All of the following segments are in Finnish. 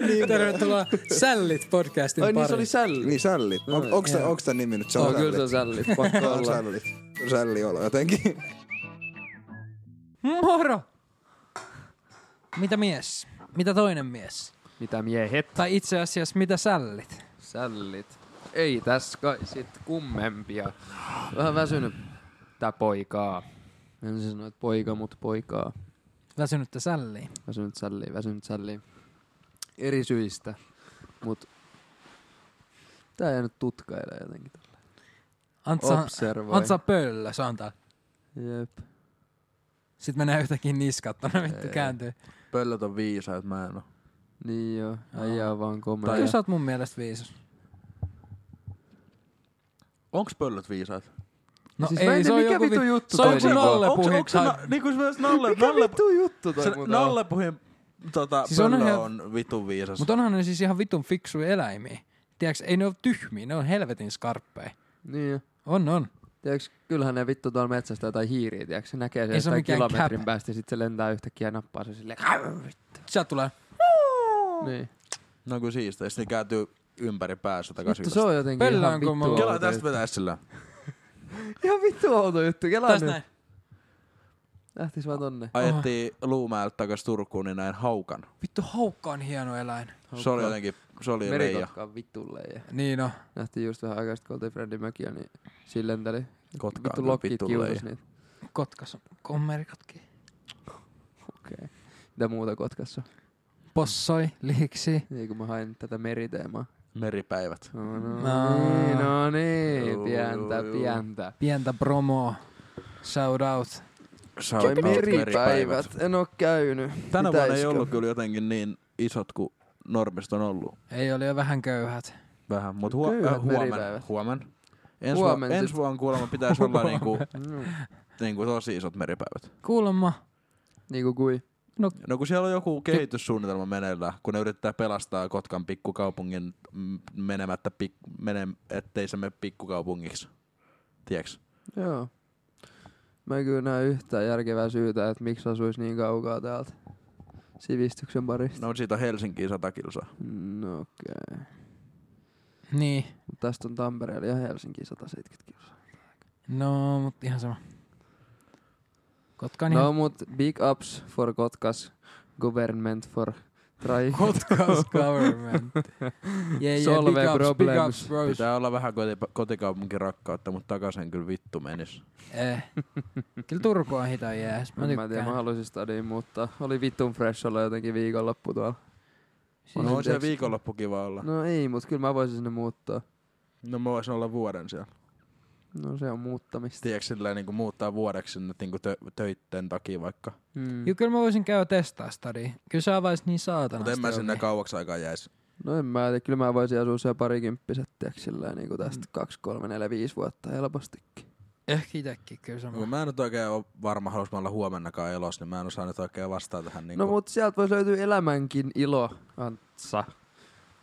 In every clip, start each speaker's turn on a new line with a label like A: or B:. A: niin, tervetuloa Sällit podcastin
B: Ai
A: pariin.
B: niin se oli sälli.
C: Niin sällit. On, onks, tää- onks tän nimi nyt? Se on
B: Joo, No, kyllä se on
C: sällit.
B: sälli. Pakko
C: Tää on
B: olla.
C: sällit. Sälli olo jotenkin.
A: Moro! Mitä mies? Mitä toinen mies?
B: Mitä miehet?
A: Tai itse asiassa, mitä sällit?
B: Sällit. Ei tässä kai sit kummempia. Vähän väsynyt tää poikaa. En siis sano, että poika, mut poikaa.
A: Väsynyttä sälliä.
B: Väsynyt sälliin, väsynyt sälliin. Eri syistä. Mut tää jää nyt tutkailla jotenkin.
A: Antsa,
B: Observoi.
A: antsa pöllä, se antaa.
B: Jep.
A: Sitten menee yhtäkkiä niskat tonne vittu
B: Ei.
A: kääntyy.
D: Pöllöt on viisaat, mä en oo.
B: Niin joo, äijä on vaan komea.
A: Kyllä sä oot mun mielestä viisas.
D: Onks pöllöt viisaat?
A: No siis
B: Siis
A: ei,
B: mä en
A: se on
B: tiedä,
A: joku
B: mikä
A: vi-
B: vitu juttu
A: Se on
B: toi
A: joku
B: niinku on.
A: nalle
D: Onks,
A: puhi.
D: onks se, na, niin kuin se myös nalle, nalle,
B: Vitu juttu toi
D: se
B: muuten on.
D: nallepuhin tota,
A: Siis
D: siis
A: onhan
D: pöllö
A: he-
D: on vitun viisas.
A: Mutta onhan ne siis ihan vitun fiksuja eläimiä. Tiedätkö, ei ne ole tyhmiä, ne on helvetin skarppeja.
B: Niin joo.
A: On, on.
B: Tiedätkö, kyllähän ne vittu tuolla metsästä jotain hiiriä, tiedätkö, se näkee sen
A: Ei se ole
B: jostain
A: mikään
B: kilometrin
A: käpä.
B: päästä ja sitten se lentää yhtäkkiä ja nappaa sen silleen.
A: Sieltä tulee,
B: Niin.
D: No kun siistiä, sitten ne kääntyy ympäri päässä
B: Vittu,
D: takaisin.
B: se on jotenkin
A: Pöllö
B: ihan
A: on
B: vittu
A: kumma.
B: outo
D: Kela tästä
B: juttu.
D: vetää sillä.
B: Ihan vittu outo juttu, kela
A: tästä
B: nyt.
A: näin.
B: Lähtis vaan tonne.
D: Ajettiin Luumäeltä takaisin Turkuun, niin näin haukan.
A: Vittu, haukka on hieno eläin.
D: Se oli jotenkin, se oli reija.
B: Merikotka on vittu leija.
A: Niin on.
B: Nähtiin just vähän aikaa sitten, kun oltiin Freddy mökiä, niin sillä lentäli.
D: Kotka
B: Vittu
D: on kyllä
B: lokkiit
D: vittu
B: kiutus
D: leija.
B: niitä.
A: Kotkas on kommerikotki.
B: Okei. Okay. Mitä muuta Kotkassa?
A: Possoi, liksi.
B: Niin kun mä hain tätä meriteemaa.
D: Meripäivät.
B: No,
A: Aa.
B: no niin, no niin.
D: Juu,
B: Pientä,
D: juu, juu.
B: pientä.
A: Pientä promoa. Shout out.
D: Shout
B: Oi
D: out
B: meripäivät, en oo käynyt.
D: Tänä vuonna ei
B: Pitäisikö?
D: ollut kyllä jotenkin niin isot kuin normista on ollut.
A: Ei ole jo vähän köyhät.
D: Vähän, mutta huo-
B: Köyhät
D: äh, huomen.
B: meripäivät.
D: Huomen. Ensi,
B: Huomen
D: huomen ensi
B: sit.
D: vuonna kuulemma pitäisi olla niinku,
B: Mm.
D: niinku tosi isot meripäivät.
A: Kuulemma.
B: Niinku kui.
D: No kun siellä on joku kehityssuunnitelma meneillään, kun ne yrittää pelastaa Kotkan pikkukaupungin mm, menemättä, pik, mene, ettei se mene pikkukaupungiksi. Tiedätkö?
B: Joo. Mä en kyllä näe yhtään järkevää syytä, että miksi asuisi niin kaukaa täältä sivistyksen parista.
D: No siitä on Helsinkiin sata kilsaa.
B: No okei. Okay.
A: Niin.
B: Mut tästä on Tampereella ja Helsinki 170 kilsaa.
A: No, mut ihan sama. Kotka on
B: No
A: ihan...
B: mut big ups for Kotkas government for try.
A: Kotkas government. Yeah, yeah,
B: Solve
A: big ups, big
B: problems.
A: ups, bros.
D: Pitää olla vähän koti- kotikaupunkirakkautta, mutta takaisin kyllä vittu menis.
A: Eh. Kyllä Turku on hitaan jääs. Mä
B: Mä, mä en tiedä, mä
A: tykkään.
B: haluaisin stadiin, mutta oli vittun fresh olla jotenkin viikonloppu tuolla.
A: Siis-
D: No on siellä
B: tiedätkö-
D: viikonloppu kiva olla.
B: No ei, mut kyllä mä voisin sinne muuttaa.
D: No mä voisin olla vuoden siellä.
B: No se on muuttamista.
D: Tiedätkö silleen niinku muuttaa vuodeksi sinne niinku tö- töitten takia vaikka.
B: Mm.
A: Joo, kyllä mä voisin käydä testaa stadia. Kyllä se avaisi niin saatana.
D: Mutta en mä sinne kauaksi aikaa jäisi.
B: No en mä tiedä, kyllä mä voisin asua siellä parikymppiset, tiiäks, sillä niin kuin tästä 2, 3, 4, 5 vuotta helpostikin.
A: Ehkä itekin kyllä sama.
D: Kun mä en nyt oikein ole varma, haluaisin mä olla huomennakaan elossa, niin mä en osaa nyt oikein vastaa tähän.
B: Niin
D: Niinku.
B: no mut sieltä voisi löytyä elämänkin ilo, Antsa.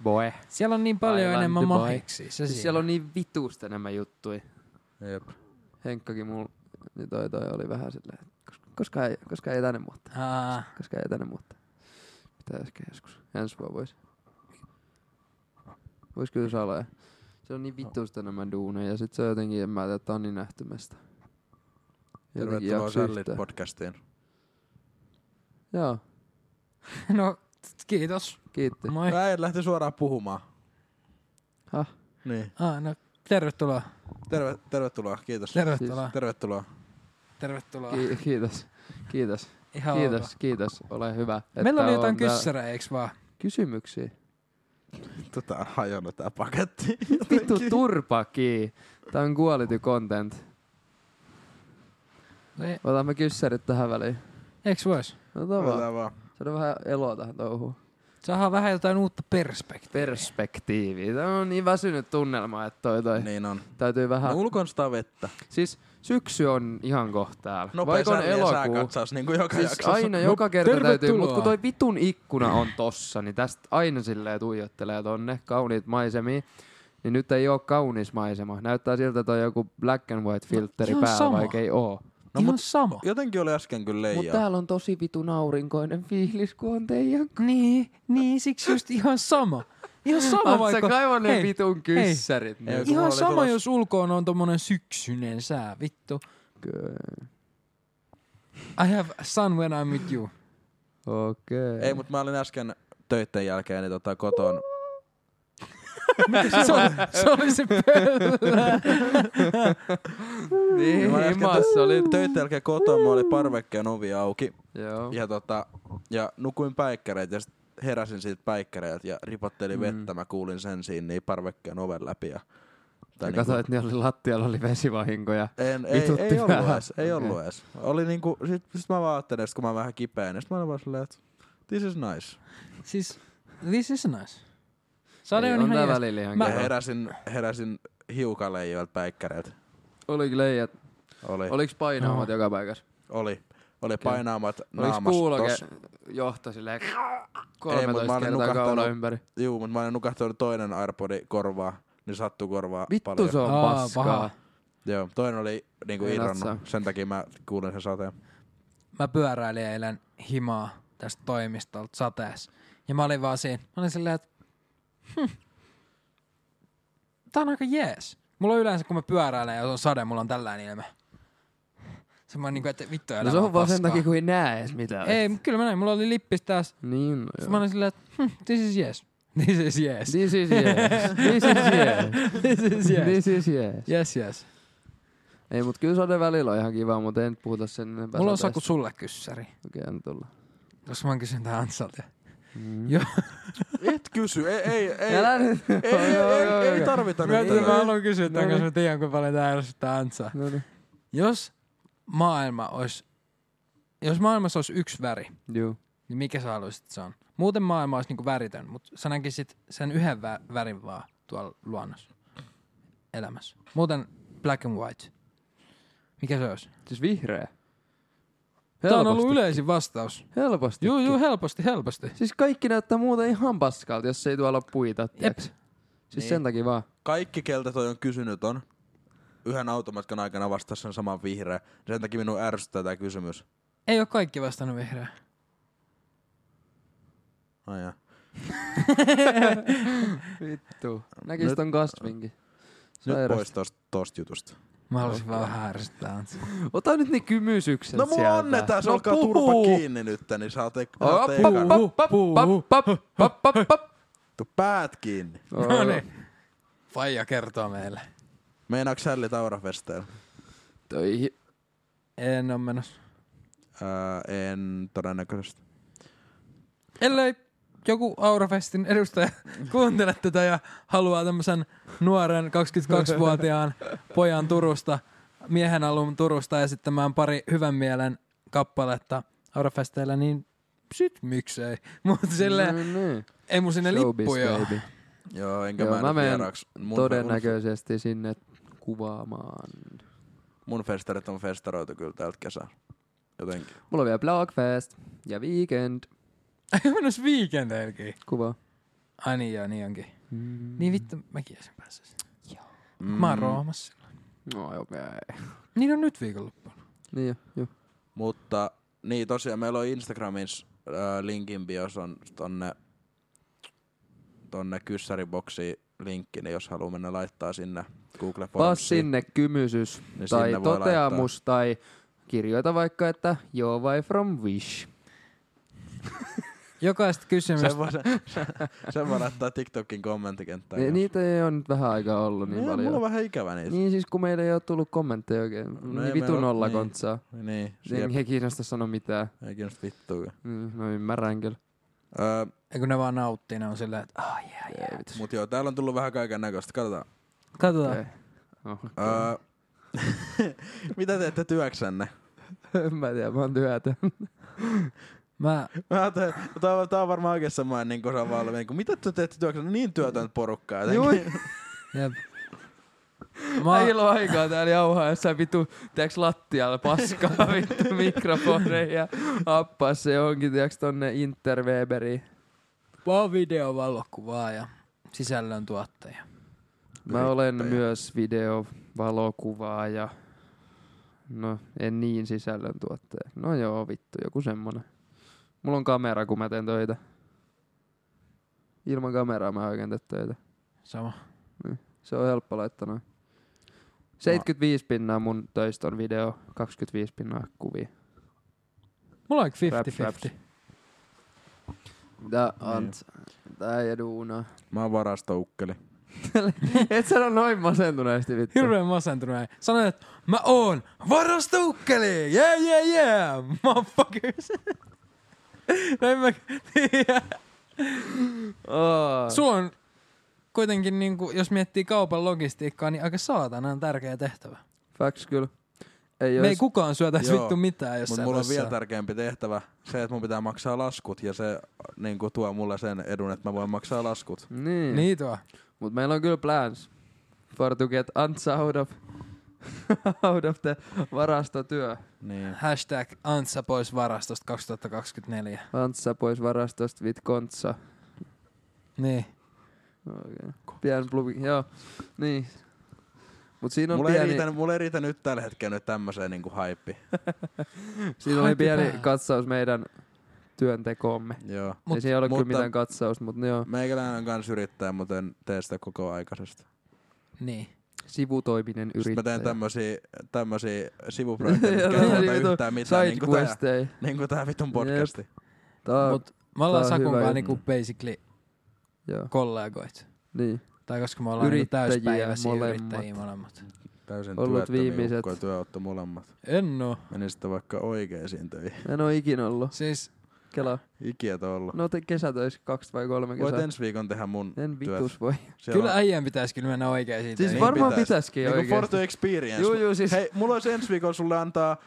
B: Boy.
A: Siellä on niin paljon
B: Thailand,
A: enemmän
B: Dubai.
A: mahiksi. Se
B: Siis siellä on niin vituusta nämä juttui.
D: Jep.
B: Henkkakin mulla, niin toi, toi oli vähän silleen, että kos- koska ei, koska ei tänne muuttaa.
A: Aa,
B: Koska ei tänne muuttaa. Pitäisikö joskus. Ensi vuonna vois. Vois kyllä salaa. Se on niin vituusta nämä duuneja. Ja sit se on jotenkin, en mä tiedä, tää on niin nähtymästä. Jotenkin
D: Tervetuloa
B: jaksa
D: Sällit
B: yhtään.
D: podcastiin.
B: Joo,
A: no kiitos.
B: kiitti.
A: Moi.
D: Äijät lähti suoraan puhumaan.
B: Häh?
D: Niin.
A: Aa, no, tervetuloa.
D: Terve, tervetuloa, kiitos.
A: Tervetuloa.
D: tervetuloa.
A: Tervetuloa.
B: Siis Ki- kiitos. Kiitos.
A: Ihan
B: kiitos,
A: ok.
B: kiitos. Ole hyvä.
A: Meillä oli
B: on
A: jotain
B: tää-
A: kyssärejä, eiks vaan?
B: Kysymyksiä.
D: Tota on hajonnut tää paketti.
B: Vittu turpaki. Tää on kuolity content.
A: Ei-
B: Otamme kyssärit tähän väliin.
A: Eiks vois?
B: No tavallaan.
D: Otetaan vaan.
B: Se on vähän eloa tähän touhuun.
A: Saadaan vähän jotain uutta perspektiiviä.
B: Perspektiivi. Tämä on niin väsynyt tunnelma, että toi toi. Niin.
D: Niin on.
B: Täytyy
D: No
B: vähän...
D: ulkonstaa vettä.
B: Siis syksy on ihan kohta täällä.
D: Nopea
B: Vaikka on
D: sälli ja
B: elokuu.
D: sääkatsaus niinku joka
B: Siis
D: jaksossa.
B: aina
A: No,
B: joka kerta täytyy,
A: tervetuloa.
B: mutta kun toi vitun ikkuna on tossa, niin tästä aina silleen tuijottelee tonne kauniit maisemia. Niin nyt ei oo kaunis maisema. Näyttää siltä, että on joku black and white filteri
A: No, ihan
B: päällä,
A: sama.
B: vaikka ei oo.
A: No, Ihan mut, sama.
D: Jotenkin oli äsken kyllä
B: Mutta
D: leijaa.
B: täällä on tosi vitun aurinkoinen fiilis, kun on teidän
A: Niin, niin, siksi just ihan sama. Ihan sama
B: Oot sä
A: vaikka...
B: kaivon ne
A: hei,
B: vitun
A: hei.
B: kyssärit
D: Ei,
B: nyt?
D: kun mulla
A: Ihan
D: oli
A: sama,
D: tulossa-
A: jos ulkoon on tommonen syksynen sää, vittu. I have sun when I'm with you.
B: Okei.
D: Ei, mutta mä olin äsken töitten jälkeen niin tota, koton.
A: se, oli, se oli se pöllä.
B: Niin,
D: Mä olin äsken
B: himassa oli.
D: Töitten jälkeen koton, mulla oli parvekkeen ovi auki.
B: Joo.
D: Ja, tota, ja nukuin päikkäreet ja sit heräsin siitä päikkäreet ja
B: Mm.
D: ripottelin vettä. Mä kuulin sen siinä niin parvekkeen oven läpi. Ja,
B: Ja
D: tai niinku-
B: katsoit, että ne oli lattialla oli vesivahinkoja.
D: En, ei,
B: Vitutti
D: ei ollut
B: vähän.
D: edes, ei ollut
B: Okei.
D: edes. Oli niinku, sit, sit mä vaan ajattelin, sit kun mä oon vähän kipeä, niin sit mä olin vaan silleen, että this is nice.
A: siis, this is nice. Sade
B: Ei,
A: on, on
B: tää
A: ihan jees.
B: välillä ihan
A: Mä-
D: Mä... Ja
B: kiva.
D: heräsin, heräsin hiukaleijoilta päikkäreiltä.
B: Oli kyllä leijät.
D: Oli, oli,
B: Oliks painaamat joka paikassa?
D: oli, oli painaamat
B: Oliks
D: naamassa
B: kuuloke
D: tossa.
B: johto silleen
D: mut mä
B: 13
D: olin
B: kertaa kaula
D: nukahtanut.
B: ympäri?
D: Juu, mut mä olin nukahtanut toinen AirPodi korvaa, niin sattuu korvaa
B: Vittu
D: paljon.
B: se on
A: Aa,
B: paskaa.
A: paha.
D: Joo, toinen oli niinku
B: Ei
D: irronnut,
B: natsaa.
D: sen takia mä kuulin sen sateen.
A: Mä pyöräilin eilen himaa tästä toimistolta sateessa. Ja mä olin vaan siinä. Mä olin silleen, että hm, tää on aika jees. Mulla on yleensä, kun mä pyöräilen ja on sade, mulla on tällainen ilme. Semmoinen, niinku, että vittu elämä
B: No se on vaan sen
A: paskaa.
B: takia, kun ei näe edes mitään.
A: Ei, mut kyllä mä näin. Mulla oli lippis tässä.
B: Niin, no
A: Sitten mä
B: joo.
A: olin silleen, että hm, this is yes. This is yes.
B: This is yes. This is yes.
A: this is yes.
B: This is yes.
A: Yes, yes.
B: Ei, mut kyllä sade välillä on ihan kiva, mutta en puhuta sen enempää
A: Mulla on
B: sateesta.
A: Saku sulle kyssäri.
B: Okei, anna tulla.
A: Jos mä kysyn tää Antsalta.
B: Mm.
A: Joo.
D: Et kysy, ei, ei, ei.
B: Älä nyt.
D: Ei, ei,
B: Joo,
D: ei,
B: joo,
D: ei, ei
B: joo.
D: tarvita
A: Mä,
D: niitä.
A: mä haluan kysyä, että
B: No
A: onko
B: niin.
A: mä tiedän, kuinka paljon tää ärsyttää Antsaa.
B: No niin.
A: Jos maailma olisi, jos maailmassa olisi yksi väri,
B: Juu.
A: niin mikä sä haluaisit, että se on? Muuten maailma olisi niinku väritön, mutta sä näkisit sen yhden vä- värin vaan tuolla luonnossa, elämässä. Muuten black and white. Mikä se olisi?
B: Siis vihreä.
A: Tämä on ollut yleisin vastaus.
B: Helposti.
A: Juu, juu, helposti, helposti.
B: Siis kaikki näyttää muuten ihan paskalta, jos ei tuolla ole puita.
A: Jep.
B: tiiäks. Siis
D: Niin.
B: sen takia vaan.
D: kaikki, keltä toi on kysynyt, on yhden automatkan aikana vastasi sen saman vihreä. Sen takia minun ärsyttää tämä kysymys.
A: Ei ole kaikki vastannut vihreä.
D: Ai jaa.
B: Vittu. Näkis
D: Nyt-
B: ton kasvinkin.
D: Nyt
B: Sairasta.
D: pois tosta, tosta jutusta.
A: Mä haluaisin vaan vähän ärsyttää Antsaa.
B: Ota nyt ne kymysykset
D: No mulla
B: sieltä.
D: annetaan, se
B: No
D: olkaa
B: puhu.
D: turpa kiinni nyt, niin saa te,
B: Oh,
D: saa te
B: puhu,
D: ekan.
A: puhu.
B: pap, pap, pap, pap, pap.
D: Tu päät kiinni.
A: No niin. Faija kertoo meille.
D: Meinaaks sälli Taurafesteillä?
B: Toi hi-
A: En ole menossa.
D: Ää, en todennäköisesti.
A: Ellei joku Aurafestin edustaja kuuntele tätä ja haluaa tämmöisen nuoren 22-vuotiaan pojan Turusta, miehen alun Turusta esittämään pari hyvän mielen kappaletta Aurafesteillä, niin sit miksei. Mutta silleen,
B: No niin.
A: ei mun sinne
B: Showbiz,
A: lippuja. ole.
B: baby.
D: Joo, enkä
B: Joo,
D: mä,
B: mä
D: mä
B: menen
D: vieraaksi. Mun,
B: Todennäköisesti sinne kuvaamaan.
D: mun festarit on festaroitu kyllä tältä kesää. Jotenkin.
B: Mulla on vielä Blogfest ja Weekend.
A: Ei mennäs viikendeilläkin.
B: Kuva.
A: Ai niin joo, niin onkin.
B: Mm.
A: Niin vittu, mäkin olisin päässyt. sinne. Mä
D: Mm.
A: oon Roomassa. silloin.
B: No okei. Okay.
A: Niin on nyt viikonloppu.
B: Niin jo, jo.
D: Mutta niin tosiaan meillä on Instagramissa äh, linkin bios on tonne, tonne kyssäriboksiin linkki, niin jos haluaa mennä laittaa sinne Google
B: Vaan
D: Formsiin.
B: sinne kymysys
D: Niin
B: tai
D: sinne voi
B: toteamus tai kirjoita vaikka, että joo vai from wish.
A: Jokaista kysymystä.
D: Sen voi, sen voi laittaa TikTokin kommenttikenttään.
B: Ni,
D: kanssa.
B: niitä ei ole nyt vähän aikaa ollut niin
D: Niin,
B: paljon.
D: Mulla on vähän ikävä niitä.
B: Niin siis kun meillä ei ole tullut kommentteja oikein.
D: No ei
B: niin vitun
D: meillä oo-
B: olla
D: niin.
B: kontsaa.
D: Niin, niin
B: Niin.
D: siep,
B: Ei kiinnosta sanoa mitään.
D: ei kiinnosta vittua.
B: Mm, No ymmärrän kyllä.
D: Öö,
A: Ja kun ne vaan nauttii, ne on silleen, että ah oh, yeah, yeah.
D: mut joo, täällä on tullut vähän kaiken näköistä. Katsotaan.
A: Katsotaan.
D: Tota.
B: Okei. Oho.
D: Öö, mitä teette työksenne?
B: en mä tiedä, mä oon työtä.
A: Mä,
D: Mä ajattelin, tää on, tää on varmaan oikein semmoinen niin kuin valmiin. Niin kuin, mitä te teette työksenne? Niin työtöntä porukkaa. jotenkin.
B: Juu,
A: jep.
B: Mä...
A: Mä,
B: Äijillä on aikaa täällä jauhaa jossain vitu, tiiäks lattialla paskaa vittu mikrofoneihin ja appaa se johonkin, tiiäks tonne Interweberiin.
A: mä oon videovalokuvaaja, sisällön tuottaja.
B: Mä olen
D: Yrittäjä.
B: myös videovalokuvaaja. No, en niin sisällöntuottaja. No joo, vittu, joku semmonen. Mulla on kamera, kun mä teen töitä. Ilman kameraa mä en oikein teen töitä.
A: Sama.
B: Se on helppo laittaa noin. 75 pinnaa mun töistä on video, 25 pinnaa kuvia.
A: Mulla on
B: Raps,
A: 50-50.
B: raps. Da ant. Tää ei duuna.
D: Mä oon varastoukkeli.
B: Et sano noin masentuneesti vittu.
A: Hirveän masentunut. Sanoin, että mä oon varastukkeli! Yeah, yeah, yeah! Motherfuckers! no en mä tiedä.
B: Oh.
A: Sulla on kuitenkin, niin kuin, jos miettii kaupan logistiikkaa, niin aika saatanan tärkeä tehtävä.
B: Facts kyllä. Ei
A: Me
B: ois-
A: ei kukaan syötäisi
D: Joo.
A: vittu mitään, jos
D: Mutta
A: sä
D: mulla on
A: et
D: vielä
A: osaa.
D: tärkeämpi tehtävä se, että mun pitää maksaa laskut ja se niin kuin, tuo mulle sen edun, että mä voin maksaa laskut.
B: Niin. niin.
A: Niin tuo.
B: Mut meillä on kyllä plans for to get Antsa out of, out of the varastotyö.
D: Niin.
A: Hashtag Antsa pois varastosta 2024.
B: Antsa pois varastosta with kontsa.
A: Niin.
B: Okay. Pian plugi, joo. Niin. Mut siinä on
D: Mulla, ei
B: No, pieni...
D: riitä, mulla ei riitä nyt tällä hetkellä nyt tämmöiseen niin haippi.
B: Siinä oli
A: Haipi
B: pieni
A: päähän.
B: katsaus meidän työntekoomme.
D: Joo.
A: Mut-
B: Mut, ei siinä ole
D: mutta-
B: kyllä mitään katsausta, mutta joo.
D: Meikäläinen on kans yrittäjä, mutta en tee sitä koko aikaisesti.
A: Niin.
B: Sivutoiminen
D: Sitten mä
B: yrittäjä.
D: teen tämmösiä, tämmösiä sivuprojekteja, mitkä
B: Joo,
D: ei tuota
B: vitu
D: yhtään mitään. Niin
B: Side
D: kuin tää,
B: questei.
D: niin kuin tää vitun podcasti.
B: Tää on,
A: Mut me ollaan
B: tää on hyvä
A: Sakun kanssa
B: juttu.
A: niinku basically
B: joo,
A: kollegoit.
B: niin.
A: Tai koska me ollaan niinku
B: Yrittäjiä
A: täyspäiväisiä
B: molemmat.
A: yrittäjiä molemmat.
D: Täysin
B: Ollut
D: työttömiä
B: viimeiset.
D: ukkoja työotto molemmat.
A: En oo.
D: Menin sitten vaikka oikeisiin töihin.
B: En oo ikinä ollut.
A: Siis
B: Kela.
D: Ikiä ollut.
B: No te kesätöissä kaksi vai kolme
D: Voit
B: kesää.
D: ensi viikon tehdä mun
B: En
D: työt.
B: vitus voi.
D: Siellä
A: kyllä
D: on-
A: äijän pitäis kyllä mennä oikeisiin
B: Siis
A: töihin.
D: var-
B: varmaan
D: pitäis.
B: pitäisikin
D: Niinku Fortu
B: oikeesti.
D: Experience.
B: Juu, juu, siis.
D: Hei, mulla olisi ensi viikolla sulle antaa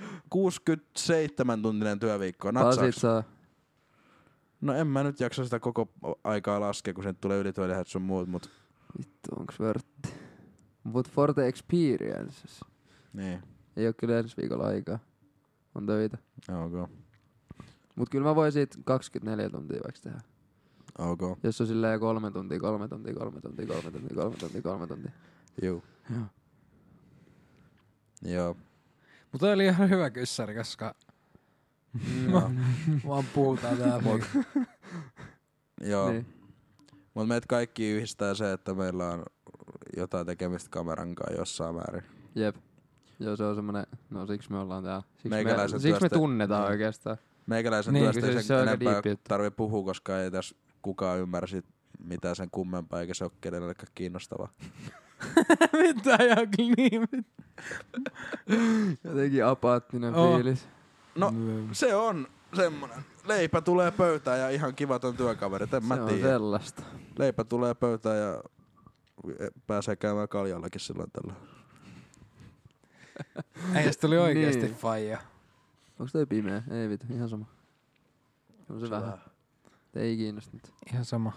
D: 67 tuntinen työviikko.
B: Pasit
D: Natsaaks?
B: saa.
D: No en mä nyt jaksa sitä koko aikaa laskea, kun sen tulee ylityöllä sun muut, mut
B: Vittu, onks vörtti. Mut Forte Experiences.
D: niin,
B: Ei oo kyllä ensi viikolla aikaa. On töitä.
D: ok,
B: Mut kyllä mä voin siitä 24 tuntia vaikka tehdä.
D: ok,
B: Jos on silleen kolme tuntia, kolme tuntia, kolme tuntia, kolme tuntia, kolme tuntia, kolme tuntia.
D: juu.
B: Joo.
D: Joo.
A: Mutta oli ihan hyvä kyssäri, koska
B: Mm.
D: Joo.
A: vaan puhutaan täällä.
D: Joo.
B: Niin.
D: Mut meidät kaikki yhdistää se, että meillä on jotain tekemistä kameran kanssa jossain määrin.
B: Jep. Joo, se on semmonen, no siksi me ollaan täällä. Siksi, me,
D: Meikäläisen
B: siksi me
D: työstä-
B: tunnetaan
D: niin.
B: oikeastaan.
D: Meikäläisen
A: Niin,
D: niin,
A: kun
D: työstä
B: siis
D: ei
B: se on
D: sen
B: aika
D: enempää
B: deep juttu.
D: tarvi puhua, koska ei tässä kukaan ymmärsi mitä sen kummempaa, eikä se ole kenellekään kiinnostavaa.
A: Mitä ihan kyllä niin.
B: Jotenkin apaattinen
A: Oh.
B: oh. fiilis.
D: No, se on semmonen. Leipä tulee pöytään ja ihan kivaton työkaveri, en mä
B: se on
D: tiedä.
B: sellaista.
D: Leipä tulee pöytään ja e, pääsee käymään kaljallakin silloin tällä.
A: Äijästä tuli oikeesti
B: Niin.
A: faija.
B: Onks toi pimeä? Ei vittu, ihan sama. On se vähän. Ei kiinnosta nyt.
A: Ihan sama.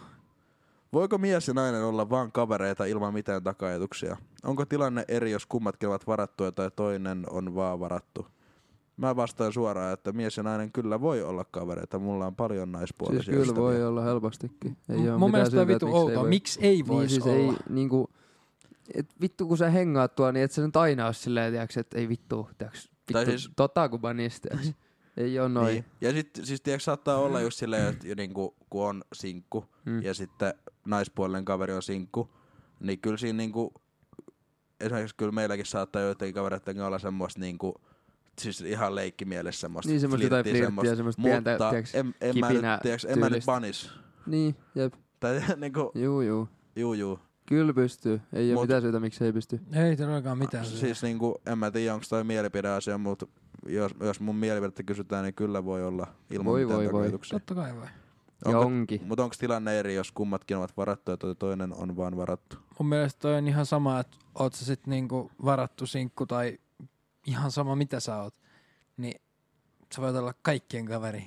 D: Voiko mies ja nainen olla vain kavereita ilman mitään takaetuksia? Onko tilanne eri, jos kummatkin ovat varattuja tai toinen on vaan varattu? Mä vastaan suoraan, että mies ja nainen kyllä voi olla kavereita. Mulla on paljon naispuolisia
B: Siis kyllä
D: ystäviä.
B: voi olla helpostikin. Ei
A: Mun
B: oo mitään
A: mielestä on
B: syytä, että
A: vitu
B: miksi ei
A: outoa.
B: voi.
A: Miksi ei
B: niin,
A: voisi
B: siis
A: olla?
B: ei niinku... Et vittu kun sä hengaat tuolla, niin et sä nyt aina oo silleen, tiiäks, et ei vittu, tiiäks,
D: Tai
B: vittu,
D: siis-
B: siis... tota kun banis, tiiäks. ei oo noin.
D: Niin. Ja sitten siis tiedätkö, saattaa olla just silleen, että niin kuin, kun on sinkku
B: Mm.
D: mm. ja sitten naispuolinen kaveri on sinkku, niin kyllä siinä niin kuin, esimerkiksi kyllä meilläkin saattaa joidenkin kavereiden kanssa olla semmoista niin kuin, siis ihan leikkimielessä semmoista
B: Niin, semmoista jotain
D: flirttiä,
B: flirttiä, semmoista pientä,
D: mutta e-
B: tiedätkö,
D: en, en, mä nyt,
B: kipinää
D: tiedätkö, en mä nyt
B: tyylistä.
D: panis.
B: Niin, jep.
D: Tai niinku,
B: Juu, juu.
D: juu juu.
B: Kyllä pystyy. Ei oo
D: Mut-
B: mitään syytä, miksi ei pysty.
A: Ei todellakaan mitään. Siis,
D: Siis niinku, en mä tiedä onko toi mielipideasia, mutta jos, jos mun mielipidettä kysytään, niin kyllä voi olla ilman
B: Voi,
D: mitään
B: voi, voi.
D: tarkoituksia.
A: Totta kai voi.
B: Ja
D: Onko-
B: onkin.
D: Mutta onko tilanne eri, jos kummatkin ovat varattuja tai toinen on vaan varattu?
A: Mun mielestä toi on ihan sama, että oot sä sit niinku varattu sinkku tai ihan sama mitä sä oot. Niin sä voit olla kaikkien kaveri.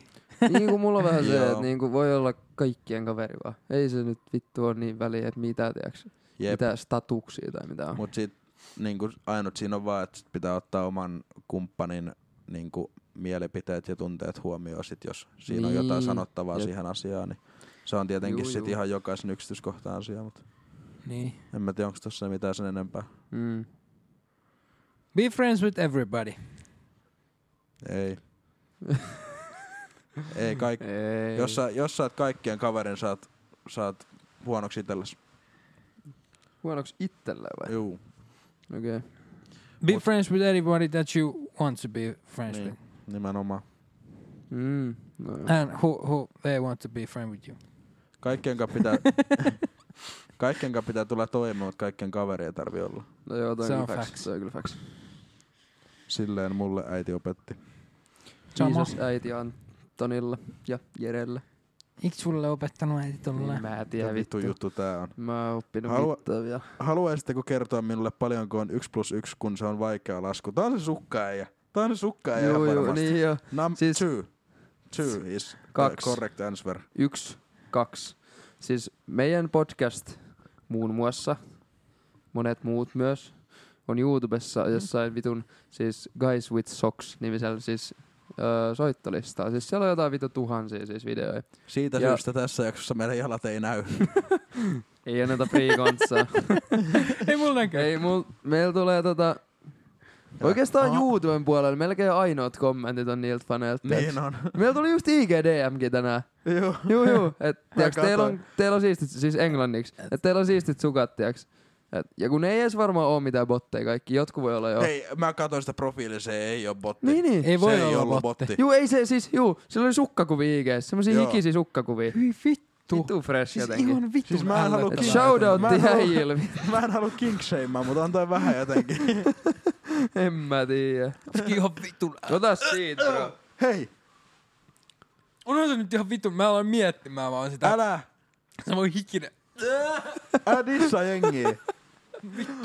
B: niin kuin mulla on vähän se,
D: Joo.
B: että niin kuin voi olla kaikkien kaveri vaan. Ei se nyt vittu on niin väliä, että mitä tiiäks,
D: Jep.
B: mitä statuksia tai mitä on.
D: Mutta sit niinku, ainut siinä on vaan, että sit pitää ottaa oman kumppanin niinku, mielipiteet ja tunteet huomioon, sit, jos siinä niin. on jotain
B: Niin.
D: sanottavaa
B: Jep.
D: siihen asiaan. Niin se on tietenkin
B: Juu,
D: sit
B: juu.
D: ihan jokaisen yksityiskohtaan asia, mutta
A: Niin.
D: en mä tiedä, onko tuossa mitään sen enempää.
B: Mm.
A: Be friends with everybody.
D: Ei. ei kaik...
B: Ei.
D: Jos sä, jos sä oot kaikkien kaverin, sä oot, sä oot huonoksi itelles.
B: Huonoksi itsellä vai?
D: Juu.
B: Okei. Okay.
A: Be
D: Mut-
A: friends with anybody that you want to be friends
D: Niin.
A: with.
D: Nimenomaan.
B: Mm. No joo.
A: And who, who they want to be friends with you.
D: Kaikkien kanssa pitää... Kaikkien kanssa pitää tulla toimeen, mutta kaikkien kaveria tarvii olla.
B: No joo, toi
A: Se
B: on,
A: on
B: kyllä facts.
A: facts.
B: Toi on kyllä facts.
D: Silleen mulle äiti opetti.
A: Sama.
B: Iisus äiti Antonilla ja Jerellä.
A: Eikö sulle opettanut äiti
B: Niin
A: tolleen?
B: mä en
D: Mikä
B: tiedä
D: vittu
B: vittu.
D: juttu tää on.
B: Mä oon oppinut
D: Halua-
B: Halua... mittaa vielä.
D: Haluaisitteko kertoa minulle paljonko on 1 plus 1, kun se on vaikea lasku? Tää on se sukkaäijä. Tää on se sukkaäijä
B: Joo, joo,
D: varmasti.
B: niin joo.
D: Num-
B: Siis-
D: two. Two is the
B: Kaksi.
D: correct answer.
B: Yksi, kaksi. Siis meidän podcast muun muassa, monet muut myös, on
D: Mm.
B: YouTubessa jossain vitun, siis Guys with Socks nimisellä siis öö, soittolistaa. Siis siellä on jotain vitu tuhansia siis videoja.
D: Siitä
B: Ja-
D: syystä tässä jaksossa meidän jalat ei näy.
B: Ei anneta free kontsaa.
A: Ei mulla näkään.
B: Ei, mul, meillä tulee tota... Oikeastaan
D: Aha.
B: YouTuben puolella melkein ainoat kommentit on niiltä faneilta.
D: niin on.
B: Meillä tuli just IGDMkin tänään.
D: Joo.
B: Juu, juu. Et, tiiäks,
D: katsoin.
B: teillä on, teillä on siistit, siis englanniksi. Et teillä on siistit sukat, tiiäks. Et, ja kun ei edes varmaan oo mitään botteja kaikki. Jotkut voi olla jo.
D: Hei, mä katsoin sitä profiilia, se ei oo botti.
B: Niin, niin.
A: Ei voi
D: se ei
A: olla
D: ollut
A: botti.
D: botti.
B: Juu, ei se siis, juu. Sillä oli sukkakuvia IG. Semmosia
D: Joo.
B: hikisiä sukkakuvia.
A: Hyi vittu.
B: Vitu fresh
A: Siis
B: jotenkin.
A: ihan vittu.
D: Siis mä en halua
B: Et
D: Mä- mä
B: shoutoutti
D: en halua-
B: häijilvi.
D: Mä en halua kinkseimaa, mutta on toi vähän jotenkin.
B: En mä tiedä.
A: ihan vitun.
B: Ota siitä, bro.
D: Hei,
A: Onhan se nyt ihan vitun. Mä aloin miettimään vaan sitä.
D: älä,
A: Sä voi hikinen.
D: älä dissaa jengiä.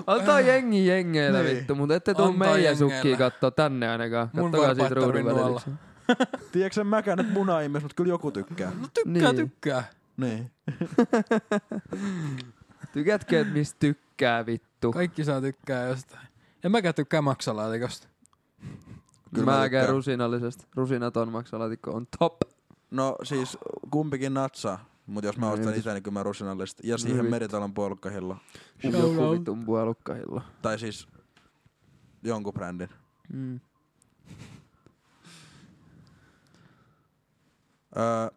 B: Antaa jengi jengeillä
D: Niin.
B: vittu, mutta ette tuu
A: Antaa
B: meidän
A: jengeillä.
B: sukkiin kattoo tänne ainakaan.
A: Mun
B: Kattokaa siitä
A: varpaat
B: ruudun
A: tarvii
B: välillä.
D: Tiedätkö sä mäkään, että muna ihmis, mutta kyllä joku tykkää.
A: Tykkää,
B: Niin.
A: tykkää.
D: Niin.
B: Tykätkö, että mistä tykkää vittu?
A: Kaikki saa tykkää jostain. En mäkään tykkää maksalaatikosta.
D: Kyllä mä
B: mä käyn
D: tykkään.
B: rusinallisesta. Rusinaton maksalaatikko on top.
D: No siis kumpikin natsaa. Mutta jos mä
B: Niin,
D: ostan
B: siis-
D: itse, niin kyllä mä rusinallista. Ja
B: No
D: siihen
B: vittu.
D: Meritalon puolukkahilla.
A: Shout
B: Joku
A: out.
B: vitun puolukkahilla.
D: Tai siis jonkun brändin.
B: Mm.
D: Öö,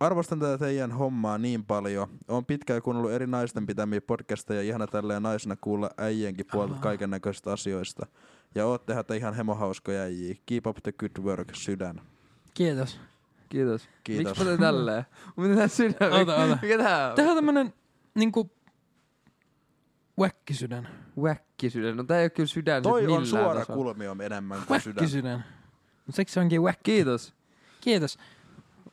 D: arvostan tätä teidän hommaa niin paljon. Olen pitkään kuunnellut eri naisten pitämiä podcasteja ja ihana tälleen naisena kuulla äijienkin puolelta kaiken näköisistä asioista. Ja oottehan te ihan hemohauskoja äijiä. Keep up the good work, sydän.
A: Kiitos.
B: Kiitos.
D: Kiitos.
B: Miksi te tälleen? Mitä tää sydän?
A: Ota, ota.
B: Mikä tää on?
A: Tää on tämmönen niinku väkkisydän.
B: Väkkisydän. No tää ei oo kyllä sydän sit
D: Toi on
B: millään
D: suora
B: tasolla.
D: kulmio enemmän kuin sydän.
A: Väkkisydän. Mut seksi se onkin väkki.
B: Kiitos.
A: Kiitos.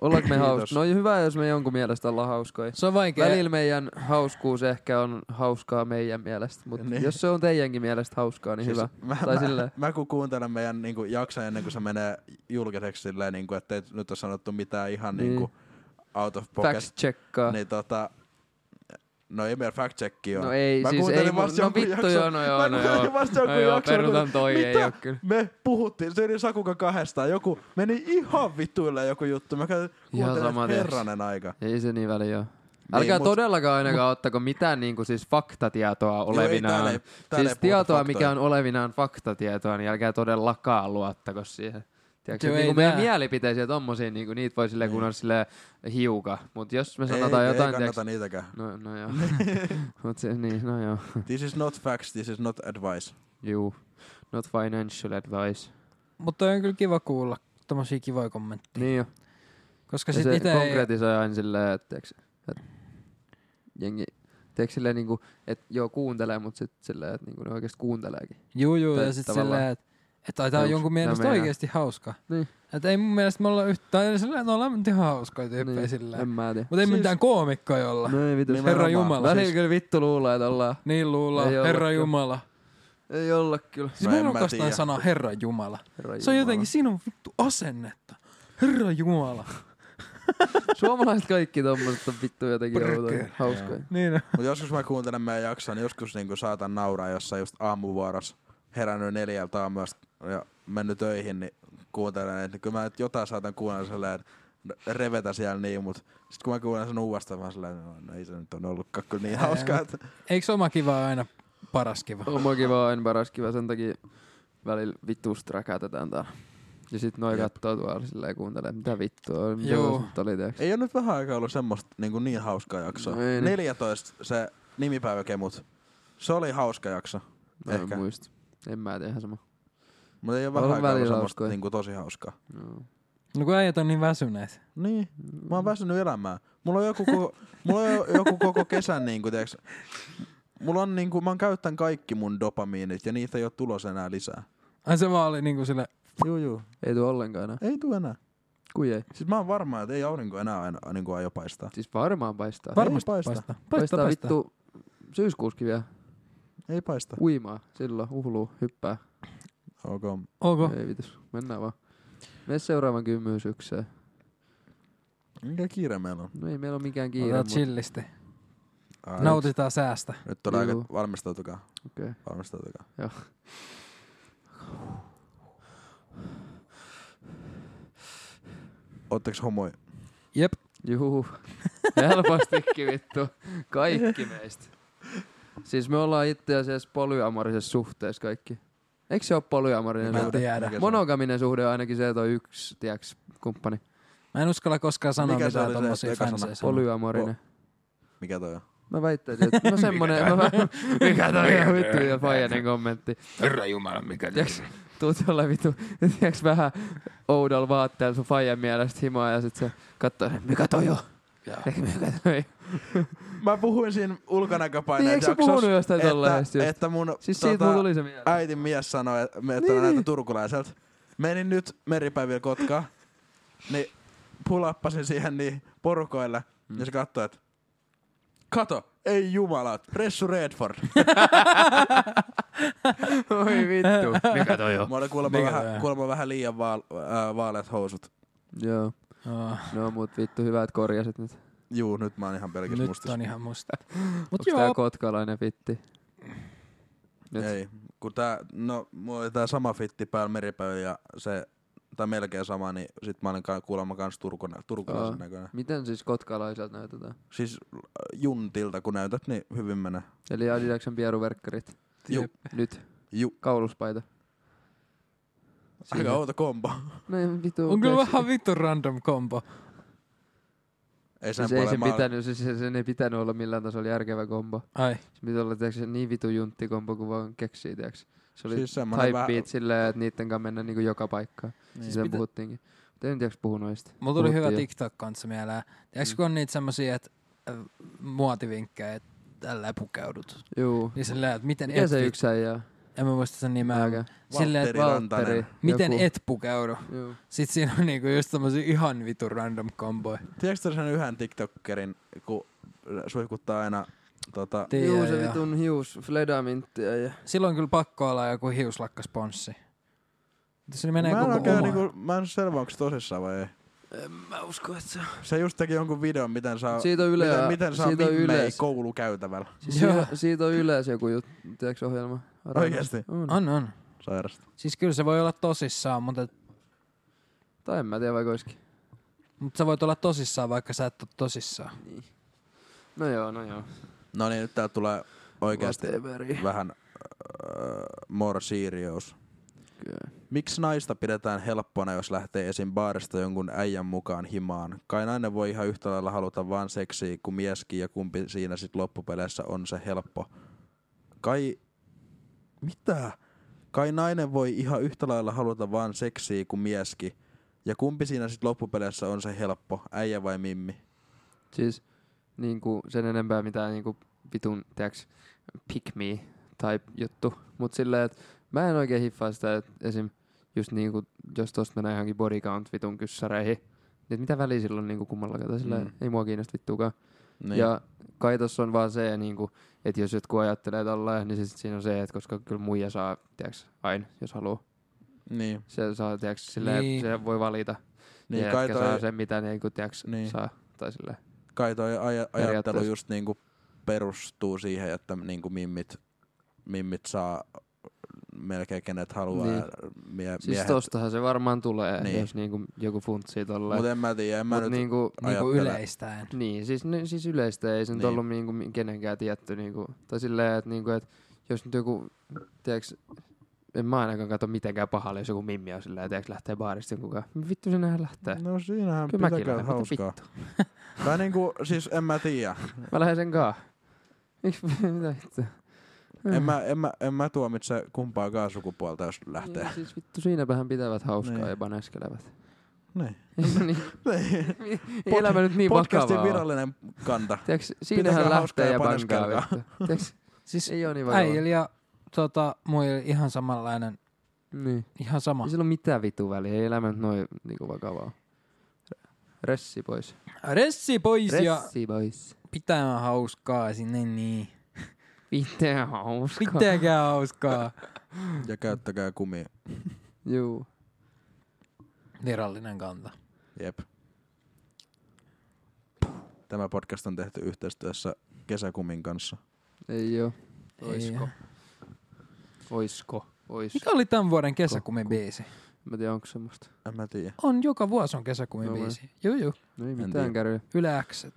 B: Ollaanko me
D: Kiitos.
B: hauskoja? No on hyvä, jos me jonkun mielestä ollaan hauskoja.
A: Se on vaikea.
B: Välillä meidän hauskuus ehkä on hauskaa meidän mielestä, mutta
D: Niin.
B: niin. jos se on teidänkin mielestä hauskaa, niin siis hyvä.
D: Mä,
B: Tai
D: mä,
B: silleen.
D: mä kun kuuntelen meidän niin kuin, jakso ennen kuin se menee julkiseksi silleen, niin kuin, että ei nyt ole sanottu mitään ihan niin.
B: Niin.
D: Niin kuin, out of pocket.
B: Facts checkaa.
D: Niin tota, no ei meillä fact checki
B: No ei,
D: mä
B: siis ei
D: kuuntelin
B: mun,
D: vasta
B: no
D: jonkun
B: vittu
D: jakson-
B: joo, no joo,
D: mä
B: no
D: kuuntelin
B: joo.
D: vasta jonkun
B: No joo,
D: jakson, kun-
B: perutan toi,
D: mitä?
B: ei oo kyllä.
D: Me puhuttiin, se oli Sakuka kahdestaan, joku meni ihan vittuille joku juttu. Mä käyn kuuntelen,
B: sama
D: että
B: tiiäks.
D: herranen aika.
B: Ei se niin väliä ole. Älkää
D: mut-
B: todellakaan ainakaan ottako mitään niinku siis faktatietoa olevinaan.
D: täällä Niinku, ei- täällä ei
B: siis
D: puhuta
B: tietoa,
D: faktoja.
B: mikä on olevinaan faktatietoa, niin älkää todellakaan luottako siihen. Tiedätkö,
A: Joo,
B: niinku
A: ei
B: meidän
A: tää.
B: mielipiteisiä ja tommosia, niinku, niitä voi silleen, kun on silleen hiuka. Mut jos me sanotaan
D: Niin. ei,
B: jotain,
D: ei
B: tiedätkö,
D: kannata niitäkään.
B: No, no joo. Mut se, niin, no joo.
D: This is not facts, this is not advice.
B: Juu. Not financial advice.
A: Mutta on kyllä kiva kuulla tommosia kivoja kommentteja.
B: Niin jo.
A: Koska
B: Ja
A: sit
B: se
A: itse ei...
B: konkretisoi aina silleen, että tiiäks, et jengi, tiiäks silleen niinku, et joo kuuntelee, mut sit silleen, että niinku ne oikeesti kuunteleekin.
A: Juu, juu, ja
B: Tai
A: sit
B: tavallaan-
A: silleen, että et, taitaa
B: Onks-
A: jonkun mielestä
B: nää meidän-
A: oikeesti hauska.
B: Niin.
A: Et ei mun mielestä me olla yhtään, tai silleen, että ollaan nyt ihan hauskoja tyyppejä niin.
B: En
A: silleen.
B: mä tiedä.
A: Mutta ei
D: Siis-
A: siis... mitään koomikkoja olla.
B: No ei vitus.
D: Niin
A: Herra
D: Nimenomaan.
A: Jumala.
B: Välillä
A: Siis,
B: kyllä vittu luulee, että ollaan.
A: niin luulla,
B: Ei olla
A: Herra
B: kyllä.
A: Jumala.
B: Ei olla kyllä.
A: Siis
D: No
A: mä
D: en mä
A: rakastan
D: tiedä.
A: sanaa Herra Jumala.
B: Herra
A: Se on
B: Jumala.
A: jotenkin, siinä on vittu asennetta. Herra Jumala.
B: Suomalaiset kaikki tommoset on vittu jotenkin
A: Brrrr.
B: outoja, hauskoja.
A: Niin on.
D: Mutta joskus mä kuuntelen meidän jaksoa, niin joskus niinku saatan nauraa jossain just aamuvuorossa herännyt neljältä aamusta ja mennyt töihin, niin kuuntelen, että kyllä mä nyt jotain saatan kuunnella silleen, että revetä siellä niin, mutta sitten kun mä kuulen sen uudestaan, mä oon silleen, no, no ei se nyt on ollutkaan kyllä niin
A: Ää,
D: hauskaa. Että...
A: Eikö oma kiva aina paras kiva?
B: Omakin vaan en paras kiva, sen takia välillä vittuus räkätetään täällä. Ja sit noi
D: Jep.
B: kattoo tuolla silleen kuuntelee, mitä vittua, mitä
A: Juu.
B: nyt oli teeks.
D: Ei ole nyt vähän aikaa ollut semmoista niin, kuin niin hauskaa jaksoa.
B: No ei nyt.
D: 14 se nimipäiväkemut. Se oli hauska jakso.
B: Mä No en
D: ehkä.
B: muista. En mä tiedä ihan sama.
D: Mutta ei ole
B: Ollut
D: vähän aikaa ollut
B: välillä
D: semmoista
B: hauskoja.
D: niin kuin tosi hauskaa.
B: No.
A: No kun äijät on niin väsyneet.
D: Niin, mä oon väsynyt elämään. Mulla on joku koko, mulla on jo- joku koko kesän, niin kuin, tiiäks, mulla on, niin kuin, mä käytän kaikki mun dopamiinit ja niitä ei ole tulos enää lisää.
A: Ai se vaan oli niinku sille,
D: Juu, juu.
B: Ei tuu ollenkaan enää.
D: Ei tule enää.
B: Kui ei.
D: Siis mä oon varma, että ei aurinko enää aina, niin kuin aio paistaa.
B: Siis varmaan paistaa.
D: Va-
A: varmasti
D: paista.
A: paistaa. Paistaa,
B: paistaa,
A: paistaa.
B: vittu syyskuuskin vielä.
D: Ei paista.
B: Uimaa. Silloin uhluu, hyppää.
D: Ok.
A: Ok.
B: Ei vitus. Mennään vaan. Mene seuraavan kymmensykseen.
D: Mikä kiire meillä on?
B: No ei meillä ole mikään kiire,
A: Otetaan
B: mutta
A: chillisti.
D: Ai,
A: Nautitaan säästä.
D: Nyt on aika,
B: Juu.
D: valmistautukaa.
B: Okei.
D: Valmistautukaa. Ootteks homoi?
A: Jep.
B: Juu, helpostikin vittu. Kaikki meistä. Siis me ollaan itse asiassa polyamorisessa suhteessa kaikki. Eikö se ole polyamorinen
A: Mä en
B: suhde?
A: tiedä.
B: Monogaminen suhde on ainakin se, että on yksi, tiiäks, kumppani.
A: Mä en uskalla koskaan sanoa
D: Mikä se
A: mitään
D: oli se
A: tommosia
D: eka sana?
A: fanseja. sanoa.
B: Polyamorinen.
D: Mikä toi on?
B: Mä väittäisin, että no semmonen, mä vä- mikä toi ihan vittu ja Fajanen kommentti.
E: Herra Jumala, mikä
B: Tiiäks, tuut jollain vittu, tiiäks vähän oudolla vaatteella sun Fajan mielestä himoa ja sit se katsoo, mikä toi on?
E: Joo.
B: Mikä toi?
D: Mä puhuin siinä
B: Niin,
D: ulkonäköpaineet
B: eikö sä puhunut jostain tolleen?
D: että, tota- että mun
B: Siis siitä mulla tuli se mieleen.
D: äitin mies sanoi, että me niin, näitä turkulaiselta. Menin nyt meripäivillä Kotkaan, niin pulappasin siihen niin porukoille, mm. ja se katsoi, että kato, ei jumala, Ressu Redford.
B: Oi vittu. Mikä toi on?
D: Mä olin kuulemma,
A: Mikä tää?
D: vähän, kuulemma vähän liian vaal, äh, vaaleat housut.
B: Joo.
A: Joo.
B: No mut vittu, hyvä, että korjasit nyt.
D: Juu, nyt mä oon ihan pelkis
A: Nyt
D: mustis.
A: on ihan musta. Mut
B: Onks tää
A: joo.
B: kotkalainen fitti? Nyt.
D: Ei, kun tää, no, mulla oli tää sama fitti päällä meripäivillä ja se, tai melkein sama, niin sit mä olin ka- kuulemma kans turkuna, turkulaisen
B: Aa.
D: näköinen.
B: Miten siis kotkalaiselta näytetään?
D: Siis äh, juntilta kun näytät, niin hyvin menee.
B: Eli Adidaksen pieruverkkarit.
D: Juu,
B: Nyt.
D: juu.
B: Kauluspaita.
D: Aika outo kombo.
B: No ei vittu.
A: On kyllä
B: tiiäks-
A: vähän vittu random kombo.
D: Ei sen
B: Siis ei sen,
D: puolen mä-
B: pitänyt, siis se- sen ei pitänyt olla millään tasolla järkevä kombo.
A: Ai.
B: Se piti olla tiiäks, niin vitu junttikombo kuin vaan keksii, tiiäks. Se oli
D: Siis
B: siis
D: semmonen
B: type
D: vähän-
B: beat silleen, että niitten kanssa mennä niinku joka paikkaan. Niin. Siis sen
A: pitä-
B: puhuttiinkin. Mut en tiiäks puhu noista.
A: Mulla tuli hyvä
B: Puhuttiin jo. Mm.
A: TikTok-kanssa mieleen. Tiedätkö, kun on niitä semmosia, että äh, muotivinkkejä, että tällä pukeudut.
B: Juu.
A: Niin silleen, että miten
B: Mikä
A: et,
B: se
A: vi-
B: yksi äijä?
A: en mä muista sen nimeä,
B: Mäkä.
A: silleen, että
D: Valtteri Rantanen.
B: Valtteri.
A: miten
B: Joku.
A: et pukeudu.
B: Joo.
A: Sitten siinä on niinku just semmosia ihan vitu random komboja.
D: Tiedätkö sen yhden TikTokerin, kun suihkuttaa aina tota...
A: Tiedän,
B: Juu, se
A: joo.
B: vitun hius, fledaminttia ja...
A: Silloin on kyllä pakko olla joku hiuslakkasponssi. Se
D: Mä
A: menee
D: en
A: koko
D: oikein
A: oma.
D: niinku, mä en ole selvä, onko se tosissaan vai ei.
B: En mä usko, että se on.
D: Se just teki jonkun videon, miten saa...
B: Siitä on yleensä...
D: No, Miten, miten saa
B: siitä on
D: mimmei
B: yleensä,
D: koulukäytävällä.
B: siis
A: Joo.
B: siitä- siitä on yleensä joku juttu, tiedätkö ohjelma? Areenassa.
D: Oikeesti?
B: On.
A: On, on.
D: Sairasta.
A: Siis kyllä se voi olla tosissaan, mutta,
B: Tai en mä tiedä vaikka olisikin.
A: mutta sä voit olla tosissaan, vaikka sä et ole tosissaan.
B: No joo, no joo.
D: No niin, nyt tää tulee oikeasti
B: Whatever.
D: vähän äh, more serious.
B: Kyllä.
D: Miksi naista pidetään helppona, jos lähtee esim. baarista jonkun äijän mukaan himaan? Kai nainen voi ihan yhtä lailla haluta vaan seksiä kuin mieskin ja kumpi siinä sit loppupeleissä on se helppo. Kai... Mitä? Kai nainen voi ihan yhtä lailla haluta vaan seksiä kuin mieskin. Ja kumpi siinä sit loppupeleissä on se helppo, äijä vai mimmi?
B: Siis niinku sen enempää mitään niinku vitun, tiedäks, pick me type juttu. Mut silleen, että mä en oikein hiffaa sitä, että esim. just niinku, jos tosta mennään johonkin body count vitun kyssäreihin, niin et mitä väliä sillä on niinku kummallakaan, tai silleen,
D: Mm.
B: ei mua kiinnosta vittuukaan. Niin. Ja kai tossa on vaan se, niin kuin, että jos jotkut ajattelee tolleen, niin sit siinä on se, että koska kyllä muija saa, tiiäks, aina, jos haluaa.
D: niin.
B: Se saa, tiiäks, silleen,
A: Niin.
B: niin. se voi valita.
D: Niin,
B: Niin, ja
D: kai
B: jätkä saa
D: toi,
B: sen, mitä niin kuin, tiiäks,
D: Niin.
B: niin. saa. Tai silleen.
D: kai toi aj- ajattelu
B: Periaatteessa.
D: just niinku perustuu siihen, että niinku mimmit, mimmit saa melkein kenet haluaa.
B: Niin.
D: Niin. Mie-
B: Siis
D: miehet.
B: tostahan se varmaan tulee,
D: Niin.
B: niin. jos niin kuin, joku funtsii tolleen.
D: Mut en mä tiedä, en mä
B: Mut
D: nyt...
B: niin kuin,
A: Niin kuin
D: Ajattele.
A: yleistäen.
B: niin, siis, ne, siis yleistä ei sen
D: Niin.
B: niin. ollut niin kuin, kenenkään tietty. Niin kuin, tai silleen, että, niin kuin, että jos nyt joku, tiiäks, en mä ainakaan katso mitenkään pahalle, jos joku mimmi on sillä, että lähtee baarista jonkun kanssa. Vittu se nähdään lähtee.
D: No siinähän
B: Kyllä mäkin
D: pitäkää
B: lähden, mitä
D: hauskaa. tai niinku, siis en mä tiedä.
B: Mä lähden sen kaa. Miks- Mitä vittu? Mm.
D: En mä, en mä, en mä tuomitse kumpaakaan sukupuolta, jos lähtee.
B: Niin, siis vittu siinäpähän pitävät hauskaa
D: Niin.
B: ja paneskelevät.
D: Niin.
B: niin,
D: Niin.
B: ei elämä nyt niin
D: Podcastin
B: vakavaa. ole.
D: virallinen kanta.
B: Tiiäks, siinähän
D: hauskaa
B: lähtee
D: ja
B: ja bankaa
D: paneskelkaa.
B: vittu. Tiiäks,
A: Siis
B: ei oo niin vakavaa.
A: äijillä ja tota, muilla ihan samanlainen,
B: Niin.
A: ihan sama.
B: Ei sillä ole mitään vitu väliä, ei elämä nyt noin niinku vakavaa. Ressi pois.
A: Ressi pois ja
B: Ressi pois.
A: pitää hauskaa sinne niin.
B: Pitää hauskaa.
A: Pitäkää hauskaa.
D: Ja käyttäkää kumia.
B: Juu.
A: Virallinen kanta.
D: Jep. Tämä podcast on tehty yhteistyössä kesäkumin kanssa.
B: Ei oo.
A: Ei oo.
B: Oisko? Oisko? Ois.
A: Mikä oli tämän vuoden kesäkumin
B: Kokku.
A: biisi?
B: Mä tiedän onko semmoista.
D: En mä tiedä.
A: On, joka vuosi on kesäkumin
B: No vai.
A: biisi. Juu, juu.
B: No ei
D: En
B: mitään
D: tiedä.
B: kärryä.
A: Yle X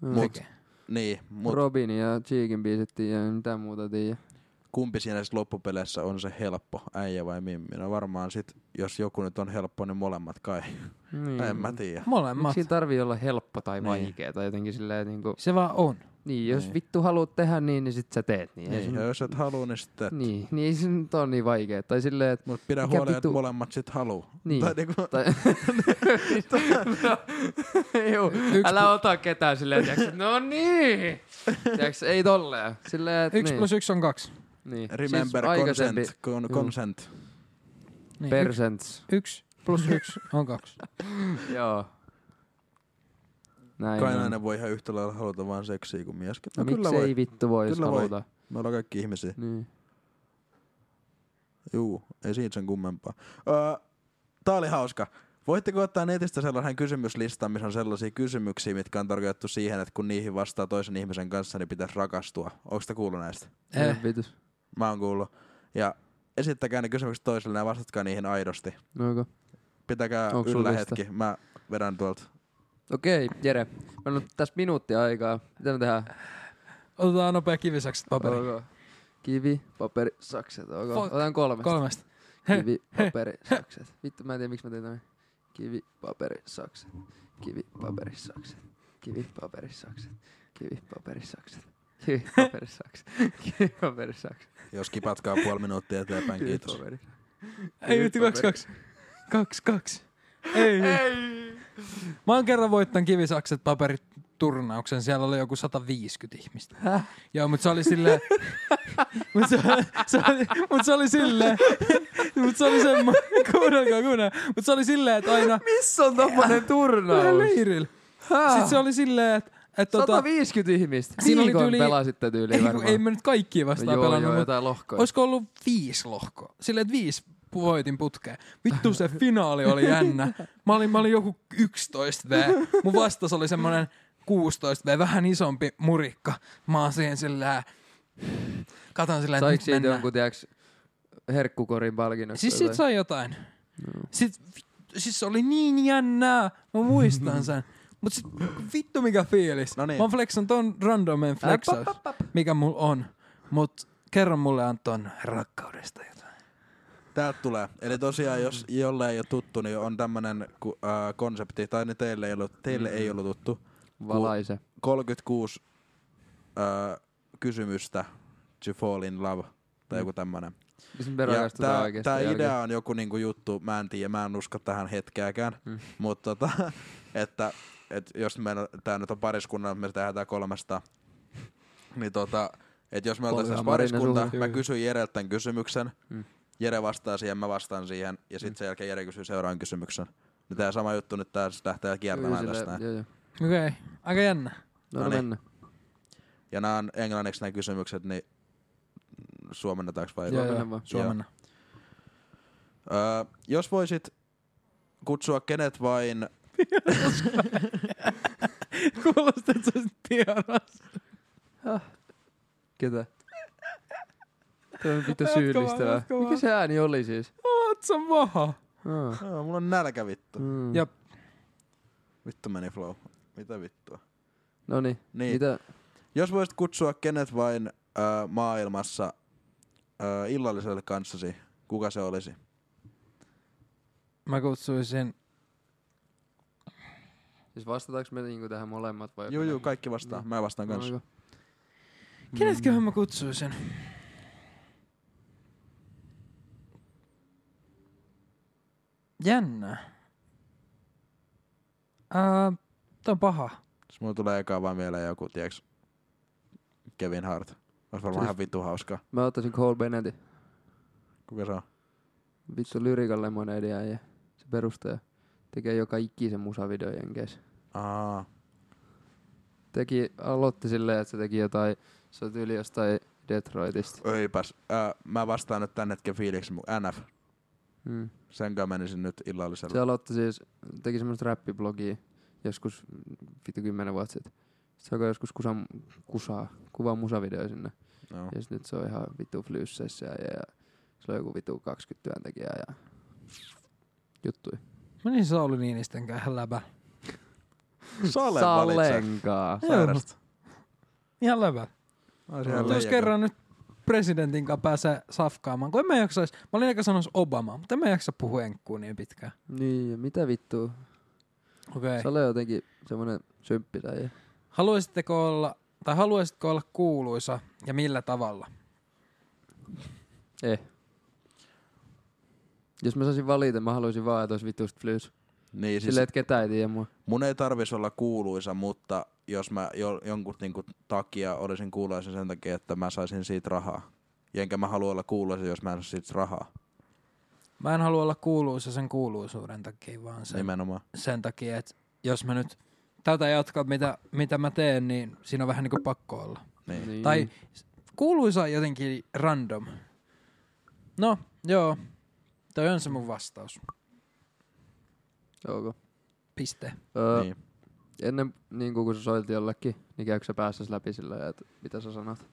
B: Mut.
A: tekee.
D: Niin, mut
B: Robin ja Cheekin biisit tiedä, en mitään muuta tiedä.
D: kumpi siinä sit loppupeleissä on se helppo, äijä vai mimmi? No varmaan sit, jos joku nyt on helppo, niin molemmat kai.
B: Niin.
D: Mm. En mä tiedä.
A: Molemmat.
B: Miksi siinä tarvii olla helppo tai
D: Niin.
B: vaikea tai jotenkin silleen niinku...
A: Se vaan on.
B: Niin, jos
D: Niin.
B: vittu haluat tehdä niin, niin sit sä teet niin. Ei
D: Niin,
B: sun-
D: ja jos et halua, niin sitten... Niin.
B: Niin, niin ei se nyt on niin vaikea. Tai silleen, että...
D: Mut pidä
B: Mikä
D: huolen, että
B: vitu-
D: molemmat sit haluu.
B: Niin.
D: Tai niinku,
B: Tai... no, juu,
A: Yksi
B: älä ota ketään silleen, tiiäks, että no niin! Tiiäks, ei tolleen. Silleen, että
A: Yksi
B: niin.
A: plus yksi on kaksi.
B: niin.
D: remember consent.
B: aikaisempi- Mm.
D: Con-
B: Juu.
D: consent.
A: Niin, yksi-
B: Persents.
A: Yksi plus yksi on kaksi.
B: Joo. Näin
D: Kai
B: on.
D: nainen voi ihan yhtä lailla haluta vaan seksiä kuin mieskin.
B: No,
D: No, kyllä
B: miksi
D: voi.
B: ei vittu voisi
D: Kyllä voi.
B: haluta?
D: Me ollaan kaikki ihmisiä.
B: Niin.
D: Juu, ei siitä sen kummempaa. Öö, tää oli hauska. Voitteko ottaa netistä sellaisen kysymyslistan, missä on sellaisia kysymyksiä, mitkä on tarkoitettu siihen, että kun niihin vastaa toisen ihmisen kanssa, niin pitäisi rakastua? Onko te kuullut näistä?
A: Eh,
B: Eh. Vitus.
D: Mä oon kuullut. Ja esittäkää ne kysymykset toiselle ja vastatkaa niihin aidosti.
B: No, onko?
D: Pitäkää
B: Onks sulla
D: yllä
B: lista?
D: hetki. Mä vedän tuolta.
B: Okei, Jere. Meillä on tässä minuutti aikaa. Mitä me tehdään?
A: otetaan nopea kivisakset paperi.
B: Ok. Kivi, paperi, sakset. Okay.
A: Fuck.
B: Otan kolme.
A: Kolmesta.
B: Kivi, paperi, sakset. Vittu, mä en tiedä, miksi mä tein tämän. Kivi, paperi, sakset. Kivi, paperi, sakset. Kivi, paperi, sakset. Kivi, paperi, sakset. Kivi, paperi, sakset. Kivi, paperi, sakset.
D: Jos kipatkaa puoli minuuttia eteenpäin,
B: Kivi,
D: kiitos.
B: paperi.
A: Ei vittu, kaksi, kaksi. Kaksi, kaksi. Ei. Mä oon kerran voittanut kivisakset paperit turnauksen. Siellä oli joku 150 ihmistä.
B: Häh?
A: Joo, mutta se oli silleen... mutta se, se, oli, mut se oli silleen... mutta se oli semmoinen... Kuunnelkaa, kuunnelkaa. Mutta se oli silleen, että aina...
B: Missä on tommonen
A: Vähän
B: turnaus?
A: leirillä. Sitten se oli silleen, että... että tota,
B: 150 ihmistä.
A: Siinä oli
B: Viikon
A: tyyli-
B: pelasitte tyyliin
A: ei, kun
B: varmaan.
A: ei me nyt kaikkia vastaan
B: joo,
A: pelannut,
B: joo,
A: mutta
B: jotain lohkoja.
A: olisiko ollut viisi lohkoa? Silleen, että viisi voitin putkeen. Vittu se finaali oli jännä. Mä olin, mä olin joku 11 V. Mun vastas oli semmonen 16 V, vähän isompi murikka. Mä oon siihen sillä Katon sillä, että
B: Saiko
A: nyt
B: siitä
A: mennään.
B: jonkun, tiiäks, herkkukorin palkinnosta?
A: Siis
B: jotain? No.
A: sit sai jotain. Sit, vi- siis se oli niin jännää. Mä muistan sen. Mut sit vittu mikä fiilis.
D: No niin.
A: Mä flexan ton randomen flexaus, mikä mulla on. Mut kerro mulle Anton rakkaudesta jotain.
D: Täältä tulee. Eli tosiaan, jos jolle ei ole tuttu, niin on tämmönen ku- äh, konsepti, tai ne teille ei ollut, teille ei
B: Mm.
D: ollut tuttu.
B: Valaise.
D: 36 äh, kysymystä to fall in love, tai joku tämmönen.
B: Siis me rakastutaan Mm. oikeesti
D: Tämä
B: jälkeen.
D: idea on joku niinku juttu, mä en tiedä, mä en usko tähän hetkeäkään,
B: Mm.
D: mm. mutta tota, että et jos meillä, tää nyt on pariskunnan, me tehdään tää kolmesta, niin tota, että jos me oltaisiin tässä
B: Polyamorin
D: pariskunta,
B: suhde.
D: mä kysyn Jereltä tämän kysymyksen,
B: Mm.
D: mm. Jere vastaa siihen, mä vastaan siihen, ja sitten sen jälkeen Jere kysyy seuraavan kysymyksen. Niin tää sama juttu nyt tää lähtee kiertämään
B: Kyllä,
D: tästä. näin.
B: Joo, joo.
A: Okei, okay. aika jännä.
B: No,
D: No
B: no
D: niin.
B: mennä.
D: Ja nämä on englanniksi nämä kysymykset, niin suomennetaanko vai?
B: Joo, joo. vaan.
A: Suomenna.
D: Öö, jos voisit kutsua kenet vain
A: Kuulostaa, että sä olisit tiedossa.
B: Ketä? Tämä on vittu syyllistävää.
A: jatka vaan.
B: Mikä se ääni oli siis?
A: Oot sä vaha.
B: Ah.
D: Joo, mulla on nälkä vittu.
B: Mm.
A: Jep.
D: Vittu meni flow. Mitä vittua?
B: Noniin.
D: Niin.
B: Mitä?
D: Jos voisit kutsua kenet vain ö, maailmassa ö, illalliselle kanssasi, kuka se olisi?
A: Mä kutsuisin,
B: Siis vastataanko me niinku tähän molemmat vai? No,
D: Juu, juu, kaikki vastaa. Mä vastaan kanssa.
B: Oliko?
A: kenetköhän mä kutsuisin? Jännä. Äh, tää on paha.
D: Siis mulla tulee ekaan vaan mieleen joku, tiiäks, Kevin Hart. Olisi varmaan
B: Siis-
D: ihan vittu hauska.
B: Mä ottaisin Cole Bennetti.
D: Kuka se on?
B: Vittu Lyrical Lemonade äijä. Se perustaja. Tekee joka ikisen musavideo jenkeissä.
D: Aa,
B: Teki, aloitti silleen, että se teki jotain, se on tyyli jostain Detroitista.
D: öipäs. Ö, mä vastaan nyt tän hetken fiiliksi mun NF.
B: Mm.
D: Sen kanssa menisin nyt
B: Se
D: illalliselle.
B: aloitti siis, teki semmoista räppiblogia joskus mm, vittu kymmenen vuotta sitten. Se alkoi joskus kusan, kusaa, kuvaa musavideo sinne.
D: Joo.
B: Ja sit nyt se on ihan vittu flyysseissä ja, ja sillä on joku vittu 20 työntekijää ja juttui.
A: Menin niin Sauli Niinisten kanssa läpä.
D: Salen valitse.
B: Salenkaa.
D: Sairasta.
A: Ihan läpä.
D: Olisi ihan
A: Mutta jos
D: leijaka.
A: kerran nyt presidentin kanssa pääsee safkaamaan, kun en mä jaksais, mä olin eikä sanois Obama, mutta en mä jaksa puhua enkkuun niin pitkään.
B: Niin, ja mitä vittua?
A: Okei.
B: Se on jotenkin semmonen symppisäjä.
A: Haluaisitteko olla, tai haluaisitko olla kuuluisa ja millä tavalla?
B: Eh. Jos mä saisin valita, mä haluaisin vaan, että olisi vittuista flyyssä.
D: Niin, siis
B: Silleen, että ketään ei tiedä mua.
D: mun ei tarvis olla kuuluisa, mutta jos mä jo, jonkun niinku takia olisin kuuluisa sen takia, että mä saisin siitä rahaa. Ja enkä mä halua olla kuuluisa, jos mä en saa siitä rahaa.
A: Mä en halua olla kuuluisa sen kuuluisuuden takia, vaan sen,
D: Nimenomaan.
A: sen takia, että jos mä nyt tätä jatkan, mitä, mitä mä teen, niin siinä on vähän niin kuin pakko olla.
D: Niin.
B: Niin.
A: Tai kuuluisa on jotenkin random. No, joo. Toi on se mun vastaus.
B: Okay.
A: Piste.
B: Öö,
D: niin.
B: ennen niin kuin kun sä soitit jollekin, niin käykö sä päässä läpi sillä lailla, että mitä sä sanot?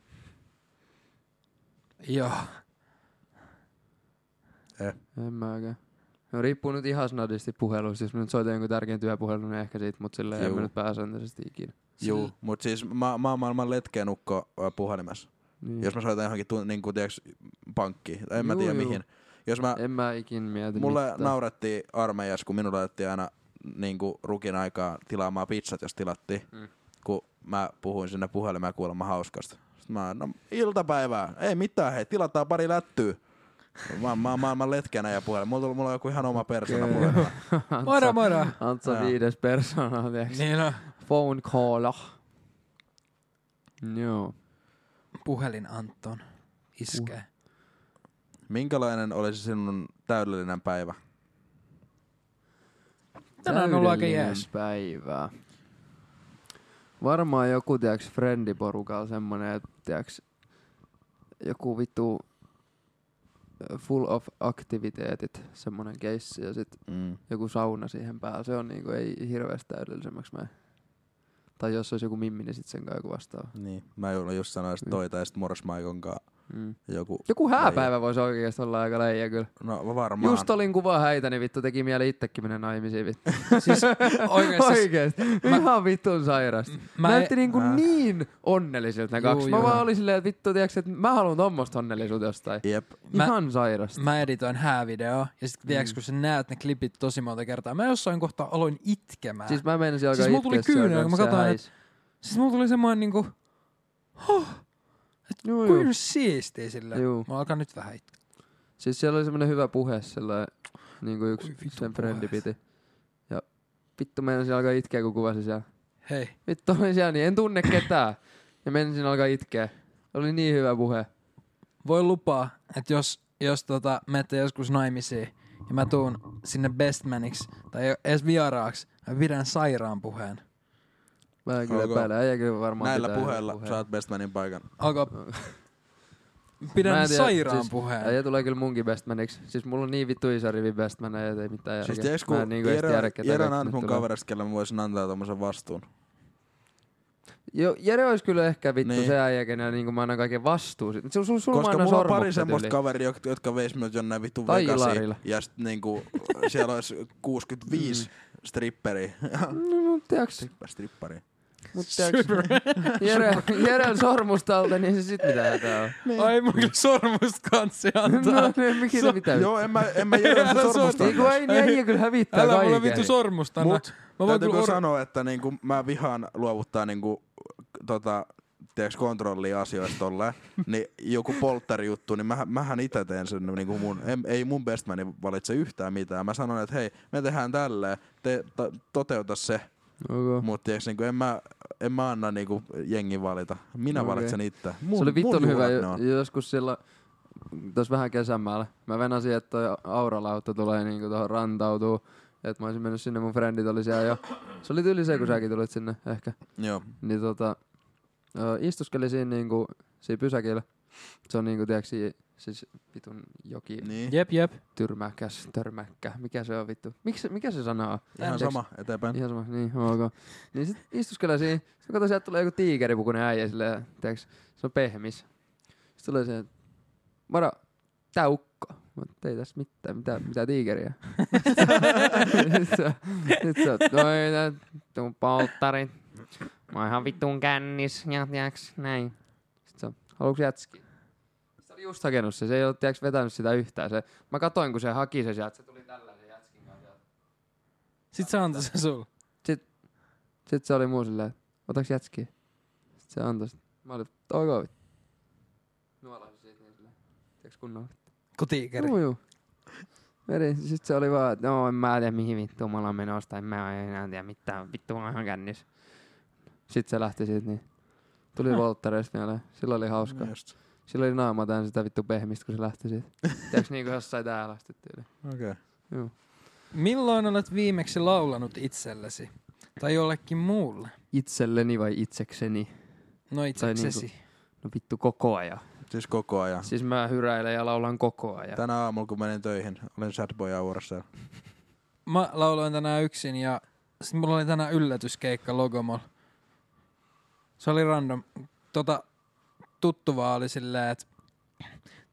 A: Joo.
B: En mä oikein. No riippuu nyt ihan snadisti puhelusta. Jos mä nyt soitan jonkun tärkeän työpuhelun, niin ehkä siitä, mutta silleen en
D: Juu.
B: mä nyt pääsääntöisesti ikinä.
D: Juu, mut siis mä, mä oon maailman letkeen ukko ö, puhelimessa.
B: Niin.
D: Mm. Jos mä soitan johonkin tun, niin kuin, tiiäks, pankkiin, tai en mä
B: Juu,
D: tiedä
B: juu.
D: mihin. Jos mä,
B: En mä ikin mieti
D: mulle
B: mitään.
D: naurettiin armeijassa, kun minulle laitettiin aina niin kuin rukin aikaa tilaamaan pizzat, jos tilattiin.
B: Mm.
D: Mm. Kun mä puhuin sinne puhelimeen kuulemma hauskasta. Sitten mä, no iltapäivää, ei mitään, hei, tilataan pari lättyä. Mä, mä, mä, mä letkenä ja puhelin. Mulla, on- mulla on joku ihan oma persona
B: Okei.
D: puhelimella.
A: Moro, moro.
B: Antsa
D: Jaa.
B: viides persona, tiiäks.
A: Niin on.
B: Phone calla. Joo.
A: Puhelin Anton. Iskee.
D: Minkälainen olisi sinun täydellinen päivä?
A: Tänään on ollut aika
B: Täydellinen
A: jees.
B: päivää. Varmaan joku, tiiäks, frendiporukalla semmonen, että tiiäks, joku vittu ö, full of aktiviteetit, semmonen keissi ja sit
D: Mm.
B: joku sauna siihen päälle. Se on niinku, ei hirveästi täydellisemmäksi mä. Tai jos olisi joku mimmi, niin sit sen kai joku vastaava.
D: Niin. Mä ju- just sanoin, että toi tai sitten Morris Maikon kanssa
B: Mm.
D: joku.
B: Joku hääpäivä voisi oikeesti olla aika leijä kyllä.
D: No varmaan.
B: Just olin kuvaa häitä, niin vittu teki mieli itsekin mennä naimisiin vittu.
A: Siis oikeesti.
B: Oikeesti. Ihan vittun sairasta. Mä
A: Mä e- en-
B: Näytti niin, kuin
D: Äh.
B: niin onnellisilta ne
A: Juu,
B: kaksi. Mä
A: joo.
B: vaan olin silleen, että vittu, tiiäks, että mä haluan tommosta onnellisuutta jostain.
D: Jep.
A: Mä-
B: Ihan sairasta.
A: Mä editoin häävideoa ja sit tiiäks, kun sä näet ne klipit tosi monta kertaa. Mä jossain kohtaa aloin itkemään. Siis,
B: Siis mä menin siellä
A: Siis mulla tuli kyynel, kun mä katsoin, siis mulla tuli semmoinen niinku,
B: Juu, juu.
A: kuin siistiä sillä.
B: Juu.
A: Mä alkan nyt vähän itkeä.
B: Siis siellä oli semmoinen hyvä puhe sellainen, niin kuin yksi
A: Oi vittu
B: sen frendi
A: puheet.
B: piti. Ja vittu meinasin alkaa itkeä, kun kuvasin siellä.
A: Hei.
B: Vittu olin siellä, niin en tunne ketään. Ja menisin alkaa itkeä. Oli niin hyvä puhe.
A: voi lupaa, että jos, jos tota, menette joskus naimisiin ja mä tuun sinne bestmaniksi tai jo- edes vieraaksi, mä pidän sairaan puheen.
B: Mä en kyllä
D: Onko-
B: epäile, ei kyllä varmaan
D: Näillä
B: pitää hyvän
D: puheilla
B: puheen.
D: saat bestmanin paikan.
A: Alko,
B: Mä en
A: pidän
B: tiedä,
A: sairaan
B: siis-
A: puheen.
B: Äijä tulee kyllä munkin bestmaniksi. Siis mulla on niin vittu iso rivi bestmanä, että ei mitään
D: Siis
B: järkeä.
D: tiiäks, kun
B: Mä en niinku edes
D: Jere-
B: tiedä, ketä
D: Jere on
B: kaikki
D: ainut
B: nyt
D: mun
B: tulee.
D: kaverista, kelle mä voisin antaa tommosen vastuun.
B: Jo, Jere olisi kyllä ehkä vittu
D: Niin.
B: se äijä, kenellä niinku mä annan kaiken vastuu. Sit. Sul, sul, sul mä
D: Koska
B: annan
D: mulla on pari
B: sormukset
D: semmoista
B: yli.
D: kaveria, jotka, jotka veis minut jonne vittu
B: Tai
D: Vegasiin.
B: Ilarilla.
D: Ja sit niinku
B: Mm.
D: siellä olisi 65 stripperi.
B: No, mut tiiäks,
D: strippari.
B: Mut tiiäks, Jere, Jeren sormustalta, niin se sit mitä hätää on.
A: Ai mun kyllä sormusta kansi antaa.
B: No, ei mikä
A: So-
B: mitään.
D: Joo, en mä, en mä Jeren
A: Älä
D: sormusta.
A: sormusta.
B: Ei kun äijä, äijä kyllä hävittää
A: Älä
B: kaiken.
A: mulle vittu sormusta anna.
D: Mut
A: Mä voin
D: Täytyykö
A: kyllä
D: or...
A: or-
D: sanoa, että niinku, mä vihaan luovuttaa niinku, tota, tiiäks, kontrollia asioista tolleen, niin joku polttarijuttu, niin mähän, mähän itse teen sen niinku mun, en, ei mun bestmani valitse yhtään mitään. Mä sanon, että hei, me tehdään tälleen, te, ta, toteuta se,
B: Okay.
D: mutta tiiäks, niinku, en, mä, en mä anna niinku, jengin valita. Minä
B: Okei.
D: okay. valitsen itse.
B: No niin. Se oli vittu
D: mun
B: hyvä
D: juhlat ne
B: jo,
D: on.
B: joskus sillä, tos vähän kesämällä. Mä venasin, että toi auralautta tulee niinku tohon rantautuu. Että mä olisin mennyt sinne, mun frendit oli siellä jo. Se oli tyyli se, kun säkin tulit sinne ehkä.
D: Joo.
B: Niin tota, ö, istuskeli siinä niinku, siinä pysäkillä. Se on niinku, tiiäks, si- siis vitun joki
D: Niin.
A: Jep, jep.
B: tyrmäkäs, törmäkkä. Mikä se on vittu? Miks, mikä se sana on?
D: Ihan sama, eteenpäin.
B: Ihan sama, niin, ok. Niin sit istuskelee siinä. Sitten kato, sieltä tulee joku tiikeripukunen äijä silleen, tiiäks, se on pehmis. Sitten tulee se, moro, tää ukko. Mä oon, ei tässä mitään, mitä, mitä tiikeriä. Sitten se, sit se, on, noi, nää, tuu polttarit. Mä oon ihan vittuun kännis, ja tiiäks, näin. Sitten se, on, haluuks jätski? Se oli just hakenut se, se ei ollut tiiäks vetänyt sitä yhtään. Se, mä katoin, kun se haki se sieltä, se tuli tällä se jätskin kanssa.
A: Sit se antoi sen sulle.
B: Sitten se oli muu silleen, otaks jätskiä? Sitten se antoi sit. Mä olin, ok. vittu." Nuolasin siitä niin silleen. Tiiäks kunnolla?
A: Kotiikeri.
B: Juu, juu. Veri, sit se oli vaan, että no en mä tiedä mihin vittuun me ollaan menossa, en mä enää tiedä mitään, vittu mä oon ihan kännis. Sitten se lähti siitä niin. Tuli Volttareista mieleen, sillä oli hauska.
D: Just.
B: Sillä oli naama tän sitä vittu pehmistä, kun se lähti siitä. Tiiäks niinku jossain täällä asti tyyli.
D: Okei.
B: Juu.
A: Milloin olet viimeksi laulanut itsellesi? Tai jollekin muulle?
B: Itselleni vai itsekseni?
A: No itseksesi.
B: niinku- No vittu koko ajan.
D: Siis koko ajan.
B: Siis mä hyräilen ja Niin, laulan koko ajan.
D: Tänä aamulla, kun menin töihin, olin Sadboy Hourissa.
A: Mä lauloin tänään yksin ja sit mulla oli tänään yllätyskeikka Logomol. Se oli random. Tota, tuttu vaan oli silleen, että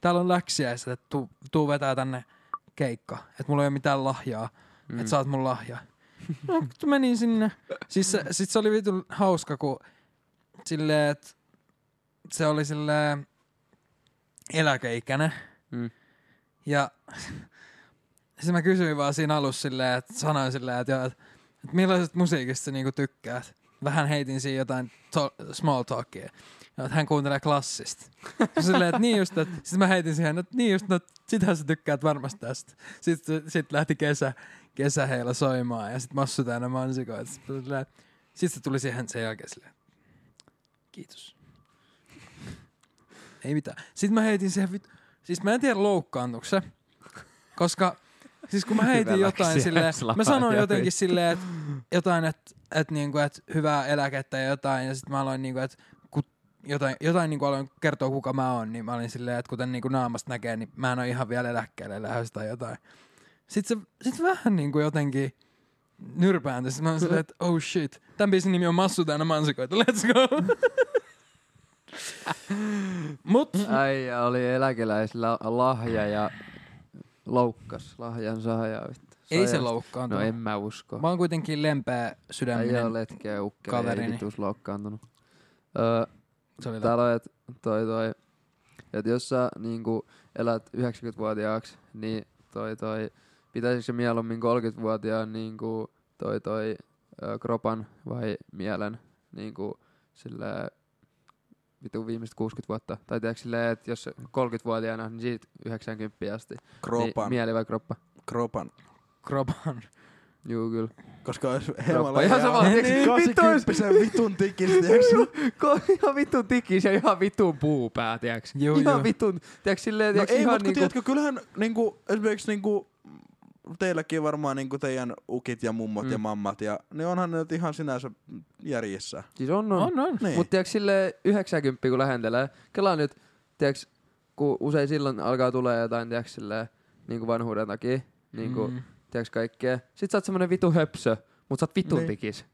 A: täällä on läksiäiset, että tuu, tuu vetää tänne keikka. Että mulla ei ole mitään lahjaa, mm. että saat mun lahjaa. No, menin sinne. Siis se, sit se oli vitun hauska, kun silleen, että se oli silleen eläkeikäinen.
B: Mm.
A: Ja sitten Siis mä kysyin vaan siinä alussa silleen, että sanoin silleen, että, joo, että, että millaiset musiikista sä niinku tykkäät. Vähän heitin siinä jotain to- small talkia. Ja että hän kuuntelee klassista. Sitten Silleen, että niin just, että, sitten mä heitin siihen, että niin just, no, sitähän sä tykkäät varmasti tästä. Sitten sit lähti kesä, kesä heillä soimaan ja sitten massu täynnä mansikoita. Sitten silleen- sitten se tuli siihen sen jälkeen silleen, kiitos. Ei mitään. Sitten mä heitin siihen, vit- siis mä en tiedä loukkaantuuko se, koska siis kun mä heitin
B: Hyvä
A: jotain
B: läksiä,
A: silleen,
B: slaa
A: mä sanoin
B: ja
A: jotenkin
B: vittu.
A: silleen, että jotain, että et, niinku, et hyvää eläkettä ja jotain, ja sitten mä aloin niinku, että jotain, jotain niinku aloin kertoa, kuka mä oon, niin mä olin silleen, että kuten niinku naamasta näkee, niin mä en ole ihan vielä eläkkeelle lähes tai jotain. Sitten se sit se vähän niinku jotenkin nyrpääntyi. Sitten mä olin silleen, että oh shit, tämän biisin nimi on Massu täynnä mansikoita, let's go. Mut
B: Ai, oli eläkeläisillä lahja ja loukkas lahjansa ja vittu.
A: ei se
B: Sairasta.
A: loukkaantunut.
B: No en mä usko.
A: Mä oon kuitenkin lempeä
B: Äijä
A: sydäminen.
B: on letkeä ukkeli, ei
A: kaverini.
B: vitus loukkaantunut. Öö,
A: Se oli
B: täällä on, et, toi toi, et jos sä niinku elät 90-vuotiaaksi, niin toi toi, pitäisikö se mieluummin 30-vuotiaan niinku toi toi ö, kropan vai mielen niinku sillä vitu viimeiset 60 vuotta. Tai tiedätkö silleen, että jos 30-vuotiaana, niin siitä 90 asti.
D: Kropan.
B: Niin, mieli vai kroppa?
D: kropan.
A: kropan.
B: Juu, kyllä.
D: Koska olisi
B: Kroppa.
D: hemalla
B: Ihan sama, tiiäks, vittu ois-
D: 80 vitun tikis, tiiäks?
B: Ko- ihan vitun tikis ja ihan vitun puupää, tiiäks?
A: Juu,
B: ihan
A: juu.
B: vitun, tiiäks silleen,
D: No
B: tiiäks,
D: ei,
B: ihan
D: mutta niinku...
B: niinku...
D: tiedätkö, kyllähän niinku, esimerkiksi niinku, teilläkin varmaan niinku teidän ukit ja mummot
B: Mm.
D: mm. ja mammat, ja ne onhan ne nyt ihan sinänsä järjissä.
B: Siis on, on.
A: On, on.
D: Niin.
B: Mut tiiäks silleen 90 kun lähentelee, kelaa nyt, tiiäks, kun usein silloin alkaa tulee jotain, tiiäks silleen, niinku vanhuuden takia, niinku, mm. tiiäks kaikkea. Sit sä oot semmonen vitu höpsö, mut sä oot vitun
D: Niin.
B: tikis.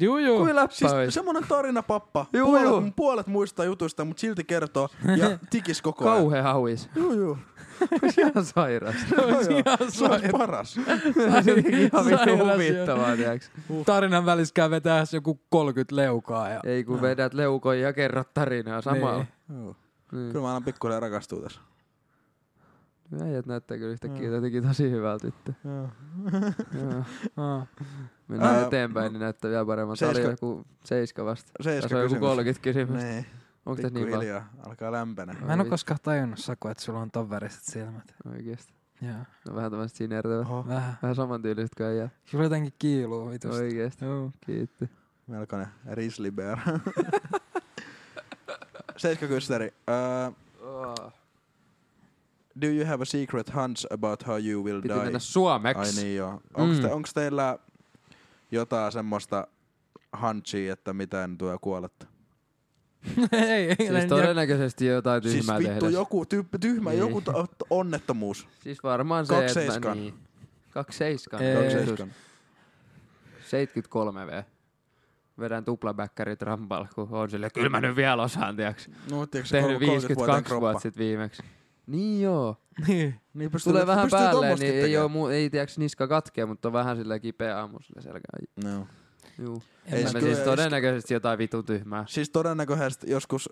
A: Juu, juu.
B: Kui läppä
D: Siis
B: ois?
D: semmonen tarinapappa.
B: Juu,
D: puolet,
B: juu.
D: puolet muistaa jutuista, mutta silti kertoo ja tikis koko ajan.
B: Kauhe hauis.
D: Juu, juu.
B: Olisi ihan sairas.
A: Olisi ihan
D: Se olisi
A: sairas.
D: paras.
B: Se on siis ihan vittu
A: Sairas,
B: huvittavaa, tiiäks.
A: Tarinan väliskään vetää joku 30 leukaa. Ja...
B: Ei kun vedät leukoja ja kerrot tarinaa samalla.
D: Joo.
B: Niin.
D: Kyllä mä alan pikkuhiljaa rakastua tässä.
B: Äijät näyttää kyllä yhtäkkiä jotenkin tosi hyvältä tyttö. Joo.
A: Aa.
B: Mennään
D: Ää, no.
B: eteenpäin, niin näyttää vielä paremmalta. Tää oli
D: seiska-
B: joku seiska vasta. Tässä
D: Seiska
B: on joku
D: kysymys.
B: 30 kysymystä.
D: Niin,
B: Onko tässä niin paljon?
D: pikkuhiljaa. Alkaa lämpenä.
A: Mä en
B: Ai
A: oo koskaan tajunnut, Saku, että sulla on ton väriset silmät.
B: Oikeesti.
A: Joo,
B: No vähän tämmöset sinertävät.
D: Oho,
A: vähän.
B: Vähän samantyyliset kuin äijä.
A: Sulla jotenkin kiiluu vitusti.
B: Oikeesti.
A: Joo.
B: Kiitti.
D: melkoinen grizzly bear. Seiska kysteri. Uh, do you have a secret hunch about how you will
B: Piti
D: die?
B: mennä
D: Ai
B: suomeksi.
D: niin joo. Onko
B: Mm.
D: te, onks teillä jotain semmoista hunchia, että miten tulee kuolette?
A: ei, ei,
B: Siis
A: ei.
B: todennäköisesti jotain
D: Siis
B: tyhmää
D: vittu
B: tehdä.
D: joku tyyppi, tyhmä,
B: Niin.
D: joku ta- onnettomuus.
B: Siis varmaan se,
D: Kaksi
B: että mä
D: seiskaa.
B: niin. Kaksi seiskaa.
A: Ei.
D: Kaksi
B: Kaksi
D: seiskaa.
B: 73 V. Vedän tuplabäkkärit rampalla, kun on sille, kyllä mä nyt vielä osaan, tiiäks.
D: No, tiiäks,
B: Tehnyt
D: 32 vuotiaan
B: 52
D: kroppa.
B: vuotta sitten viimeksi. Niin joo.
A: Niin.
D: Niin pystyy,
B: Tulee vähän
D: pystyy
B: päälle,
D: tommostakin
B: niin ei,
D: tekemään.
B: oo, mu- ei tiiäks niska katkee, mutta on vähän sille kipeä aamu sille selkää.
D: No.
B: Juu.
A: En
D: Ei
B: Ei,
A: mä-
D: se
B: mä
D: kyllä-
B: siis todennäköisesti jotain vitun tyhmää.
D: Siis todennäköisesti joskus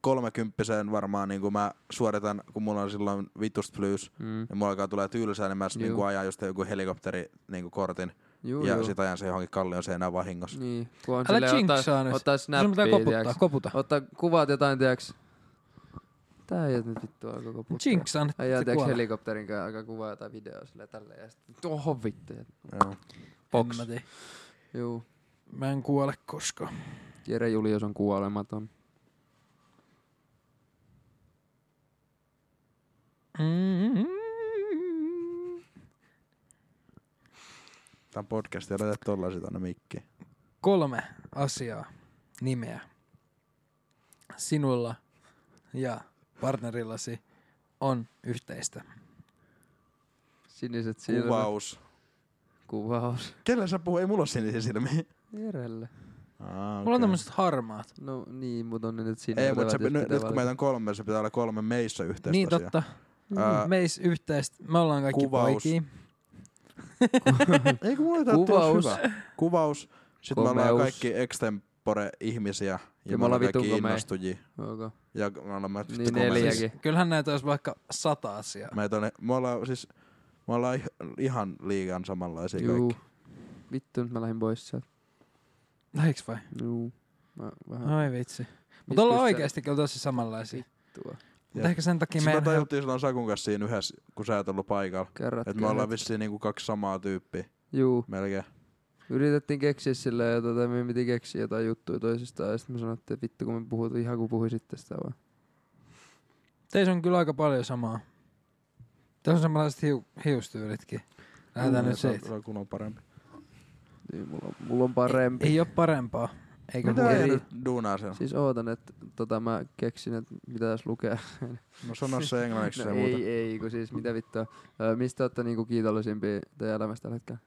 D: kolmekymppiseen varmaan niin kun mä suoritan, kun mulla on silloin vitust flyys,
B: Mm.
D: niin mulla alkaa tulee tylsää, niin mä
B: Juu.
D: niin kuin ajan just joku helikopteri niin kuin kortin
B: Juu,
D: ja
B: juu.
D: sit ajan se johonkin kallion seinään vahingossa.
B: Niin, kun on
A: Älä
B: silleen,
A: jinxaa
B: ottaa,
A: nyt.
B: ottaa
A: Sun pitää
B: snappia,
A: koputtaa,
B: tiiäks.
A: koputa.
B: Ottaa kuvat jotain, tiiäks. Tää ei oo nyt vittu aika koputtaa.
A: Jinx on,
B: Ai jaa,
A: se
B: tiiäks
A: kuolee.
B: helikopterin kanssa alkaa kuvaa jotain videoa sille tälleen ja sitten tuohon vittu. ja-
D: Joo.
A: En
B: Box.
A: mä tiedä.
B: Juu.
A: Mä en kuole koskaan.
B: Jere Julius on kuolematon.
A: Mm-hmm.
D: Tää on podcast, ja tee tollasit aina mikki.
A: Kolme asiaa, nimeä. Sinulla ja partnerillasi on yhteistä.
B: Siniset silmät.
D: Kuvaus.
B: Kuvaus.
D: Kellä sä puhuu? Ei mulla ole sinisiä silmiä.
B: Jerelle.
D: Ah,
A: Mulla on tämmöiset harmaat.
B: No niin, mutta on ne nyt
D: Ei,
B: siniset.
D: mutta se, nyt, nyt kun meitä on kolme, se pitää olla kolme meissä yhteistä
A: Niin
D: asiaa.
A: totta.
D: Ää,
A: Meis yhteistä. Me ollaan kaikki
D: kuvaus.
A: poikia.
D: Eikö mulla tää
B: Kuvaus.
D: kuvaus. hyvä? Kuvaus. Sitten me ollaan
B: Komeus.
D: kaikki extempore-ihmisiä.
B: Ja me
D: Ja me
B: ollaan
D: ollaan kaikki
B: vitun komeja.
D: innostujia.
B: Okay.
D: Ja me ollaan mä
B: Niin neljäkin.
A: siis- Kyllähän näitä olisi vaikka sata asiaa.
D: Me, tonne, me ollaan siis... Me ollaan ih- ihan liigan samanlaisia
B: Juu.
D: kaikki.
B: Vittu, nyt mä lähdin pois sieltä.
A: Lähiks vai?
B: Juu. Mä
D: No.
B: vähän
A: Ai vitsi.
B: Iskuista-
A: Mutta ollaan oikeasti kyllä tosi samanlaisia.
B: vittua.
A: Mutta ehkä sen takia
D: Sitten me
A: meidän...
D: Siis tajuttiin silloin Sakun kanssa siinä yhdessä, kun sä et ollut paikalla.
B: Kerrat,
D: Että me ollaan vissiin niinku kaksi samaa tyyppiä.
B: Juu.
D: Melkein.
B: Yritettiin keksiä silleen jotain, tai me piti keksiä jotain juttuja toisistaan. Ja sitten me sanottiin, että vittu kun me puhut ihan kuin puhuisitte sitä vaan.
A: Teissä on kyllä aika paljon samaa. Teissä on samanlaiset hiu, hiustyylitkin. Lähdetään
D: Mm,
A: nyt
D: se on-
A: siitä.
D: Se on kunnon parempi.
B: Niin, mulla, on, mulla on parempi.
A: Ei, ei ole parempaa. Eikä
D: Mitä ei
A: huonoa.
D: nyt duunaa sen?
B: Siis ootan, että tota, mä keksin, että mitä tässä lukee.
D: No sano se englanniksi
B: no
D: se muuta.
B: ei, ei, kun siis mitä vittua. Ö, mistä ootte niinku kiitollisimpia teidän elämästä tällä hetkellä?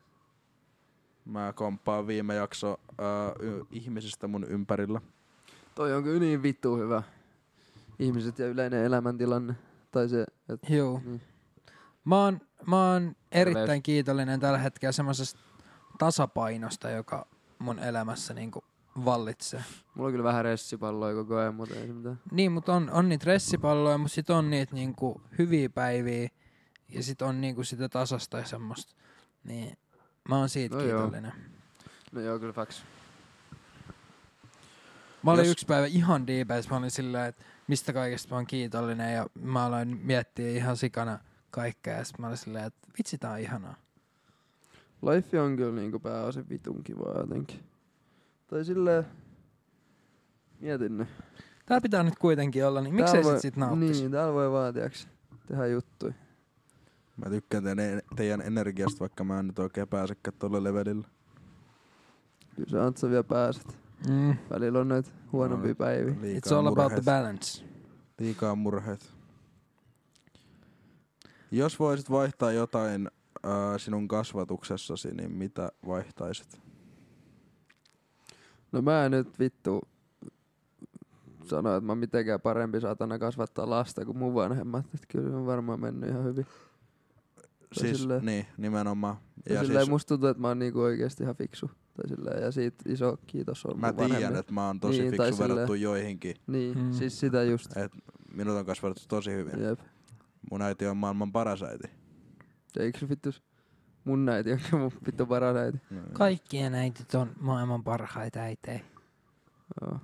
D: Mä komppaan viime jakso äh, y- ihmisistä mun ympärillä.
B: Toi on kyllä niin vittu hyvä. Ihmiset ja yleinen elämäntilanne. Tai se, että
A: Joo.
B: Mm.
A: Mä oon, mä oon
B: Terveys.
A: erittäin kiitollinen tällä hetkellä semmoisesta tasapainosta, joka mun elämässä niinku vallitsee.
B: mulla on kyllä vähän ressipalloja koko ajan, mutta ei se mitään.
A: Niin, mutta on, on niitä ressipalloja, mutta sit on niitä niinku hyviä päiviä ja sit on niinku sitä tasasta ja semmoista. Niin mä oon siitä
B: No
A: no
B: joo.
A: kiitollinen. Joo.
B: No joo, kyllä facts.
A: Mä olin
D: Jos-
A: Jos... yksi päivä ihan diipäis, mä olin sillä, että mistä kaikesta mä oon kiitollinen ja mä aloin miettiä ihan sikana kaikkea ja sit mä olin sillä, että vitsi tää on ihanaa.
B: Life on kyllä niinku pääosin vitun kivaa jotenkin. Tai silleen, mietin nyt.
A: Täällä pitää nyt kuitenkin olla, niin miksei
B: Täällä
A: sit
B: voi-
A: sit nauttis?
B: Niin, täällä voi vaan, tiiäks, tehdä juttuja.
D: Mä tykkään teidän, teidän energiasta, vaikka mä en nyt oikein pääsekään tolle levelille.
B: Kyllä sä Antsa vielä pääset.
A: Mm.
B: Välillä on näitä huonompia
D: No,
B: päiviä.
A: It's all about the balance.
D: Liikaa murheet. Jos voisit vaihtaa jotain äh, sinun kasvatuksessasi, niin mitä vaihtaisit?
B: No mä nyt vittu sanoa, että mä oon mitenkään parempi saatana kasvattaa lasta kuin mun vanhemmat. Että kyllä on varmaan mennyt ihan hyvin.
D: Siis,
B: silleen-
D: niin, nimenomaan.
B: Ja,
D: Ja
B: silleen
D: siis,
B: musta tuntuu, että mä oon niinku oikeesti ihan fiksu. Tai silleen, ja siitä iso kiitos on
D: mä
B: mun vanhemmille.
D: tiedän, että mä oon tosi
B: Niin,
D: fiksu
B: tai
D: verrattuna
B: silleen-
D: joihinkin.
B: Niin,
A: Mm.
B: mm. siis sitä just.
D: Et minut on kasvatettu tosi hyvin.
B: Jep.
D: Mun äiti on maailman paras äiti.
B: Eikö se vittus mun äiti, onko mun vittu paras äiti?
A: Kaikkien äitit on maailman parhaita äitejä.
B: Joo.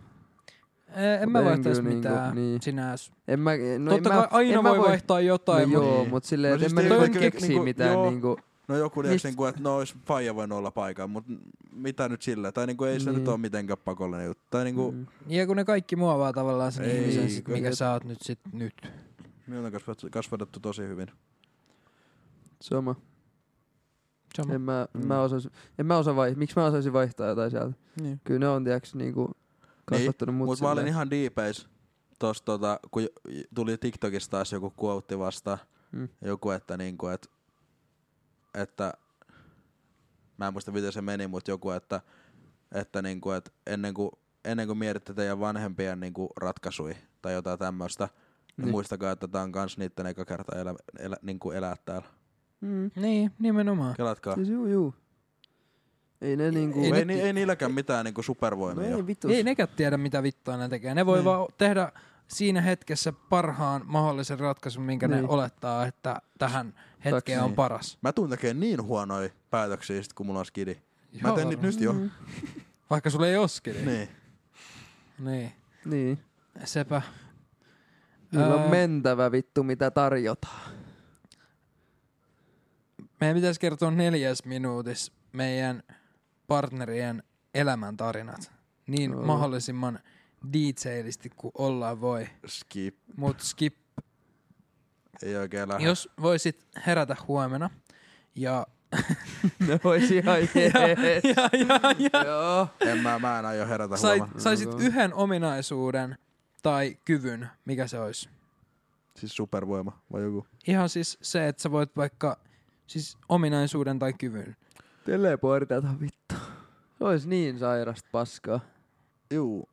A: Ee, En
B: Mut
A: mä
B: en
A: vaihtaisi
B: kyllä niinku-
A: mitään
B: niin.
A: sinänsä.
B: En mä, no
A: No Totta
B: en
A: kai
B: mä,
A: aina
B: en mä
A: voi vaihtaa
B: No
A: jotain,
B: niin.
A: mutta
B: joo,
D: niin.
B: mut silleen,
D: No
B: no,
D: siis
B: siis en mä
D: toi
B: nyt
A: on
B: voi
A: kyllä
B: keksiä
D: niinku-
B: mitään
D: joo.
B: niinku,
D: No joku
A: Mist-
D: liiks niinku, että no ois faija voinut olla paikalla, mut mitä nyt sillä? Tai niinku ei se
B: Niin.
D: nyt oo mitenkään pakollinen juttu. Tai niinku, mm.
B: mm,
A: Ja kun ne kaikki muovaa tavallaan sen
D: Ei,
A: ihmisen, sit,
D: kun-
A: mikä sä oot nyt sit nyt.
B: Mm.
D: minut on kasvatettu, kasvatettu tosi hyvin.
B: sama.
A: Sama.
B: En mä,
D: Mm.
B: mm. mä osais, en mä osaa vaihtaa, miksi mä osaisin vaihtaa jotain sieltä?
D: Niin.
B: Kyllä ne on, tiiäks, niinku kasvattanut mut,
D: Mut mä olin
B: silleen.
D: ihan diipeis tossa tota, kun j- tuli TikTokista taas joku kuotti vasta.
B: Mm.
D: Joku, että niinku, et, että mä en muista miten se meni, mut joku, että, että niinku, et ennen kuin ennen kuin mietitte teidän vanhempien niinku ratkaisui tai jotain tämmöstä, niin,
B: Niin.
D: muistakaa, että tää on kans niitten eka kerta elä, elä, niinku elää täällä.
B: Mm.
A: Niin, nimenomaan.
D: Kelatkaa.
B: Siis juu, juu. Ei ne niinku...
D: Ei,
A: Ei
D: ei,
A: nyt-
D: ni, ei niilläkään mitään niinku
B: no
D: supervoimia.
B: ei vittu.
A: Ei nekään tiedä, mitä vittua ne tekee. Ne voi
B: Niin.
A: vaan tehdä siinä hetkessä parhaan mahdollisen ratkaisun, minkä ne
B: Niin.
A: olettaa, että tähän hetkeen on
D: Niin.
A: paras.
D: Mä tuun tekemään niin huonoja päätöksiä sit, kun mulla on skidi. Mä teen nyt, nyt jo.
B: Mm.
A: Vaikka sulle ei oskeli. Niin.
D: Niin.
A: niin.
B: Niin.
A: Sepä.
B: Niillä
A: Öö,
B: on mentävä vittu, mitä tarjotaan.
A: Meidän pitäisi kertoa neljäs minuutissa meidän partnerien elämäntarinat. Niin
B: Joo.
A: mahdollisimman detailisti kuin ollaan voi.
D: Skip.
A: Mut skip
D: Ei oikein lähde.
A: Jos voisit herätä huomenna ja...
B: ne vois ihan jees.
A: ja, ja, ja
B: Joo.
D: En mä, mä en aio herätä
A: sait,
D: huomenna.
A: saisit
B: Joo.
A: yhden ominaisuuden tai kyvyn, mikä se olisi?
D: Siis supervoima vai joku.
A: Ihan siis se, että sä voit vaikka siis ominaisuuden tai kyvyn.
B: Teleportata vittu. Se ois niin sairasta paskaa.
D: Juu.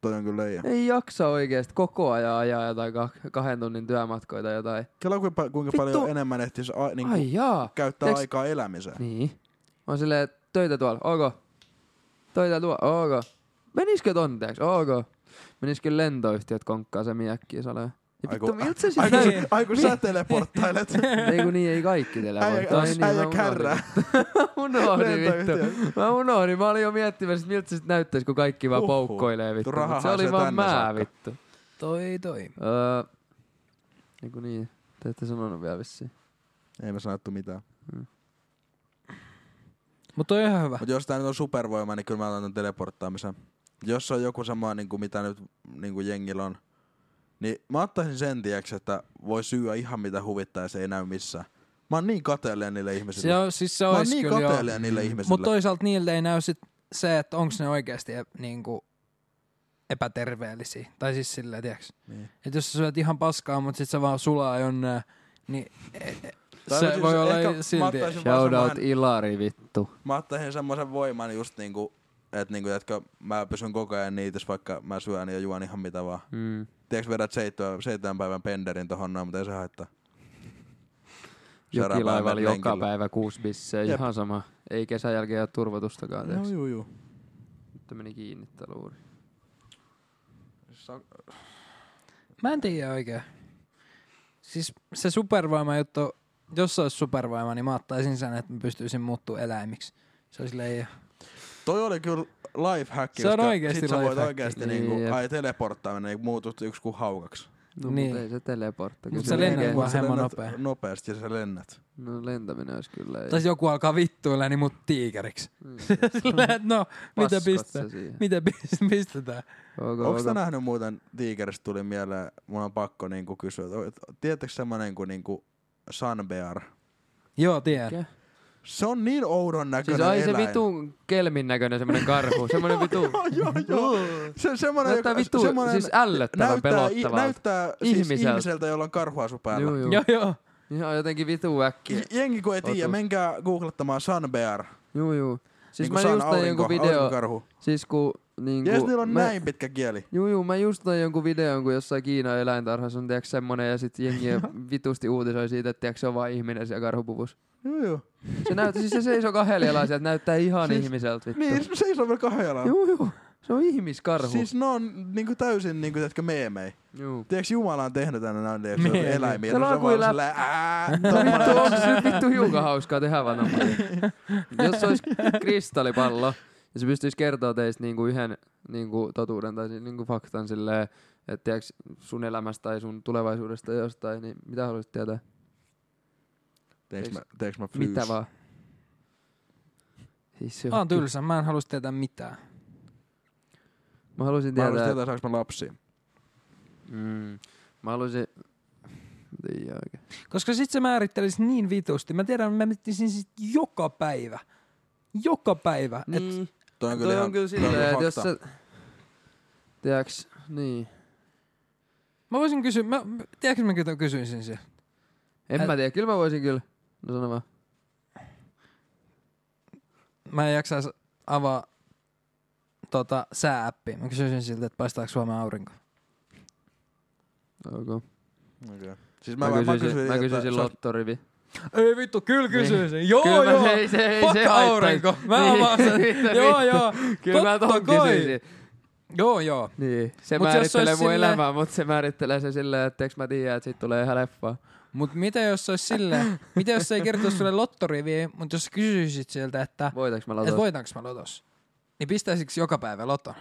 D: Toi on kyllä leija.
B: Ei jaksa oikeesti koko ajan ajaa jotain kah- kahden tunnin työmatkoita tai jotain.
D: Kela kuinka, pa- kuinka
B: Vittu.
D: paljon enemmän ehtis a, niinku,
B: Ai jaa.
D: käyttää
B: Tiiäks-
D: aikaa elämiseen.
B: Niin. On silleen, että töitä tuolla, ok. Töitä tuolla, ok. Menisikö tonne, tiiäks? ok. Menisikö lentoyhtiöt konkkaa se miekkiä saleen? Ja
D: Aiku-
B: vittu, miltä se
D: Ai kun,
B: siis
A: Niin.
D: sä- ai kun sä teleporttailet.
B: Ei kun niin, ei kaikki
D: Äijä,
B: teleportoi. niin, mä
D: äijä
B: unohdin.
D: kärrää.
B: unohdin vittu.
D: lentoyhtiöt.
B: Mä unohdin, mä olin jo miettimässä, että miltä se sit näyttäis, kun kaikki vaan
D: Uhuh.
B: poukkoilee vittu.
D: Tuu
B: Mut
D: rahahan
B: se oli
D: se
B: vaan
D: tänne
B: mä
D: saakka.
B: vittu.
A: Toi toi.
B: Öö, niin kuin niin, te ette sanonut vielä vissiin.
D: Ei me sanottu mitään.
A: Mut toi on ihan hyvä.
D: Mut jos tää nyt on supervoima, niin kyllä mä otan tän teleporttaamisen. Jos se on joku sama, niin kuin mitä nyt niin kuin jengillä on, niin mä ottaisin sen tiiäks, että voi syödä ihan mitä huvittaa ja se ei näy missään. Mä oon niin kateellinen niille ihmisille.
A: Se on, siis se
D: mä oon
A: olisi
D: niin
A: kyllä joo. Mm.
D: kateellinen niille ihmisille.
A: Mut toisaalta niiltä ei näy sit se, että onko ne oikeasti ep, niinku, epäterveellisiä. Tai siis silleen, tiiäks.
D: Niin.
A: Et jos sä syöt ihan paskaa, mut sit sä vaan sulaa jonne, niin e, e,
D: Tai
A: se
D: siis
A: voi olla
D: ehkä mä
A: silti.
D: ottaisin vaan
B: Shout out
D: semmoisen-
B: Ilari vittu.
D: Mä ottaisin semmoisen voiman just niinku, että niinku, että mä pysyn koko ajan niitis, vaikka mä syön ja juon ihan mitä vaan.
B: Mm.
D: Tiedätkö, vedät seitsemän, seitsemän päivän penderin tohon noin, mutta ei se haittaa. Seuraava päivä
B: Jokilaivalla joka
D: lenkillä.
B: päivä kuusi bissejä,
D: Jep. niin.
B: ihan sama. Ei kesän jälkeen ole turvotustakaan, no,
D: juu, juu.
B: Nyt meni kiinni tää luuri.
A: Mä en tiedä oikein. Siis se supervoima juttu, jos se olisi supervoima, niin mä ottaisin sen, että mä pystyisin muuttua eläimiksi. Se olisi leija.
D: Toi oli kyllä lifehack.
A: Se on
D: koska
A: oikeesti
D: sit sä voit
A: lifehack.
D: oikeesti
B: Niin,
D: niinku,
B: jep.
D: ai teleporttaaminen, niin muutut yksi kuin haukaksi.
B: No
A: Niin.
B: niin. ei se
A: Mut
B: teleportta. kyllä
A: sä
B: se
A: lennät
B: tekee.
A: vaan. hemman
D: lennät
A: nopea.
D: Nopeasti ja sä lennät.
B: No lentäminen olisi kyllä. ei.
A: Tai joku alkaa vittuilla, niin mut tiikeriksi.
B: Mm.
A: Silleen, että no, mitä
B: Paskat
A: pistää?
B: se siihen.
A: Mitä pis- pistetään?
B: Onko,
D: Onko
B: onko,
D: sä nähnyt muuten, tiikeristä tuli mieleen, mun on pakko niinku kysyä, että tiedättekö semmonen kuin niinku Sunbear?
A: Joo, tiedän.
B: Mikä?
D: Se on niin oudon
B: Siis
D: näköinen
B: ai se
D: eläin.
B: vitun kelmin näköinen semmonen karhu, semmonen vitu.
D: joo, joo. Se, semmoinen,
B: Näyttää vittu, siis ällöttävän
D: näyttää, i-
B: pelottavalta.
D: näyttää ihmiseltä. Siis
B: Ihmiseltä.
D: ihmiseltä, jolla on karhuasu päällä.
B: Joo, joo.
A: Joo, joo.
B: Ihan jotenkin vitu äkkiä.
D: Niin. J- Jengi kun ei tiedä,
B: Otus.
D: menkää googlettamaan Sun Bear. niin
B: Juu, juu. Siis mä just näin jonkun video,
D: Aurinkokarhu.
B: siis kun niinku...
D: Jes, niillä on
B: mä,
D: näin pitkä kieli.
B: Juu, juu, mä just näin jonkun videon, kun jossain Kiinan eläintarhassa on tiiäks semmonen ja sit jengi vitusti uutisoi siitä, että tiiäks se on vaan ihminen siellä karhupuvussa.
D: Joo, joo.
B: Se näyttää, siis se seisoo kahdella jalalla sieltä, näyttää ihan
D: Siis-
B: ihmiseltä vittu.
D: Niin, se seisoo vielä kahden jalan.
B: Juu, juu, se on ihmiskarhu.
D: Siis ne on niinku täysin niinku, tiedätkö, meemei.
B: Juu.
D: Tiedätkö, Jumala on tehnyt tänne näin, tiedätkö, se on
A: Meemi.
D: eläimiä.
B: Täällä
D: Se on
B: on
D: vaan
B: kuin lä-
D: silleen, ää,
B: Vittu, onko se nyt vittu hiukan hauskaa tehdä vaan tommonen? Jos se olisi kristallipallo ja se pystyisi kertoa teistä niinku yhden niinku totuuden tai si- niinku faktan silleen, että tiiäks, sun elämästä tai sun tulevaisuudesta jostain, niin mitä haluaisit tietää?
D: Teeks mä, teeks mä flyys?
B: Mitä vaan? Siis se
A: Mä oon tylsä, mä en halus tietää mitään.
B: Mä haluaisin
D: Mä haluaisin
B: tietää.
D: tietää, saanko mä lapsia.
B: Mm, mä haluaisin... Mä tiedän oikein.
A: Koska sit se määrittelisi niin vitusti. Mä tiedän, mä miettisin sit joka päivä. Joka päivä. Niin.
B: Niin,
D: Toi on kyllä,
B: toi
D: ihan,
B: on kyllä
D: toi on
B: silleen, että jos
D: niinku fakta.
B: sä... Tiedäks, niin.
A: Mä voisin kysyä, mä, tiedätkö mä kytä- kysyisin se?
B: En
A: Ä-
B: mä tiedä, kyllä mä voisin kyllä. No sano vaan.
A: Mä en jaksaisi avaa tota, sääppiä. Mä kysyisin siltä, että paistaako Suomen aurinko.
B: Okay.
D: Okei. Siis
B: Mä,
D: mä, mä, mä kysyin,
B: mä
D: että
B: kysyisin
D: saaks-
B: lottorivi.
A: Ei vittu, kyllä kysyisin. Niin. Joo,
B: Kyllä mä-
A: joo.
B: ei se- ei
A: Fuck
B: se haittais.
A: aurinko. Mä
B: Niin.
A: avaan sen.
B: Mitä
A: joo,
B: vittu?
A: joo.
B: Kyllä mä
A: Totta
B: ton
A: kai.
B: kysyisin.
A: Joo, joo.
B: Niin. Se
A: Mut jos se
B: määrittelee mun
A: olisi silleen-
B: elämää, mutta se määrittelee se silleen, että eikö mä tiedä, että sit tulee ihan leffaa.
A: Mut mitä jos se olisi silleen, mitä jos se ei kertoisi sulle lottoriviä, mutta jos sä kysyisit sieltä, että
B: Voitaks mä
A: Et
B: lataa?
A: voitanko mä lotos? Niin pistäisikö joka päivä loton?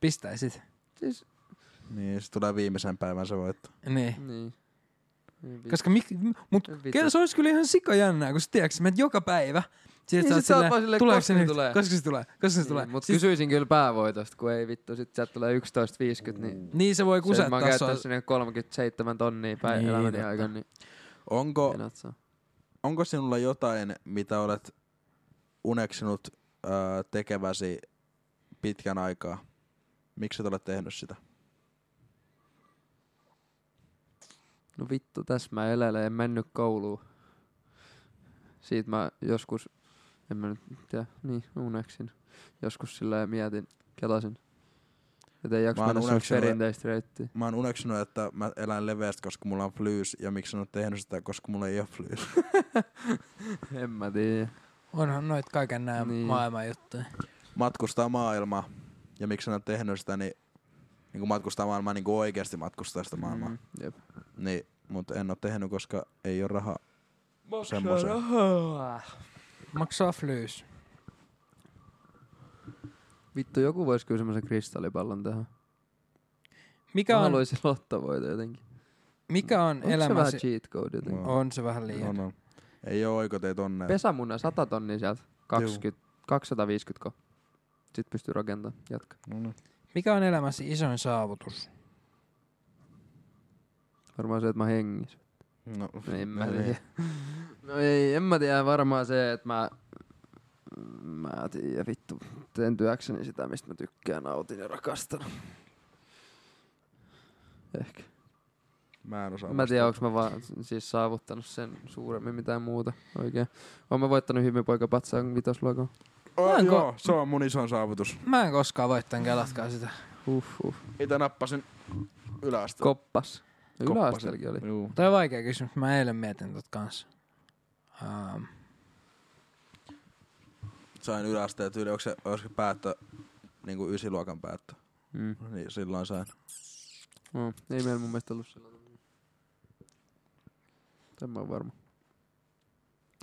A: Pistäisit.
B: Siis,
D: Niin, se tulee viimeisen päivän se voitto.
A: Niin.
B: niin. Niin vittu.
A: Koska mik, m- mut
B: Vittu.
A: kyllä se olisi kyllä ihan sika jännää, kun sä tiedätkö, sä menet joka päivä. Siitä
B: Niin, sit sä oot vaan silleen, koska se tulee.
A: Koska se tulee, koska se tulee.
B: Niin, mut
A: Siis-
B: kysyisin kyllä päävoitosta, kun ei vittu, sit sieltä tulee 11.50, niin
A: Niin se voi
B: se, mä oon
A: kusettaa sua.
B: käyttänyt sinne 37 tonnia päin
A: Niin,
B: niin, elämäni
A: totta.
B: aikana, niin
D: Onko,
B: en otsaa.
D: onko sinulla jotain, mitä olet uneksinut öö, tekeväsi pitkän aikaa? Miksi et ole tehnyt sitä?
B: No vittu, tässä mä elelen, en mennyt kouluun. Siitä mä joskus, en mä nyt tiedä, niin uneksin. Joskus sillä ja mietin, kelasin. Että ei jaksa
D: Mä oon
B: mennä semmoista
D: uneksinut-
B: perinteistä reittiä.
D: Mä oon uneksinut, että mä elän leveästi, koska mulla on flyys, ja miksi en ole tehnyt sitä, koska mulla ei ole flyys.
B: En mä tiedä.
A: Onhan noit kaiken nää
B: Niin.
A: maailman juttuja.
D: Matkustaa maailmaa, ja miksi en ole tehnyt sitä, niin, niin kun matkustaa maailmaa, niin kuin oikeasti matkustaa sitä maailmaa. Mm.
B: Mm, jep.
D: Niin, mutta en ole tehnyt, koska ei ole rahaa semmoiseen.
A: Maksaa flyys.
B: Vittu, joku vois kyllä semmoisen kristallipallon tehdä.
A: Mikä
B: Mä
A: on,
B: haluaisin lottovoita jotenkin.
A: mikä on
B: Onko se vähän
A: elämäsi?
B: cheat code jotenkin?
D: Wow.
A: On se vähän liian.
D: On, on. Ei ole oikoteet onnea.
B: Pesämunna 100 tonnia sieltä. 20, 250 ko. Sitten pystyy rakentamaan. Jatka.
D: No niin.
A: Mikä on elämäsi isoin saavutus?
B: Varmaan se, että mä hengissä.
D: No,
B: No en mä
D: no
B: tiedä.
D: niin.
B: No ei, en mä tiedä. Varmaan se, että mä... Mä tiedä, vittu. Teen työkseni sitä, mistä mä tykkään, nautin ja rakastan. Ehkä.
D: Mä en osaa.
B: En mä tiedä, onko mä vaan siis saavuttanut sen suuremmin mitään muuta oikein. Oon mä voittanut hyvin poikapatsaan vitosluokan.
A: Mä
D: Oh,
A: en
D: joo, se on mun iso saavutus.
A: Mä en koskaan voittanut, kelatkaa sitä.
B: Huh, huh.
D: Itse nappasin yläasteella.
B: Koppas. Ja
D: Koppasin.
B: Yläasteellakin oli.
D: Juu.
A: Toi on vaikea kysymys, mä eilen mietin tot kanssa. Um,
D: Sain yläasteen tyyli, onko se, onko se päättö, niin kuin ysiluokan päättö.
B: Mm.
D: Niin silloin sain.
B: No, ei meillä mun mielestä ollut sellainen. En mä ole varma.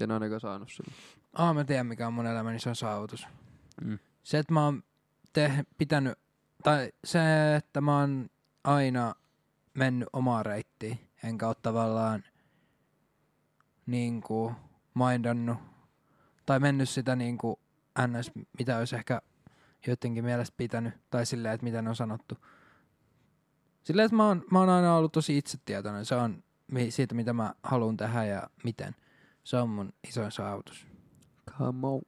B: En ainakaan saanut sillä.
A: Ah, mä tiedän mikä on mun elämäni iso saavutus.
B: Mm.
A: Se, että mä oon te- pitänyt, tai se, että mä oon aina mennyt omaa reittiä, enkä oo tavallaan niinku maindannut, tai mennyt sitä niinku ns, mitä olisi ehkä joidenkin mielestä pitänyt, tai silleen, että miten on sanottu. Silleen, että mä oon, mä oon aina ollut tosi itsetietoinen, se on mi- siitä, mitä mä haluan tehdä ja miten. Se on mun isoin saavutus.
B: Come on.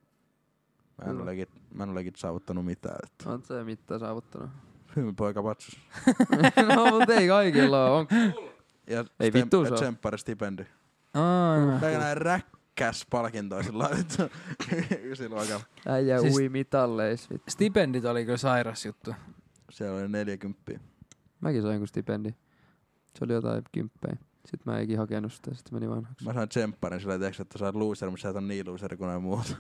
D: Mä en
B: Kyllä.
D: ole legit, mä en ole legit saavuttanut mitään. Että.
B: Oot sä mitään saavuttanut?
D: Hyvin poika patsus.
B: no, mut ei kaikilla oo. On.
D: Ja
B: Ei
D: stem-
B: vittu
D: ja
B: saa.
D: tsemppari stipendi.
A: Aa,
D: Mä näin räk, cash-palkintoa sillä nyt ysiluokalla.
B: Äijä
A: Siis-
B: siis... ui mitalleis. Vittu.
A: Stipendit oli kyllä sairas juttu.
D: Siellä oli 40.
B: Mäkin sain kun stipendi. Se oli jotain kymppejä. Sitten mä eikin hakenut sitä, sitten meni vanhaksi.
D: Mä sain tsempparin sillä tiiäks, että sä oot loser, mutta sä et oo niin loser kuin näin muut.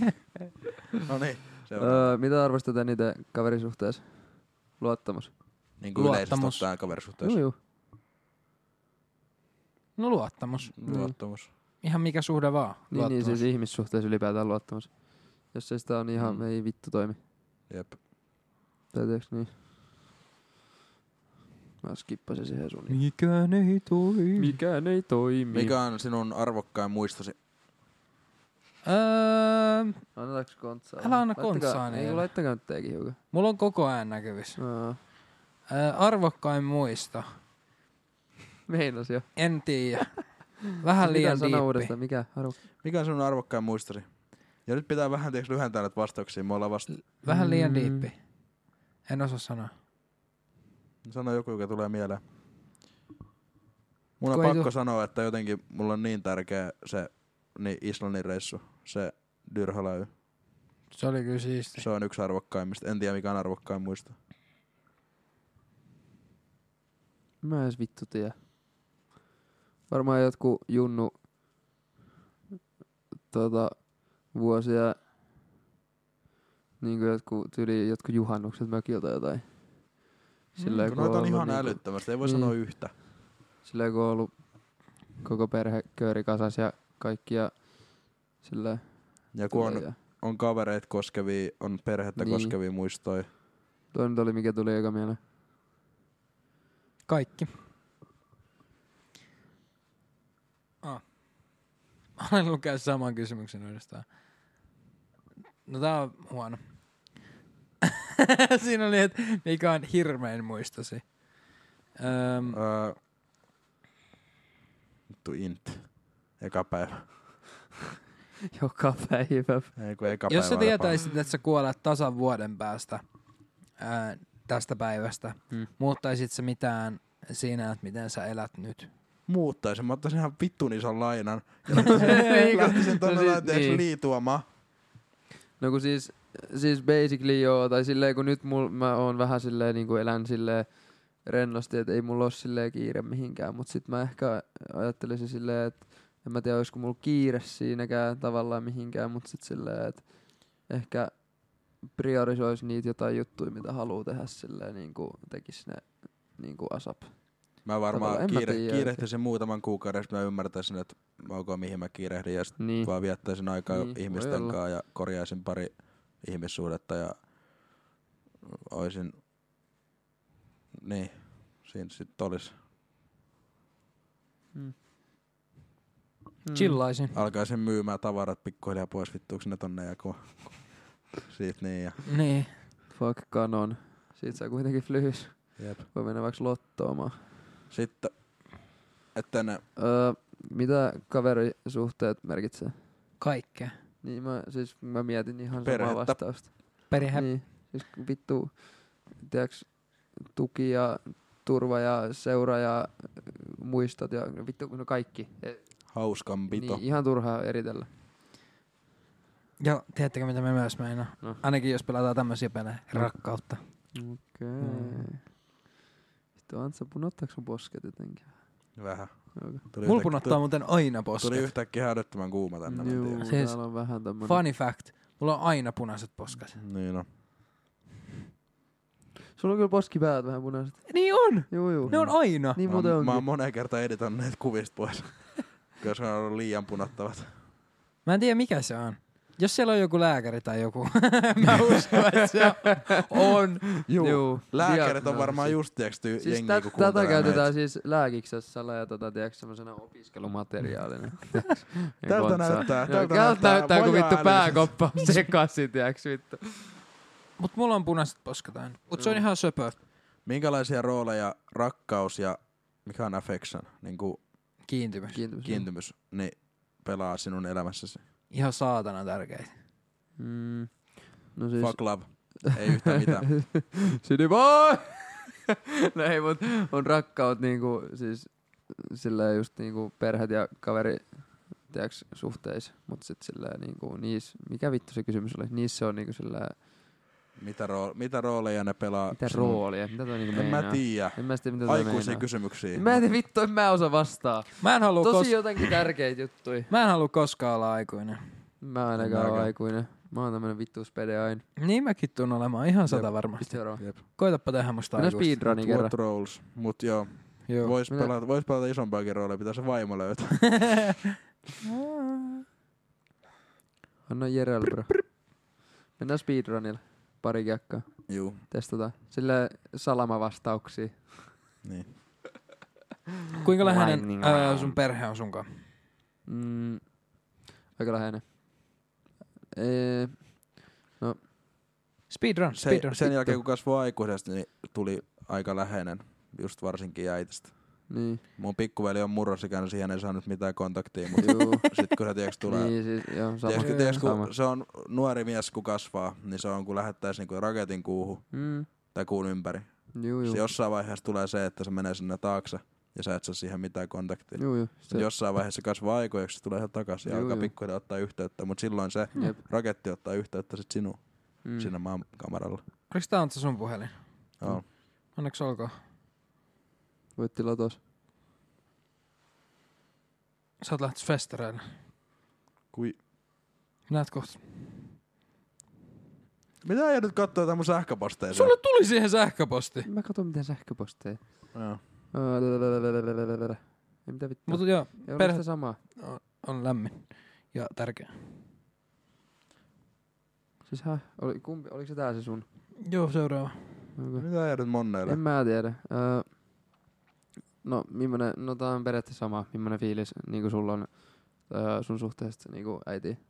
D: no niin, se on
B: Öö, mitä arvostetaan niitä kaverisuhteessa? Luottamus.
D: niin kuin yleisesti
A: luottamus.
D: ottaen
B: Joo,
D: kaverisuhteessa.
B: joo.
A: No luottamus.
D: Luottamus.
A: Ihan mikä suhde vaan.
B: Niin, niin,
A: luottamus.
B: siis ihmissuhteessa ylipäätään luottamus. Jos ei sitä on, niin ihan
D: Mm.
B: mm. ei vittu toimi.
D: Jep.
B: Tai tiiäks niin. Mä skippasin siihen sun.
A: Mikään ei toimi.
B: Mikään ei toimi.
D: Mikä on sinun arvokkain muistosi?
A: Öö,
B: Annetaanko kontsaa?
A: Älä anna
B: Laittakaa-
A: kontsaa
B: Ei,
A: niille.
B: kun laittakaa nyt teikin hiukan.
A: mulla on koko ajan näkyvissä.
B: No,
A: Öö, arvokkain muisto.
B: meinas jo.
A: En tiedä. Vähän
B: Niin Mitä
A: liian
B: sanoa
A: diippi.
B: uudestaan? Mikä? Haru.
D: Mikä on sinun arvokkain muistosi? Ja nyt pitää vähän tiiäks, lyhentää näitä vastauksia. Me ollaan vasta...
A: Vähän liian
B: Mm.
A: diippi. En osaa sanoa.
D: Sano joku, joka tulee mieleen. Mun on
A: Kun ei
D: pakko
A: tuu-
D: sanoa, että jotenkin mulla on niin tärkeä se niin Islannin reissu, se Dyrhalöy.
A: Se oli kyllä siisti.
D: Se on yksi arvokkaimmista. En tiedä mikä on arvokkain muisto.
B: Mä en edes vittu tiedä. Varmaan jotkut junnu tota, vuosia niin kuin jotkut, tyli, jotkut juhannukset mökiltä jotain. Silleen,
A: Mm.
D: Kun noita on ihan niin
B: niinku,
D: älyttömästi, ei voi
B: niin.
D: sanoa yhtä.
B: silleen kun on ollut koko perhe kööri kasas ja kaikki ja silleen.
D: Ja kun on,
B: ja,
D: on kavereet koskevia, on perhettä
B: Niin.
D: koskevia muistoja.
B: toi nyt oli mikä tuli joka mieleen.
A: Kaikki. Ah. Mä olen lukea saman kysymyksen uudestaan. No tää on huono. Siinä oli, että mikä on hirmein muistosi. Öm,
D: Öö, vittu int. Eka päivä.
B: Joka päivä.
D: Ei kun eka
A: jos sä
D: päivä. oli paha.
A: tietäisit, että sä kuolet tasan vuoden päästä ää, tästä päivästä,
B: Mm.
A: muuttaisit sä mitään siinä, että miten sä elät nyt?
D: Muuttaisin. Mä ottaisin ihan vittun ison lainan.
B: Niin kuin-
D: Lähtisin
B: No
D: tonne
B: siis-
D: no, siis,
B: niin.
D: liituamaan.
B: No kun siis, siis basically joo, tai silleen kun nyt mul, mä oon vähän silleen niin kuin elän silleen rennosti, että ei mulla ole silleen kiire mihinkään, mutta sit mä ehkä ajattelisin silleen, että en mä tiedä olisiko mulla kiire siinäkään tavallaan mihinkään, mutta sit silleen, että ehkä priorisoisi niitä jotain juttuja, mitä haluaa tehdä silleen niin kuin tekis ne niin kuin asap.
D: Mä
B: Tavallaan,
D: varmaan
B: en mä
D: kiire,
B: tiedä
D: kiirehtisin muutaman kuukauden, sit mä ymmärtäisin, että ok, mihin mä kiirehdin, ja sitten
B: Niin.
D: vaan viettäisin aikaa
B: Niin, voi
D: ihmisten
B: olla.
D: kanssa ja korjaisin pari ihmissuhdetta ja oisin... Niin, siinä sit olis.
B: Mm.
A: Chillaisin.
D: Alkaisin myymään tavarat pikkuhiljaa pois vittuuksi ne tonne ja kun... Siitä niin ja...
A: Niin.
B: Fuck kanon. Siitä saa kuitenkin flyhys.
D: Jep.
B: Voi mennä vaikka lottoomaan.
D: Sitten, että ne
B: Öö, mitä kaverisuhteet merkitsee?
A: Kaikkea.
B: Niin mä, siis mä mietin ihan samaa
D: Perhettä.
B: vastausta.
A: Perhe.
B: Niin, siis vittu, tiiäks, tuki ja turva ja seura ja äh, muistot ja vittu, no kaikki. E,
D: hauskanpito.
B: niin,
D: Niin.
B: ihan turhaa eritellä.
A: Ja tiedättekö mitä me myös meinaa?
B: No.
A: Ainakin jos pelataan tämmöisiä pelejä.
D: No.
A: Rakkautta.
B: Okei.
A: Mm.
B: Vittu, Antsa, punottaako sun posket jotenkin?
D: Vähän.
B: Okay.
D: Tuli
A: Mulla
D: yhtäkki-
A: punottaa muuten aina
D: Tuli
A: posket.
D: yhtäkkiä hälyttömän kuuma tänne. mä en
B: Juu,
D: tiedä.
A: Siis-
B: täällä on vähän tämmönen.
A: Funny fact. Mulla on aina punaiset posket.
D: Niin on.
B: Sulla on kyllä poskipäät vähän punaiset.
A: Niin on!
B: Juu, juu.
A: Ne on aina.
B: Niin
D: no, Mä oon-
B: muuten
D: Mä oon
B: onkin.
D: moneen kertaan editoinut näitä kuvista pois, koska ne on ollut liian punottavat.
A: Mä en tiedä mikä se on. Jos siellä on joku lääkäri tai joku, mä uskon, että se on.
B: Juu.
D: Lääkärit on
B: diagnoosi.
D: varmaan just tiiäks ty-
B: no, Siis
D: jengiä,
B: tä-
D: kun
B: tätä
D: kuuntelee
B: käytetään
D: meitä.
B: siis lääkiksessä ja tätä tiedätkö semmoisena opiskelumateriaalina.
D: Tältä näyttää,
B: Joo,
D: tältä
B: tältä näyttää, kun vittu
D: vajaa-älyisesti.
B: pääkoppa on sekaisin, tiedätkö vittu.
A: Mut mulla on punaiset posket aina. Mut
D: Mm.
A: se on ihan söpö.
D: Minkälaisia rooleja rakkaus ja mikä on affection, niin kuin
A: Kiintymys.
B: Kiintymys.
D: kiintymys, niin pelaa sinun elämässäsi?
A: Ihan saatana tärkeitä.
B: Mm. No siis...
D: Siis... Fuck love. Ei yhtään mitään.
B: City boy! no ei, mut on rakkaut niinku, siis silleen just niinku perheet ja kaveri, tiiäks, suhteissa, mutta sit silleen niinku, niis, mikä vittu se kysymys oli, niissä se on niinku silleen,
D: Mitä, roo, mitä rooleja ne pelaa?
B: mitä roolia, mitä toi niinku
D: En mä
B: meinaa.
D: tiedä.
B: En mä tiedä, mitä toi
D: Aikuisia
B: meinaa.
D: kysymyksiä.
B: Mä en tiedä, vittu, en mä osaa vastaa.
A: Mä en halua,
B: Tosi
A: kos-
B: jotenkin tärkeitä juttuja.
A: mä en halua koskaan olla aikuinen.
B: Mä en ainakaan ole aikuinen. Mä oon tämmönen vittuuspede aina.
A: Niin mäkin tuun olemaan ihan sata varmasti.
B: Seuraava.
A: Koitapa tehdä musta
B: Mennään
A: aikuista.
B: speedruni kerran.
D: What roles? Mut joo,
A: Joo.
D: vois
B: Mitä-
D: pelata, vois pelata isompaakin roolia, pitää se vaimo löytää.
B: Anna Jerel, bro. Mennään speedrunilla. Pari kiekkaa.
D: Juu,
B: Testataan. Sillä salama vastauksia.
D: niin.
A: Kuinka läheinen
B: Lightning
A: ää,
B: round.
A: sun perhe on sunkaan?
B: Mm, aika läheinen. Ee,
A: Speedrun,
D: Se,
A: speedrun.
D: sen jälkeen kun kasvoi aikuisesti, niin tuli aika läheinen, just varsinkin äitistä.
B: niin,
D: Mun pikkuveli on murrosikään, siihen ei saanut mitään kontaktia, mutta
B: juu.
D: sit kun se tiiäks tulee
B: niin, siis, joo, sama.
D: Tiedätkö,
A: Joo,
D: tiedätkö,
B: sama.
D: kun se on nuori mies, kun kasvaa, niin se on kuin lähettäisiin niinku raketin kuuhun
B: Mm,
D: tai kuun ympäri.
B: juu, juu.
D: Se jossain vaiheessa tulee se, että se menee sinne taakse ja sä et saa siihen mitään kontaktia.
B: Juu, juu.
D: Se. Jossain vaiheessa se kasvaa aikoiksi, se tulee ihan takaisin ja
B: Juu,
D: alkaa
B: juu.
D: pikkuhiljaa ottaa yhteyttä, mutta silloin se
B: Jep.
D: raketti ottaa yhteyttä sit sinuun
B: Mm.
D: mm. siinä maankamaralla.
A: Oliko tää on se sun puhelin?
D: Joo.
A: Onneksi olkoon.
B: Voit tilaa tos.
A: Sä oot lähtöis festareille.
D: Kui...
A: Näet kohta.
D: Mitä ei nyt katsoa tämän mun sähköposteja?
A: Sulle tuli siihen sähköposti.
B: Mä katon miten sähköposteja.
D: Joo.
B: Ää, lalalalalalala. Ei mitä vittua.
A: Mutta joo,
B: Ei ole
A: perhe-
B: sitä samaa.
A: on lämmin ja tärkeä.
B: Siis häh, oli, kumpi, oliko se tää se sun?
A: Joo, seuraava.
B: Onko?
D: Mitä ei nyt monneille?
B: En mä tiedä. Öö, no, millainen, no tää on periaatteessa sama, millainen fiilis niinku sulla on öö, sun suhteesta niinku äitiin.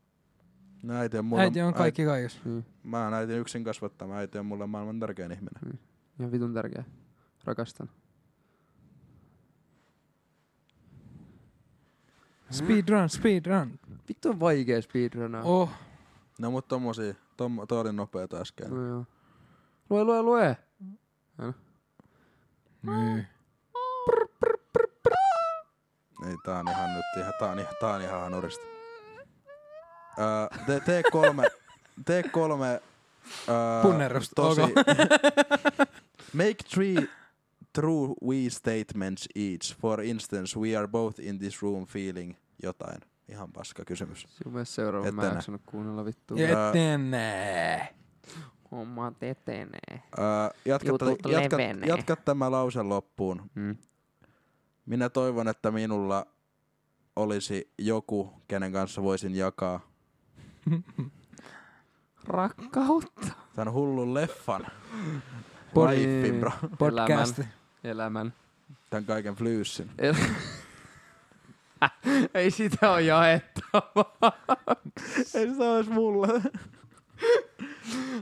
D: No, äiti on mulle,
A: Äiti on kaikki kaikessa.
B: Niin,
D: Äiti, mä oon äitin yksin kasvattama, äiti on mulle maailman tärkein ihminen.
B: ihan vitun tärkeä. Rakastan.
A: Speedrun, speedrun.
B: Vittu on vaikea speedrunaa.
A: Oh,
D: No mut tommosia, tom, toi oli nopeeta äsken.
B: No joo. Lue, lue, lue!
A: niin.
D: Ei, tää on ihan nyt, ihan, tää on, ihan- tää on ihan hanurista. Öö, te, tee kolme, tee kolme, öö,
A: Punnerrusta,
D: tosi,
A: ok.
D: make three true we statements each. For instance, we are both in this room feeling jotain. Ihan paska kysymys.
B: Sinun mielestä seuraava, mä en
D: Etene.
B: jaksanut kuunnella vittua.
A: Ja etenee.
B: Homma etenee.
D: Öö, jatka,
E: Jutut
D: tä- jatka,
E: levenee.
D: jatka tämä lause loppuun.
B: Mm.
D: Minä toivon, että minulla olisi joku, kenen kanssa voisin jakaa
B: Rakkautta.
D: tämän hullun leffan.
B: Pori-
D: Lifein, bro.
A: Podcasti.
B: Elämän.
D: Tämän kaiken flyyssin.
B: El- Ei sitä ole jaettavaa.
D: Ei sitä olisi mulle.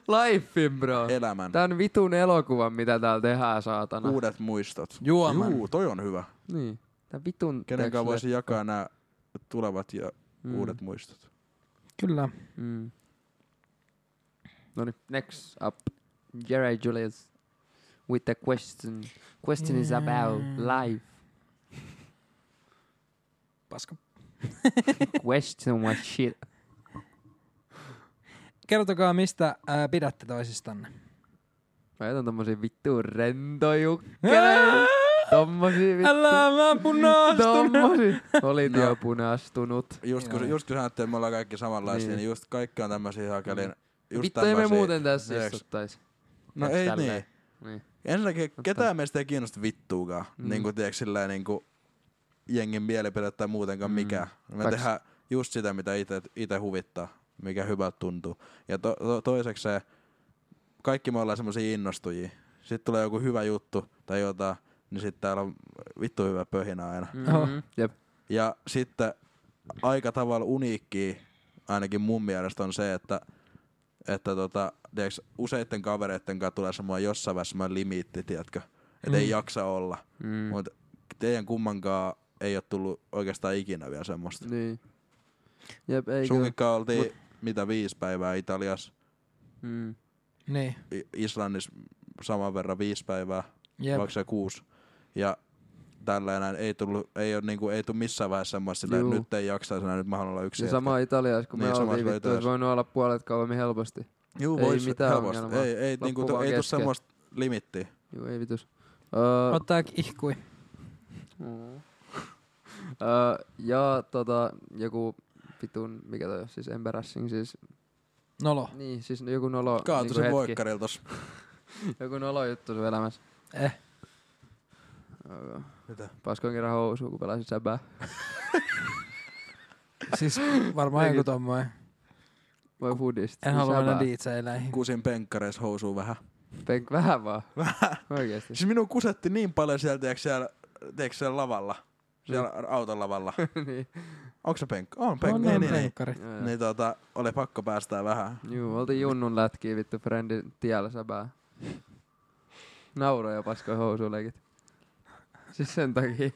B: Lifein, bro.
D: Elämän.
B: Tän vitun elokuvan, mitä täällä tehdään, saatana.
D: Uudet muistot.
A: Juoman.
D: Juu, toi on hyvä.
B: Niin. Tän vitun...
D: Kenen kanssa
B: teksti-
D: voisi jakaa nämä tulevat ja mm. uudet muistot.
A: Kyllä.
B: Mm. Noni, next up. Jerry Julius with the question. Question is about life.
A: Paska.
B: Question was shit.
A: Kertokaa, mistä ää, pidätte toisistanne.
B: Mä jätän tommosia vittu rentojukkeleja. Tommosia vittu.
A: Älä mä punastunut.
B: Tommosia. Olit
D: No.
B: jo punastunut.
D: Just kun,
A: Joo.
D: just kun sanoit, että me ollaan kaikki samanlaisia,
B: Niin.
D: niin, just kaikki on tämmöisiä hakelin. Just
B: Vittu ei me
D: tämmösiä-
B: muuten tässä
D: Tiedäks-
B: istuttais.
D: No
B: Tiedäks
D: ei
B: tälleen?
D: niin.
B: Niin.
D: Ensinnäkin ketään meistä ei kiinnosta vittuukaan.
B: Mm.
D: Mm. Niin kuin tiedätkö silleen niin kuin jengin mielipide tai muutenkaan
B: Mm.
D: mm. mikä. Me
B: Faks.
D: Faks. tehdään just sitä, mitä itse huvittaa, mikä hyvältä tuntuu. Ja to, to, toiseksi se, kaikki me ollaan semmoisia innostujia. Sitten tulee joku hyvä juttu tai jotain, niin sitten täällä on vittu hyvä pöhinä aina. Mm.
A: Oho.
B: Mhm. Jep.
D: Ja sitten aika tavalla uniikkiä, ainakin mun mielestä on se, että että tota, tiiäks, useitten kavereitten kanssa tulee semmoinen jossain vaiheessa semmoinen limiitti, tiedätkö? Että mm. ei jaksa olla.
B: Mm.
D: Mm. Mutta teidän kummankaan ei ole tullut oikeastaan ikinä vielä semmoista.
B: Niin. Jep, ei kyllä.
D: Sunkinkaan oltiin Mut... mitä viisi päivää Italiassa,
B: Mm.
A: Niin.
D: I- Islannissa saman verran viisi päivää,
A: Jep.
D: vaikka se kuusi. Ja tällä enää. Ei, tullut, ei, ole, niinku, ei tule missään vaiheessa semmoista, sillä
B: Juu.
D: nyt ei jaksa enää, nyt mä haluan olla yksi
B: Ja
D: hetki.
B: sama Italiassa, kun me
D: Niin, sama
B: oltiin
D: se oli
B: vittu, olisi
D: Italiassa.
B: voinut olla puolet kauemmin helposti.
D: Juu,
B: ei
D: vois
B: mitään
D: helposti.
B: ongelmaa.
D: Ei, ei,
B: Loppu
D: niinku, tu-
B: vaan
D: ei tule
B: kesken. Niin
D: semmoista limittiä.
B: Joo, ei vitus. Öö,
A: Ottaa ihkui.
B: Mm. Öö, ja tota, joku vitun, mikä toi on, siis embarrassing, siis,
A: Nolo.
B: niin, siis joku nolo,
D: Kaatui
B: niinku
D: sen
B: hetki,
D: voikkarilla tossa.
B: joku nolo juttu sun elämässä.
A: Eh.
B: Öö,
D: Mitä?
B: Paskoin kerran housuun, kun pelasin säbää.
A: Siis varmaan
B: Eikä-
A: joku tommoinen.
B: Voi foodista.
A: En
B: siis
A: halua mennä
B: säbää.
A: diitseileihin.
D: Kusin penkkareissa housuu vähän.
B: Penk, vähän vaan. Oikeesti.
D: Siis minun kusetti niin paljon sieltä, tiedätkö siellä, tiedätkö siellä lavalla? Siellä auton lavalla.
B: niin.
D: Onko se penkka?
B: No
D: On
A: On,
D: penkka.
A: on
D: niin, niin, niin.
A: penkkarit.
B: Joo, joo.
D: Niin tota, oli pakko päästää vähän.
B: Juu, oltiin junnun lätkiä vittu frendin tiellä säbää. Nauroja ja paskoi housuleikit. Siis sen takia.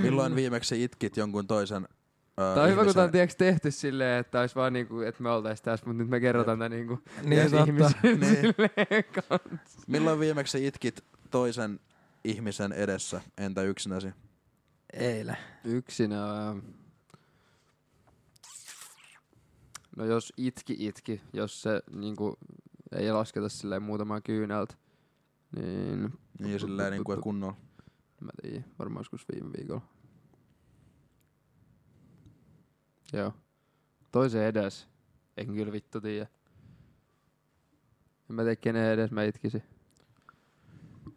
D: Milloin viimeksi itkit jonkun toisen öö,
B: Mm. Tää on hyvä, kun tää on
D: ihmisen-
B: tiiäks, tehty silleen, että ois vaan niinku, että me oltais tässä, mutta nyt me kerrotaan tää niinku
A: Niin
B: eri
A: totta.
B: ihmisille
D: Niin.
B: silleen kanssa.
D: Milloin viimeksi itkit toisen ihmisen edessä, entä yksinäsi?
A: Eilen.
B: Yksinään. No jos itki itki, jos se niinku ei lasketa silleen muutama kyyneltä, niin
D: Niin silleen niin kuin kunnolla.
B: en mä tiedä, varmaan joskus viime viikolla. Joo. Toisen edes. En kyllä vittu tiedä. En mä tiedä, kenen edes mä itkisin.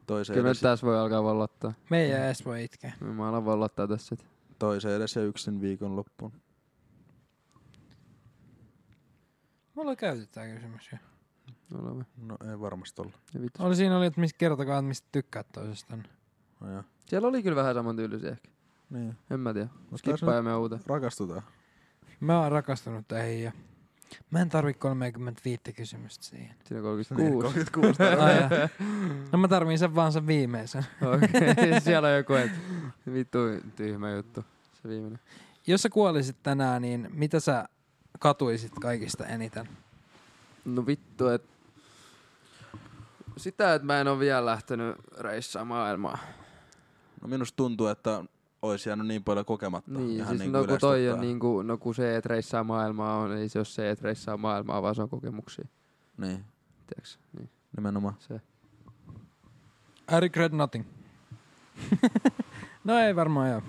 D: Toisen
B: Kyllä nyt
D: edes,
B: tässä voi alkaa vallottaa.
A: Me ei edes voi itkeä.
B: Mä alan vallottaa tässä sit.
D: toisen edes ja yksin viikon loppuun.
A: Mulla oli käyty tää kysymys jo.
B: Olemme.
D: No ei varmasti ollut.
B: Ja vittu.
A: Oli siinä oli, että mistä kertokaa, että mistä tykkäät toisestanne.
D: No, joo.
B: Siellä oli kyllä vähän saman tyylisiä ehkä.
D: niin.
B: En mä tiedä.
D: Mut tässä
B: Skippa ja me uuteen.
D: nyt rakastutaan.
A: Mä oon rakastunut teihin ja mä en tarvi 35 kysymystä siihen.
B: Siinä
D: Niin,
B: 36.
D: 36
A: Ai jaa. no mä tarviin sen vaan sen viimeisen.
B: Okei, siellä on joku, et vittu tyhmä juttu. Se viimeinen.
A: Jos sä kuolisit tänään, niin mitä sä katuisit kaikista eniten?
B: No vittu, et... Sitä, että mä en ole vielä lähtenyt reissaan maailmaa.
D: No minusta tuntuu, että olisi jäänyt niin paljon kokematta.
B: Niin,
D: Ihan
B: siis
D: niinku
B: no kun toi on
D: yleistottaa.
B: niinku, no kun se, että reissaa maailmaa on, ei se ole se, että reissaa maailmaa, vaan se on kokemuksia.
D: Niin,
B: Tiedätkö? Niin,
D: nimenomaan.
B: se.
A: I regret nothing. no ei varmaan joo.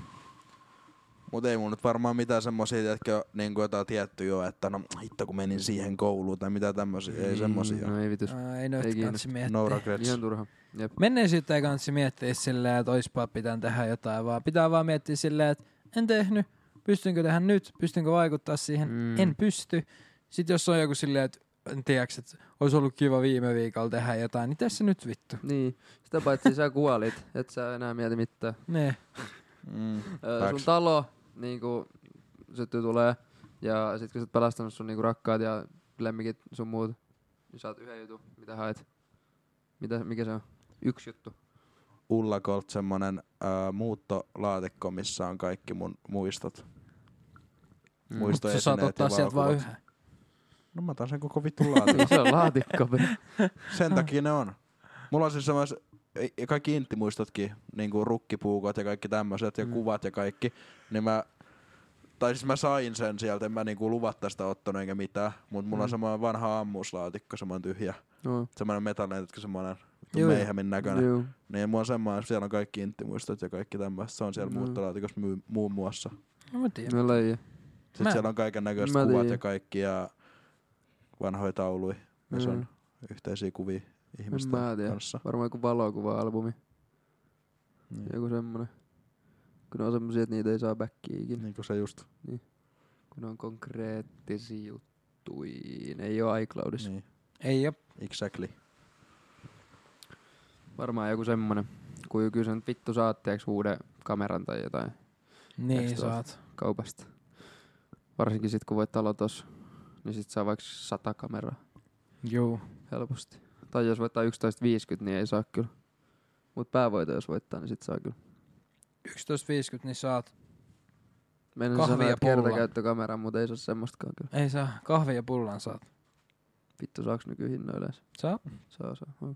D: Mutta ei mun nyt varmaan mitään semmosia, tiedätkö, niin kuin jotain tietty jo, että no hitto kun menin siihen kouluun tai mitä tämmösiä. Ei semmosia.
B: No ei vitus.
A: Ää, ei
B: Ei
A: noita
B: kiinnosta.
A: kansi miettiä.
D: No regrets.
B: Ihan turha. Jep.
A: Menneisyyttä ei kansi miettiä silleen, että oispa pitää tehdä jotain, vaan pitää vaan miettiä silleen, että en tehnyt, pystynkö tähän nyt, pystynkö vaikuttaa siihen,
B: Mm.
A: mm. en pysty. Sitten jos on joku silleen, että en tiedäks, että olisi ollut kiva viime viikolla tehdä jotain, niin tässä nyt vittu.
B: Niin, sitä paitsi sä kuolit, et sä enää mieti mitään.
A: Ne.
D: Mm.
B: Ö, sun
D: Facts.
B: talo niinku syttyy tulee ja sit kun sä oot pelastanut sun niinku rakkaat ja lemmikit sun muut, niin saat yhden jutun, mitä haet. Mitä, mikä se on? Yksi juttu.
D: Ullakolt semmonen äh, muuttolaatikko, missä on kaikki mun muistot. Mm.
A: Mutta sä saat ottaa sieltä vaan yhden.
D: No mä otan sen koko vittu
B: Niin,
D: laatikon.
B: se on laatikko.
D: sen
B: Ah.
D: takia ne on. Mulla on siis semmois i- kaikki intimuistotkin, niinku rukkipuukot ja kaikki tämmöiset ja
B: Mm.
D: mm. kuvat ja kaikki, niin mä tai siis mä sain sen sieltä, en mä niinku luvatta sitä ottanut eikä mitään, mutta mulla mm.
B: Mm.
D: on semmoinen vanha ammuslaatikko, semmoinen tyhjä,
B: No,
D: semmoinen metallinen, jotka semmoinen
A: Juu.
D: meihemin näköinen.
B: juu.
D: Niin mulla on semmoinen, siellä on kaikki intimuistot ja kaikki tämmöistä. Se on siellä
B: Mm.
D: mm. muuttolaatikossa myy- muun muassa.
A: No mä tiedän.
B: No lajia.
D: Sitten
A: Mä-
D: siellä on kaiken näköiset
B: Mä
D: kuvat
B: tiedän.
D: ja kaikki ja vanhoja tauluja, missä
B: Mm.
D: on yhteisiä kuvia ihmisten
B: mä tiedä.
D: kanssa.
B: Varmaan joku valokuva-albumi.
D: Niin.
B: Joku semmonen. Kun ne on semmosia, että niitä ei saa backiin ikinä.
D: Niin kuin se just.
B: Kun ne on konkreettisia juttuja. Ne ei oo iCloudissa.
D: Niin.
A: Ei oo.
D: Exactly.
B: Varmaan joku semmonen. Kun kyllä sen vittu saat teeks uuden kameran tai jotain
A: Niin
B: Eks tuosta?
A: saat.
B: kaupasta. Varsinkin sit kun voit aloitos, niin sit saa vaikka sata kameraa
A: Juu.
B: helposti. Tai jos voittaa 11.50, niin ei saa kyllä. Mut päävoito jos voittaa, niin sit saa kyllä.
A: 11.50 niin saat.
B: Meidän
A: Kahvia
B: sanoa, että
A: pullan.
B: kertakäyttökamera, mutta ei se ole semmoistakaan kyllä.
A: Ei saa. Kahvia ja pullan saat.
B: Vittu, saaks nykyhinnoilla edes?
A: Saa.
B: Saa, saa. Okay.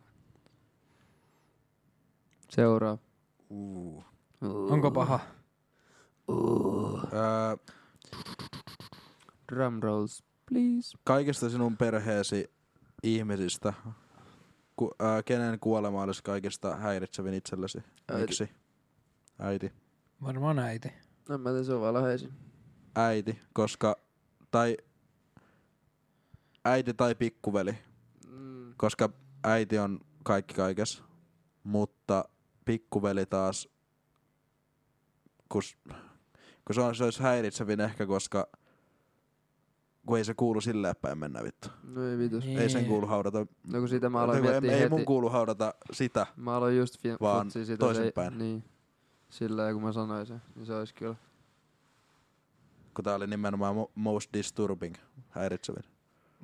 B: Seuraa.
D: Uh.
A: Onko paha?
D: Öö,
B: Drum rolls, please.
D: kaikista sinun perheesi ihmisistä, ku, ää, kenen kuolema olisi kaikista häiritsevin itsellesi?
B: Äiti.
D: Miksi? Äiti.
A: Varmaan äiti.
B: No mä tiedän, se on vaan läheisin.
D: Äiti, koska... Tai... Äiti tai pikkuveli,
B: Mm.
D: koska äiti on kaikki kaikessa. Mutta pikkuveli taas... Kus, kun se, on, se olisi häiritsevin ehkä, koska... Kun ei se kuulu silleen päin mennä vittu.
B: No ei vitus.
A: Niin.
D: Ei sen kuulu haudata
B: No kun sitä mä aloin
D: Ei, ei,
B: miettiä
D: ei
B: heti.
D: mun kuulu haudata sitä.
B: Mä aloin just fi-
D: Vaan
B: futsia sitä.
D: toisinpäin.
B: Se, ei- niin. Sillä lailla, kun mä sanoin sen, niin se olisi kyllä.
D: Kun tää oli nimenomaan mo- most disturbing, häiritsevin.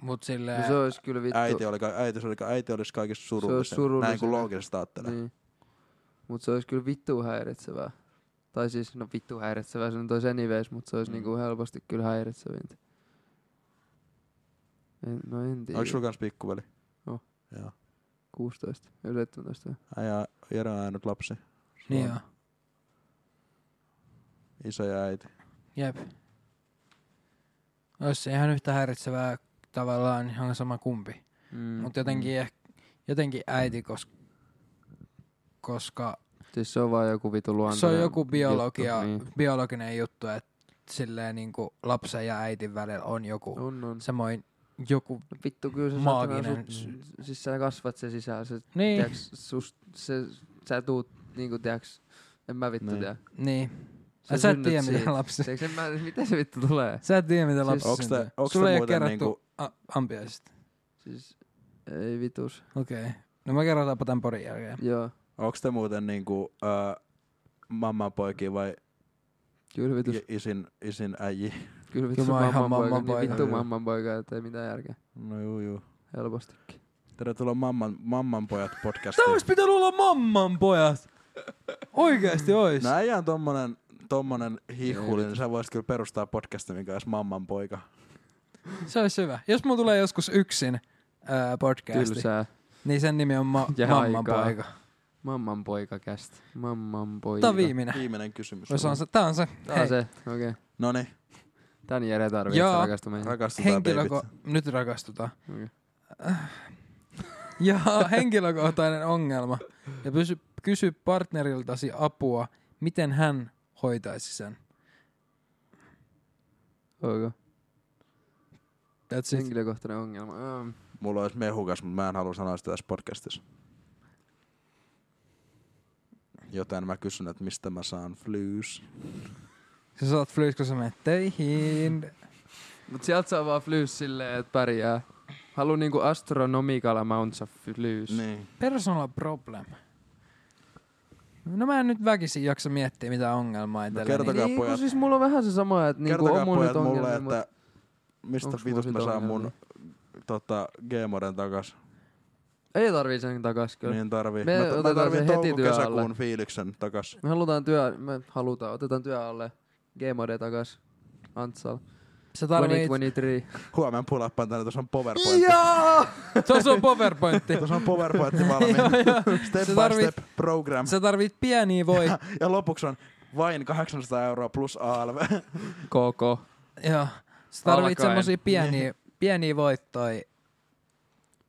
A: Mut silleen...
B: No se olisi kyllä vittu.
D: Äiti, oli, ka- äiti, se oli, ka- äiti olisi kaikista surullisin.
B: surullisin.
D: Näin kuin loogisesti ajattelee. Niin.
B: Niin. Mut se olisi kyllä vittu häiritsevää. Tai siis, no vittu häiritsevää, se nyt olisi anyways, mutta se olisi
D: Mm.
B: mm. niinku helposti kyllä häiritsevintä. En, no en tiedä.
D: Onko sulla kans pikkuveli?
B: On.
D: Joo.
B: 16 ja 17.
D: Äijä, Jere on ainut lapsi.
A: Niin
D: Sulla
A: joo.
D: on Isä ja äiti.
A: Jep. Olisi se ihan yhtä häiritsevää tavallaan ihan sama kumpi.
B: Mm.
A: Mutta jotenkin, mm. ehkä, jotenkin äiti, koska, koska
B: Siis se on vaan joku vitu luontainen
A: se on joku biologia,
B: Juttu,
A: juttu,
B: niin.
A: niin. biologinen juttu, että silleen niin kuin lapsen ja äitin välillä on joku
B: On, on.
A: samoin joku.
B: No vittu, kyllä sä
A: Maaginen
B: Sut, s- siis sä kasvat sen sisään. Se,
A: Niin, Tiiäks?
B: tiiäks, sus, se, sä tuut, niinku tiiäks, en mä vittu
D: Niin.
B: tiedä.
A: niin. Sä, sä et
B: synnyt
A: tiedä,
B: siitä.
A: mitä lapsi...
B: Tiiäks, en mä, miten se vittu tulee?
A: Sä et tiedä, mitä
B: Siis-
A: lapsi
D: Onks
A: siis,
D: te,
A: syntyy.
D: onks
A: Sulle
D: te
A: ei ole
D: muuten
A: kerrottu
D: niinku...
A: a- ampiaisista.
B: Siis, ei vitus.
A: Okei. Okay. No me kerrotaanpa tämän porin jälkeen.
B: Joo,
D: Onks te muuten niinku... Öö, mamman poikia vai
B: kyllä vitus.
D: i- isin, isin äiji?
B: Kyllä vittu
A: Kyllä mä oon ihan
B: mamman poika.
A: mamman
B: Niin
A: poika.
B: vittu
D: Joo.
B: mamman poika, ettei mitään järkeä.
D: No juu juu.
B: Helpostikin.
D: Tervetuloa mamman, mamman pojat
A: Tää
D: podcastiin.
A: olisi pitänyt olla mamman pojat. Oikeesti ois.
D: No äijä on tommonen, tommonen hihuli,
B: Ei.
D: niin sä voisit kyllä perustaa podcastin, mikä olisi mamman poika.
A: Se olisi hyvä. Jos mulla tulee joskus yksin ää, podcasti,
B: Tylsää.
A: niin sen nimi on ma-
B: Ja
A: Mamman
B: aikaa.
A: poika.
B: Mamman poika kästä. Mamman poika.
A: Tää on viimeinen.
D: Viimeinen kysymys. No niin,
A: No se on se, tää on se.
B: Tää on se, okei. Okay.
D: Noni,
B: Tän Jere tarvitsee
A: Joo.
B: rakastuminen.
D: rakastetaan
A: Henkilöko...
D: babit.
A: Nyt rakastutaan.
B: Okei.
A: Ja henkilökohtainen ongelma. Ja pysy, kysy partneriltasi apua, miten hän hoitaisi sen.
B: Okay.
A: That's it.
B: Henkilökohtainen ongelma. Um,
D: Mulla olisi mehukas, mutta mä en halua sanoa sitä tässä podcastissa. Joten mä kysyn, että mistä mä saan flyys.
A: Sä saat flyys, kun sä menet töihin.
B: mut sieltä saa vaan flyys silleen, että pärjää. Haluu niinku astronomical amounts of flyys.
D: Niin.
A: Personal problem. No mä en nyt väkisin jaksa miettiä mitä ongelmaa itsellä.
D: No kertokaa.
A: niin-
B: Niin, kun
D: pojat.
B: siis mulla on vähän se sama, että niinku
D: Kertokaa
B: on mun
D: pojat
B: nyt
D: mulle,
B: ongelmia, mut
D: että mistä
B: onks mulla
D: vitusta
B: sit
D: mä saan
B: ongelmia?
D: mun tota, Gmoden takas.
B: ei tarvii sen takas kyllä.
D: Niin tarvii.
B: Me
D: mä, mä
B: otetaan se
D: tarvii
B: heti työn
D: touko-kesäkuun
B: alle.
D: fiiliksen takas.
B: Me halutaan työ, me halutaan, otetaan työ alle. G-mode takas. Antsal.
A: niin. Sä tarvit...
B: 2023.
D: Huomenna pulappaan tänne, tuossa on PowerPoint.
A: Jaa! Se on sun PowerPointti.
D: Tuossa on PowerPoint valmiina. Step
A: Sä
D: by
A: tarvit-
D: step program.
A: Sä tarvit pieniä voi.
D: Ja lopuksi on vain 800 euroa plus ALV.
B: Koko.
A: Joo. Sä tarvit
B: Alkaen.
A: semmosia pieniä,
D: Niin.
A: pieniä voittoja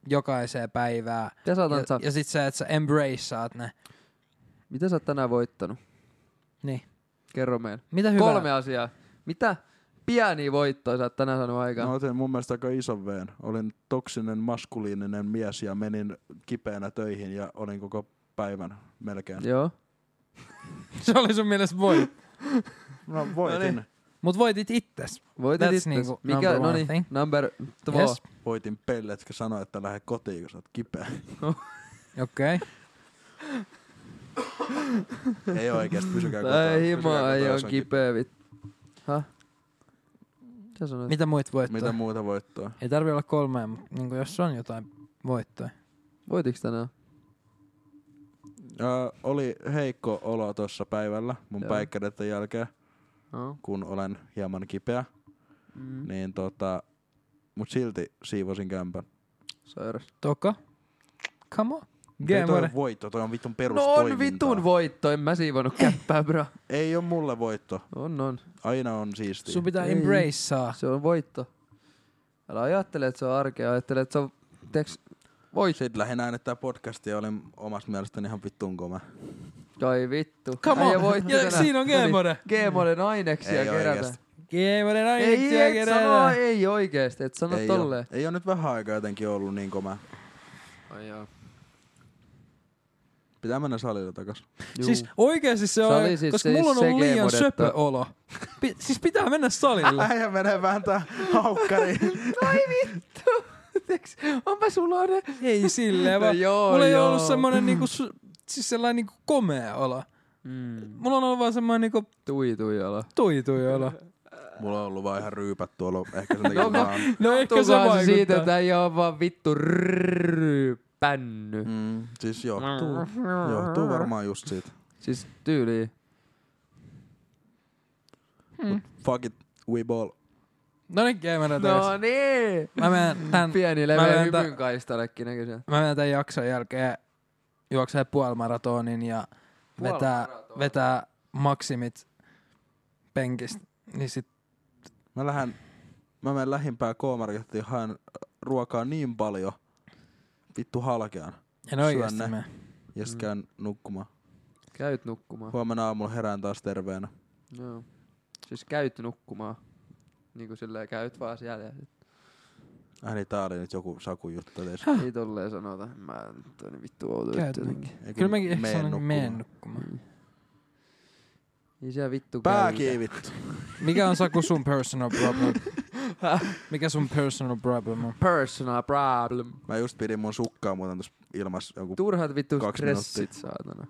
A: jokaiseen päivään.
B: Mitä sä oot,
A: Ja,
B: Antsa?
A: ja sit sä, että sä embraceaat ne.
B: Mitä sä oot tänään voittanut?
A: Niin.
B: Kerro meille.
A: Mitä hyvää?
B: Hyvä. Kolme asiaa. Mitä pieniä voittoja sä oot tänään saanut aikaan?
D: Mä otin mun mielestä aika ison veen. Olin toksinen maskuliininen mies ja menin kipeänä töihin ja olin koko päivän melkein.
B: Joo.
A: Se oli sun mielestä voi.
D: No voitin.
B: No niin.
A: Mut voitit itses.
B: Voitit
A: That's
B: itse.
A: niinku number
B: Mikä,
A: one
B: no niin,
A: thing.
B: number two.
A: Yes.
D: Voitin pellet, kun sanoi, että lähde kotiin, kun sä oot kipeä.
A: Okei. Okay.
D: Ei oikeesti, pysykää kotona.
B: Tai
D: pysykää
B: hima
D: kotona,
B: ei
D: jos
B: on
D: on
B: kipeä vittu. Häh? Mitä sanoit?
A: Mitä muit
D: kipeä.
A: voittoja?
D: Mitä muuta voittoa?
A: Ei tarvi olla kolmea, mutta niin jos on jotain voittoja.
B: Voitiks tänään?
D: Ö, oli heikko olo tuossa päivällä mun
B: Joo.
D: päikkäreiden jälkeen,
B: No.
D: kun olen hieman kipeä.
B: Mm.
D: Niin tota, mut silti siivosin kämpän.
B: Sairas.
A: Toka. Come on.
D: Ei toi
A: Game
D: ole voitto, toi on vitun
B: No on
D: perustoimintaa.
B: vitun voitto, en mä siivonut käppää, bro.
D: Ei oo mulle voitto.
B: On, on.
D: Aina on siistiä.
A: Sun pitää
B: Ei.
A: embracea.
B: Se on voitto. Älä ajattele, että se on arkea, ajattele, että se on, teeks, voitto.
D: Sitten lähinnä äänettää podcastia, olin omasta mielestäni ihan vittuun kome.
B: Ai vittu.
A: Come
B: Äijä
A: on.
B: voitti
A: Ja
B: tänään.
A: siinä on
B: No niin,
A: Geemore.
B: Geemoren aineksia
D: Ei
B: kerätä.
D: oikeesti.
A: Game on
B: Ei, et sano, ei oikeesti, et sano
D: ei, oo,
B: tolleen.
D: ei oo nyt vähän aikaa jotenkin ollut niin kome.
B: Ai joo.
D: Pitää mennä salille takas.
B: Juu.
A: Siis oikeesti se on,
B: Sali siis-
A: koska
B: siis
A: mulla on
B: se
A: ollut liian
B: Geemodetta.
A: söpö olo. Pi- siis pitää mennä salille.
D: Äijä menee vähän tää haukkari.
B: Ai vittu! Tiiäks, onpa suloinen.
A: ei silleen vaan.
B: No joo,
A: mulla ei
B: joo.
A: ollut semmonen niinku, su- siis sellainen niinku komea olo.
B: Mm.
A: Mulla on ollut vaan semmonen niinku
B: Tuitui olo.
A: tuitui olo.
D: Mulla on ollut vaan ihan ryypätty olo. Ehkä sen takia
B: No,
D: mä oon-
A: No ehkä se
B: Tukaa se
A: vaikuttaa.
B: siitä, että ei oo vaan vittu ryypänny.
D: Mm, siis johtuu,
B: Mm.
D: johtuu varmaan just siitä.
B: Siis tyyli.
D: Fuck it, we ball.
A: No niin, game on no.
B: No niin!
A: Mä menen tän,
B: Pieni
A: Mä
B: leveä
A: menen tä-
B: hypyn kaistallekin näkyy siellä.
A: mä menen tän jakson jälkeen juoksee puolimaratonin ja vetää,
B: Puolimaratonin.
A: vetää maksimit penkistä. Niin sit
D: Mä lähden, mä menen lähimpään K-markettiin, haen ruokaa niin paljon, vittu halkean.
A: en oikeesti
D: Syön ne.
A: mene.
D: Ja sit
B: Mm. Oh.
D: käyn nukkumaan.
B: Käyt nukkumaan.
D: Huomenna aamulla herään taas terveenä.
B: Joo. Siis käyt nukkumaan. Niinku silleen käyt vaan siellä ja sit
D: Äh niin tää oli nyt joku sakujuttu edes.
B: ei tolleen sanota. Mä toi niin vittu outo
A: Käyt
B: juttu jotenkin. Niin.
D: Ei
A: Kyllä
D: kun
A: mäkin ehkä niin
D: meen
A: sanon,
D: nukkumaan.
A: meen nukkumaan.
B: Ei siellä vittu
D: Pää
B: käytä.
D: kiinni vittu.
A: Mikä on Saku sun personal problem? Mikä sun personal problem on?
B: Personal problem.
D: Mä just pidin mun sukkaa muuten tuossa ilmassa joku
B: Turhat vittu
D: Kaksi
B: stressit saatana.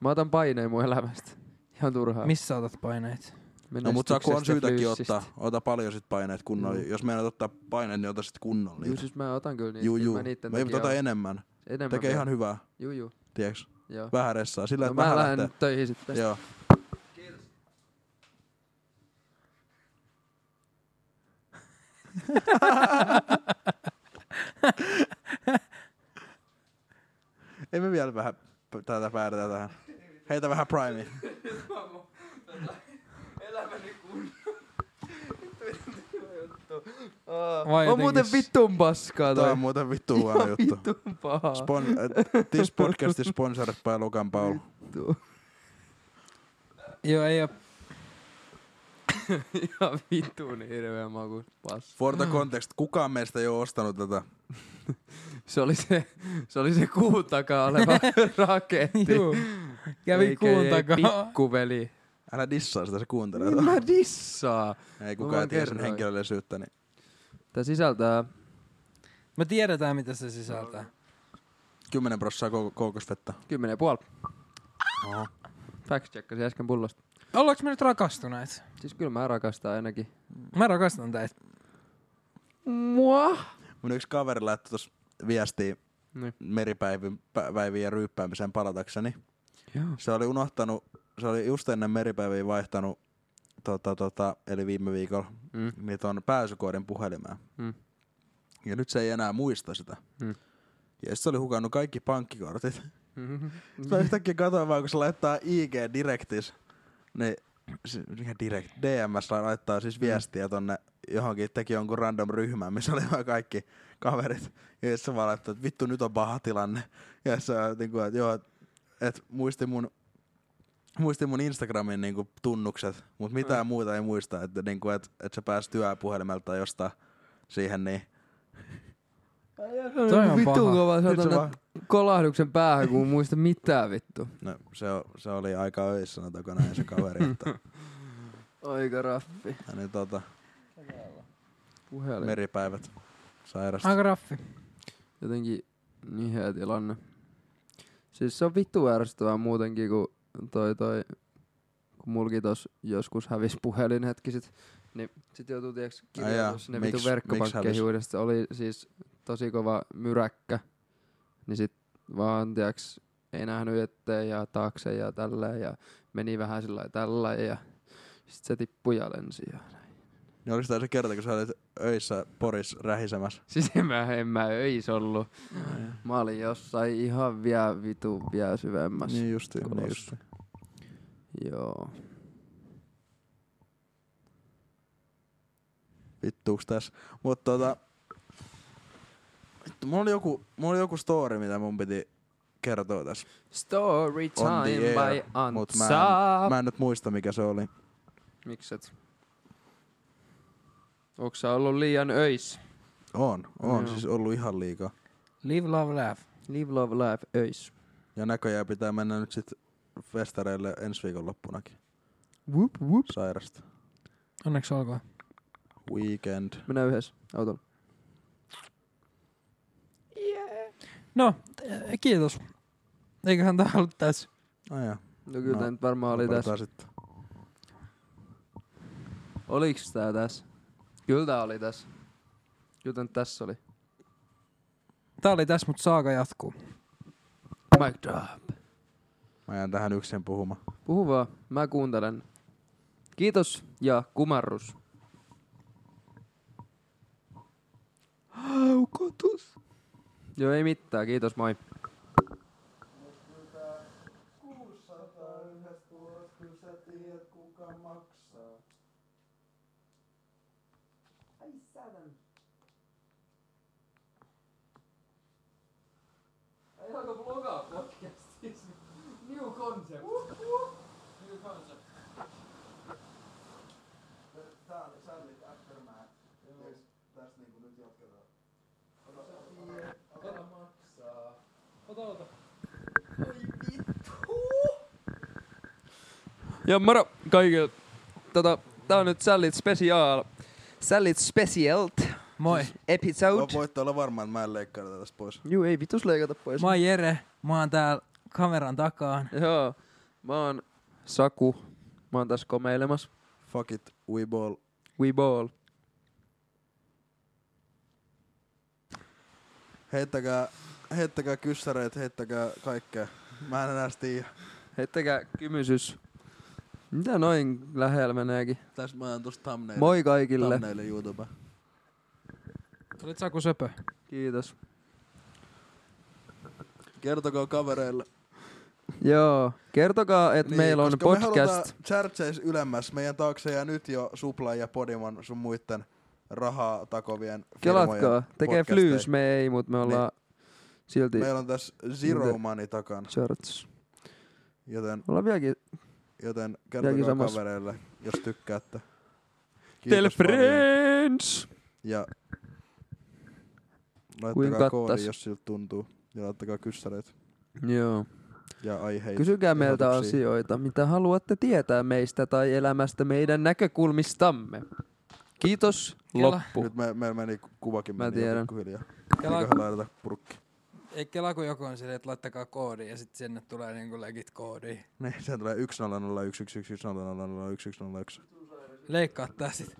B: Mä otan paineen mun elämästä. Ihan turhaa.
A: Missä otat paineet?
D: No mut Saku on
B: Menestyksestä,
D: syytäkin
B: flyyssistä.
D: ottaa. Ota paljon sit paineet kunnolla.
B: Mm.
D: Jos meinaat ottaa paineet, niin ota sit kunnolla
B: Juu,
D: niitä.
B: siis mä otan kyllä niitä.
D: Juu, juu.
B: Mä niitten
D: Mä ei
B: takia
D: tota
B: oon-
D: enemmän.
B: enemmän.
D: Tekee
B: vielä.
D: ihan hyvää,
B: Juu, juu.
D: tiiäks?
B: Joo.
D: Vähän ressaa. Sillä,
B: No,
D: että vähän
B: mä lähden
D: lähtee.
B: nyt töihin sitten.
D: Joo. Ei me vielä vähän p- tätä päädytä tähän. Heitä vähän primea.
B: Elämäni kunnon.
A: Vai
D: niinku
B: Vai on muuten
A: jotenkin s-
B: vittun paskaa
D: Tää
B: toi.
D: on muuten vittu huono juttu.
B: Vittun paha.
D: Spon, äh, this podcast is sponsored by Lukan Paul.
B: Vittu.
A: Joo, ei oo.
B: Ihan vittuun hirveä maku. Pas.
D: For the context, kukaan meistä ei ole ostanut tätä.
B: Se oli se, se oli se kuun takaa oleva raketti.
A: Juu. Kävi
B: Eikä-
A: kuun
B: ei,
A: takaa.
B: Pikkuveli.
D: Älä dissaa sitä, se kuuntelee.
B: Niin mä dissaan.
D: tätä. Ei
B: mä
D: kukaan
B: vaan
D: tiedä sen
B: kerroin.
D: henkilöllisyyttä, niin
B: Tää sisältää
A: Me tiedetään mitä se sisältää.
D: 10 prossaa koko- koukosvettä.
B: 10,5. Fact checkasi äsken pullosta.
A: Ollaanko me nyt rakastuneet?
B: Siis kyllä mä rakastan ainakin.
A: Mä rakastan teitä.
B: Mua?
D: Mun yksi kaveri laittoi tuossa viestiä
B: Niin.
D: meripäivien ja ryyppäämiseen palatakseni.
B: Joo.
D: Se oli unohtanut, se oli just ennen meripäiviä vaihtanut, tota, tota, eli viime viikolla,
B: Mm.
D: niin ton pääsykoodin puhelimeen.
B: Mm.
D: Ja nyt se ei enää muista sitä.
B: Mm.
D: Ja sit se oli hukannut kaikki pankkikortit.
B: Mhm.
D: Mä yhtäkkiä katsoin vaan, kun se laittaa IG Directis, niin se- mikä direct, DMS laittaa siis viestiä tonne johonkin, teki jonkun random ryhmän, missä oli vaan kaikki kaverit. Ja se vaan laittoi, että vittu nyt on paha tilanne. Ja se on niinku, että joo, että muisti mun muisti mun Instagramin niinku tunnukset, mutta mitään muuta ei muista, että, niinku, että, että sä pääsit työpuhelimelta tai jostain siihen, niin
A: Toi on
B: vittu
A: paha.
B: kova
D: Nyt se
B: satana
D: vaan-
B: kolahduksen päähän, kun en muista mitään vittu.
D: no, se, o- se oli aika öissä, sanotaanko näin se kaveri, että,
B: Aika raffi.
D: niin, tota,
B: Puhelin.
D: meripäivät sairasta.
A: Aika raffi.
B: Jotenkin niin hyvä tilanne. Siis se on vittu ärsyttävää muutenkin, kun toi toi, kun mulki tos joskus hävis puhelin hetki sit, niin sit joutuu tiiäks
D: jaa,
B: kirjautua sinne vittu
D: miksi- miksi hävis?
B: verkkopankkeihin uudestaan. Oli siis tosi kova myräkkä, niin sit vaan tiiäks ei nähnyt eteen ja taakse ja tälleen ja meni vähän sillä lailla tällä lailla ja sit se tippui ja lensi ja näin.
D: Niin oliko tämä se kerta, kun sä olit öissä Porissa rähisemässä?
B: Siis en mä, en mä öis ollut. Mä olin jossain ihan vielä vitu vielä syvemmässä.
D: Niin justiin, niin
B: Kolossa.
D: justiin.
B: Joo.
D: Vittuuks tässä. Mutta tota... Vittu, mulla oli, joku, mulla oli joku story, mitä mun piti kertoa tässä.
B: Story
D: On the
B: time
D: air,
B: by
D: Mut mä en,
B: Antsa.
D: mä en nyt muista, mikä se oli.
B: Mikset? Onks sä ollut liian öis?
D: On, on.
B: Joo.
D: Siis ollut ihan liikaa.
A: Live, love, laugh.
B: Live love life öis.
D: Ja näköjään pitää mennä nyt sit festareille ensi viikon loppunakin.
B: Whoop whoop.
D: Sairasta.
A: Onneksi olkoon.
D: Weekend.
B: Mennään yhdessä autolla.
A: No, äh, kiitos. Eiköhän tää ollut tässä.
D: Ai joo.
B: No kyllä
D: No,
B: tää nyt varmaan oli tässä.
D: lopetetaan Sitten.
B: Oliks tää tässä? Kyllä tää oli tässä. Kyllä tää nyt tässä oli.
A: Tää oli tässä, mutta saaga jatkuu.
B: Mic drop.
D: Mä jään tähän yksin puhumaan.
B: Puhu vaan, mä kuuntelen. Kiitos ja kumarrus. Haukotus. Joo, ei mitään, kiitos, moi. Ja moro kaikille. Tota, tää on nyt Sällit Special. Sällit Specialt
A: Moi.
B: episode.
D: Voitte olla varma, että mä en leikkaa tätä tästä pois.
B: Juu, ei vitus leikata pois.
A: Mä oon Jere. Mä oon täällä kameran takaan.
B: Joo, mä oon Saku. Mä oon tässä komeilemassa.
D: Fuck it, we ball.
B: We ball.
D: Heittäkää, heittäkää kyssäreet, heittäkää kaikkea. Mä en enää tiedä.
B: Heittäkää kymysys. Mitä noin lähellä meneekin?
D: Tässä mä oon tuossa thumbnail.
B: Moi kaikille.
D: Thumbnail YouTube.
A: Olit Saku Söpö.
B: Kiitos.
D: Kertokaa kavereille.
B: Joo, kertokaa, että niin, meillä on
D: koska Me halutaan
B: podcast.
D: Churches ylemmäs. Meidän taakse ja nyt jo Supla ja Podimon sun muitten rahaa takovien
B: Kelatkaa, tekee
D: podcasteja. Niin.
B: flyys, me ei, mutta me ollaan silti
D: Meillä on tässä Zero
B: Miten?
D: Money takana,
B: charts.
D: joten,
B: Ollaan vieläkin
D: joten
B: Jääkin
D: kertokaa
B: samassa.
D: kavereille, jos tykkäätte.
B: Tell
D: Kiitos paljon.
B: friends!
D: Ja
B: Kuinka
D: laittakaa koodi,
B: kattas?
D: jos siltä tuntuu. Ja laittakaa kyssäreet
B: Joo.
D: ja aiheita.
B: Kysykää meiltä
D: ehdotuksia.
B: asioita, mitä haluatte tietää meistä tai elämästä meidän näkökulmistamme. Kiitos,
A: Kela.
B: loppu.
D: Nyt me, me meni ku- kuvakin
B: Mä
D: meni jo
B: tiedän.
D: pikkuhiljaa.
A: Kela,
D: Eiköhän laiteta purkki.
A: ei kelaa kun joku on silleen, että laittakaa koodi ja sitten sinne tulee niinku legit koodi.
D: Niin, sehän tulee 1001111011101.
A: Leikkaa tää sit.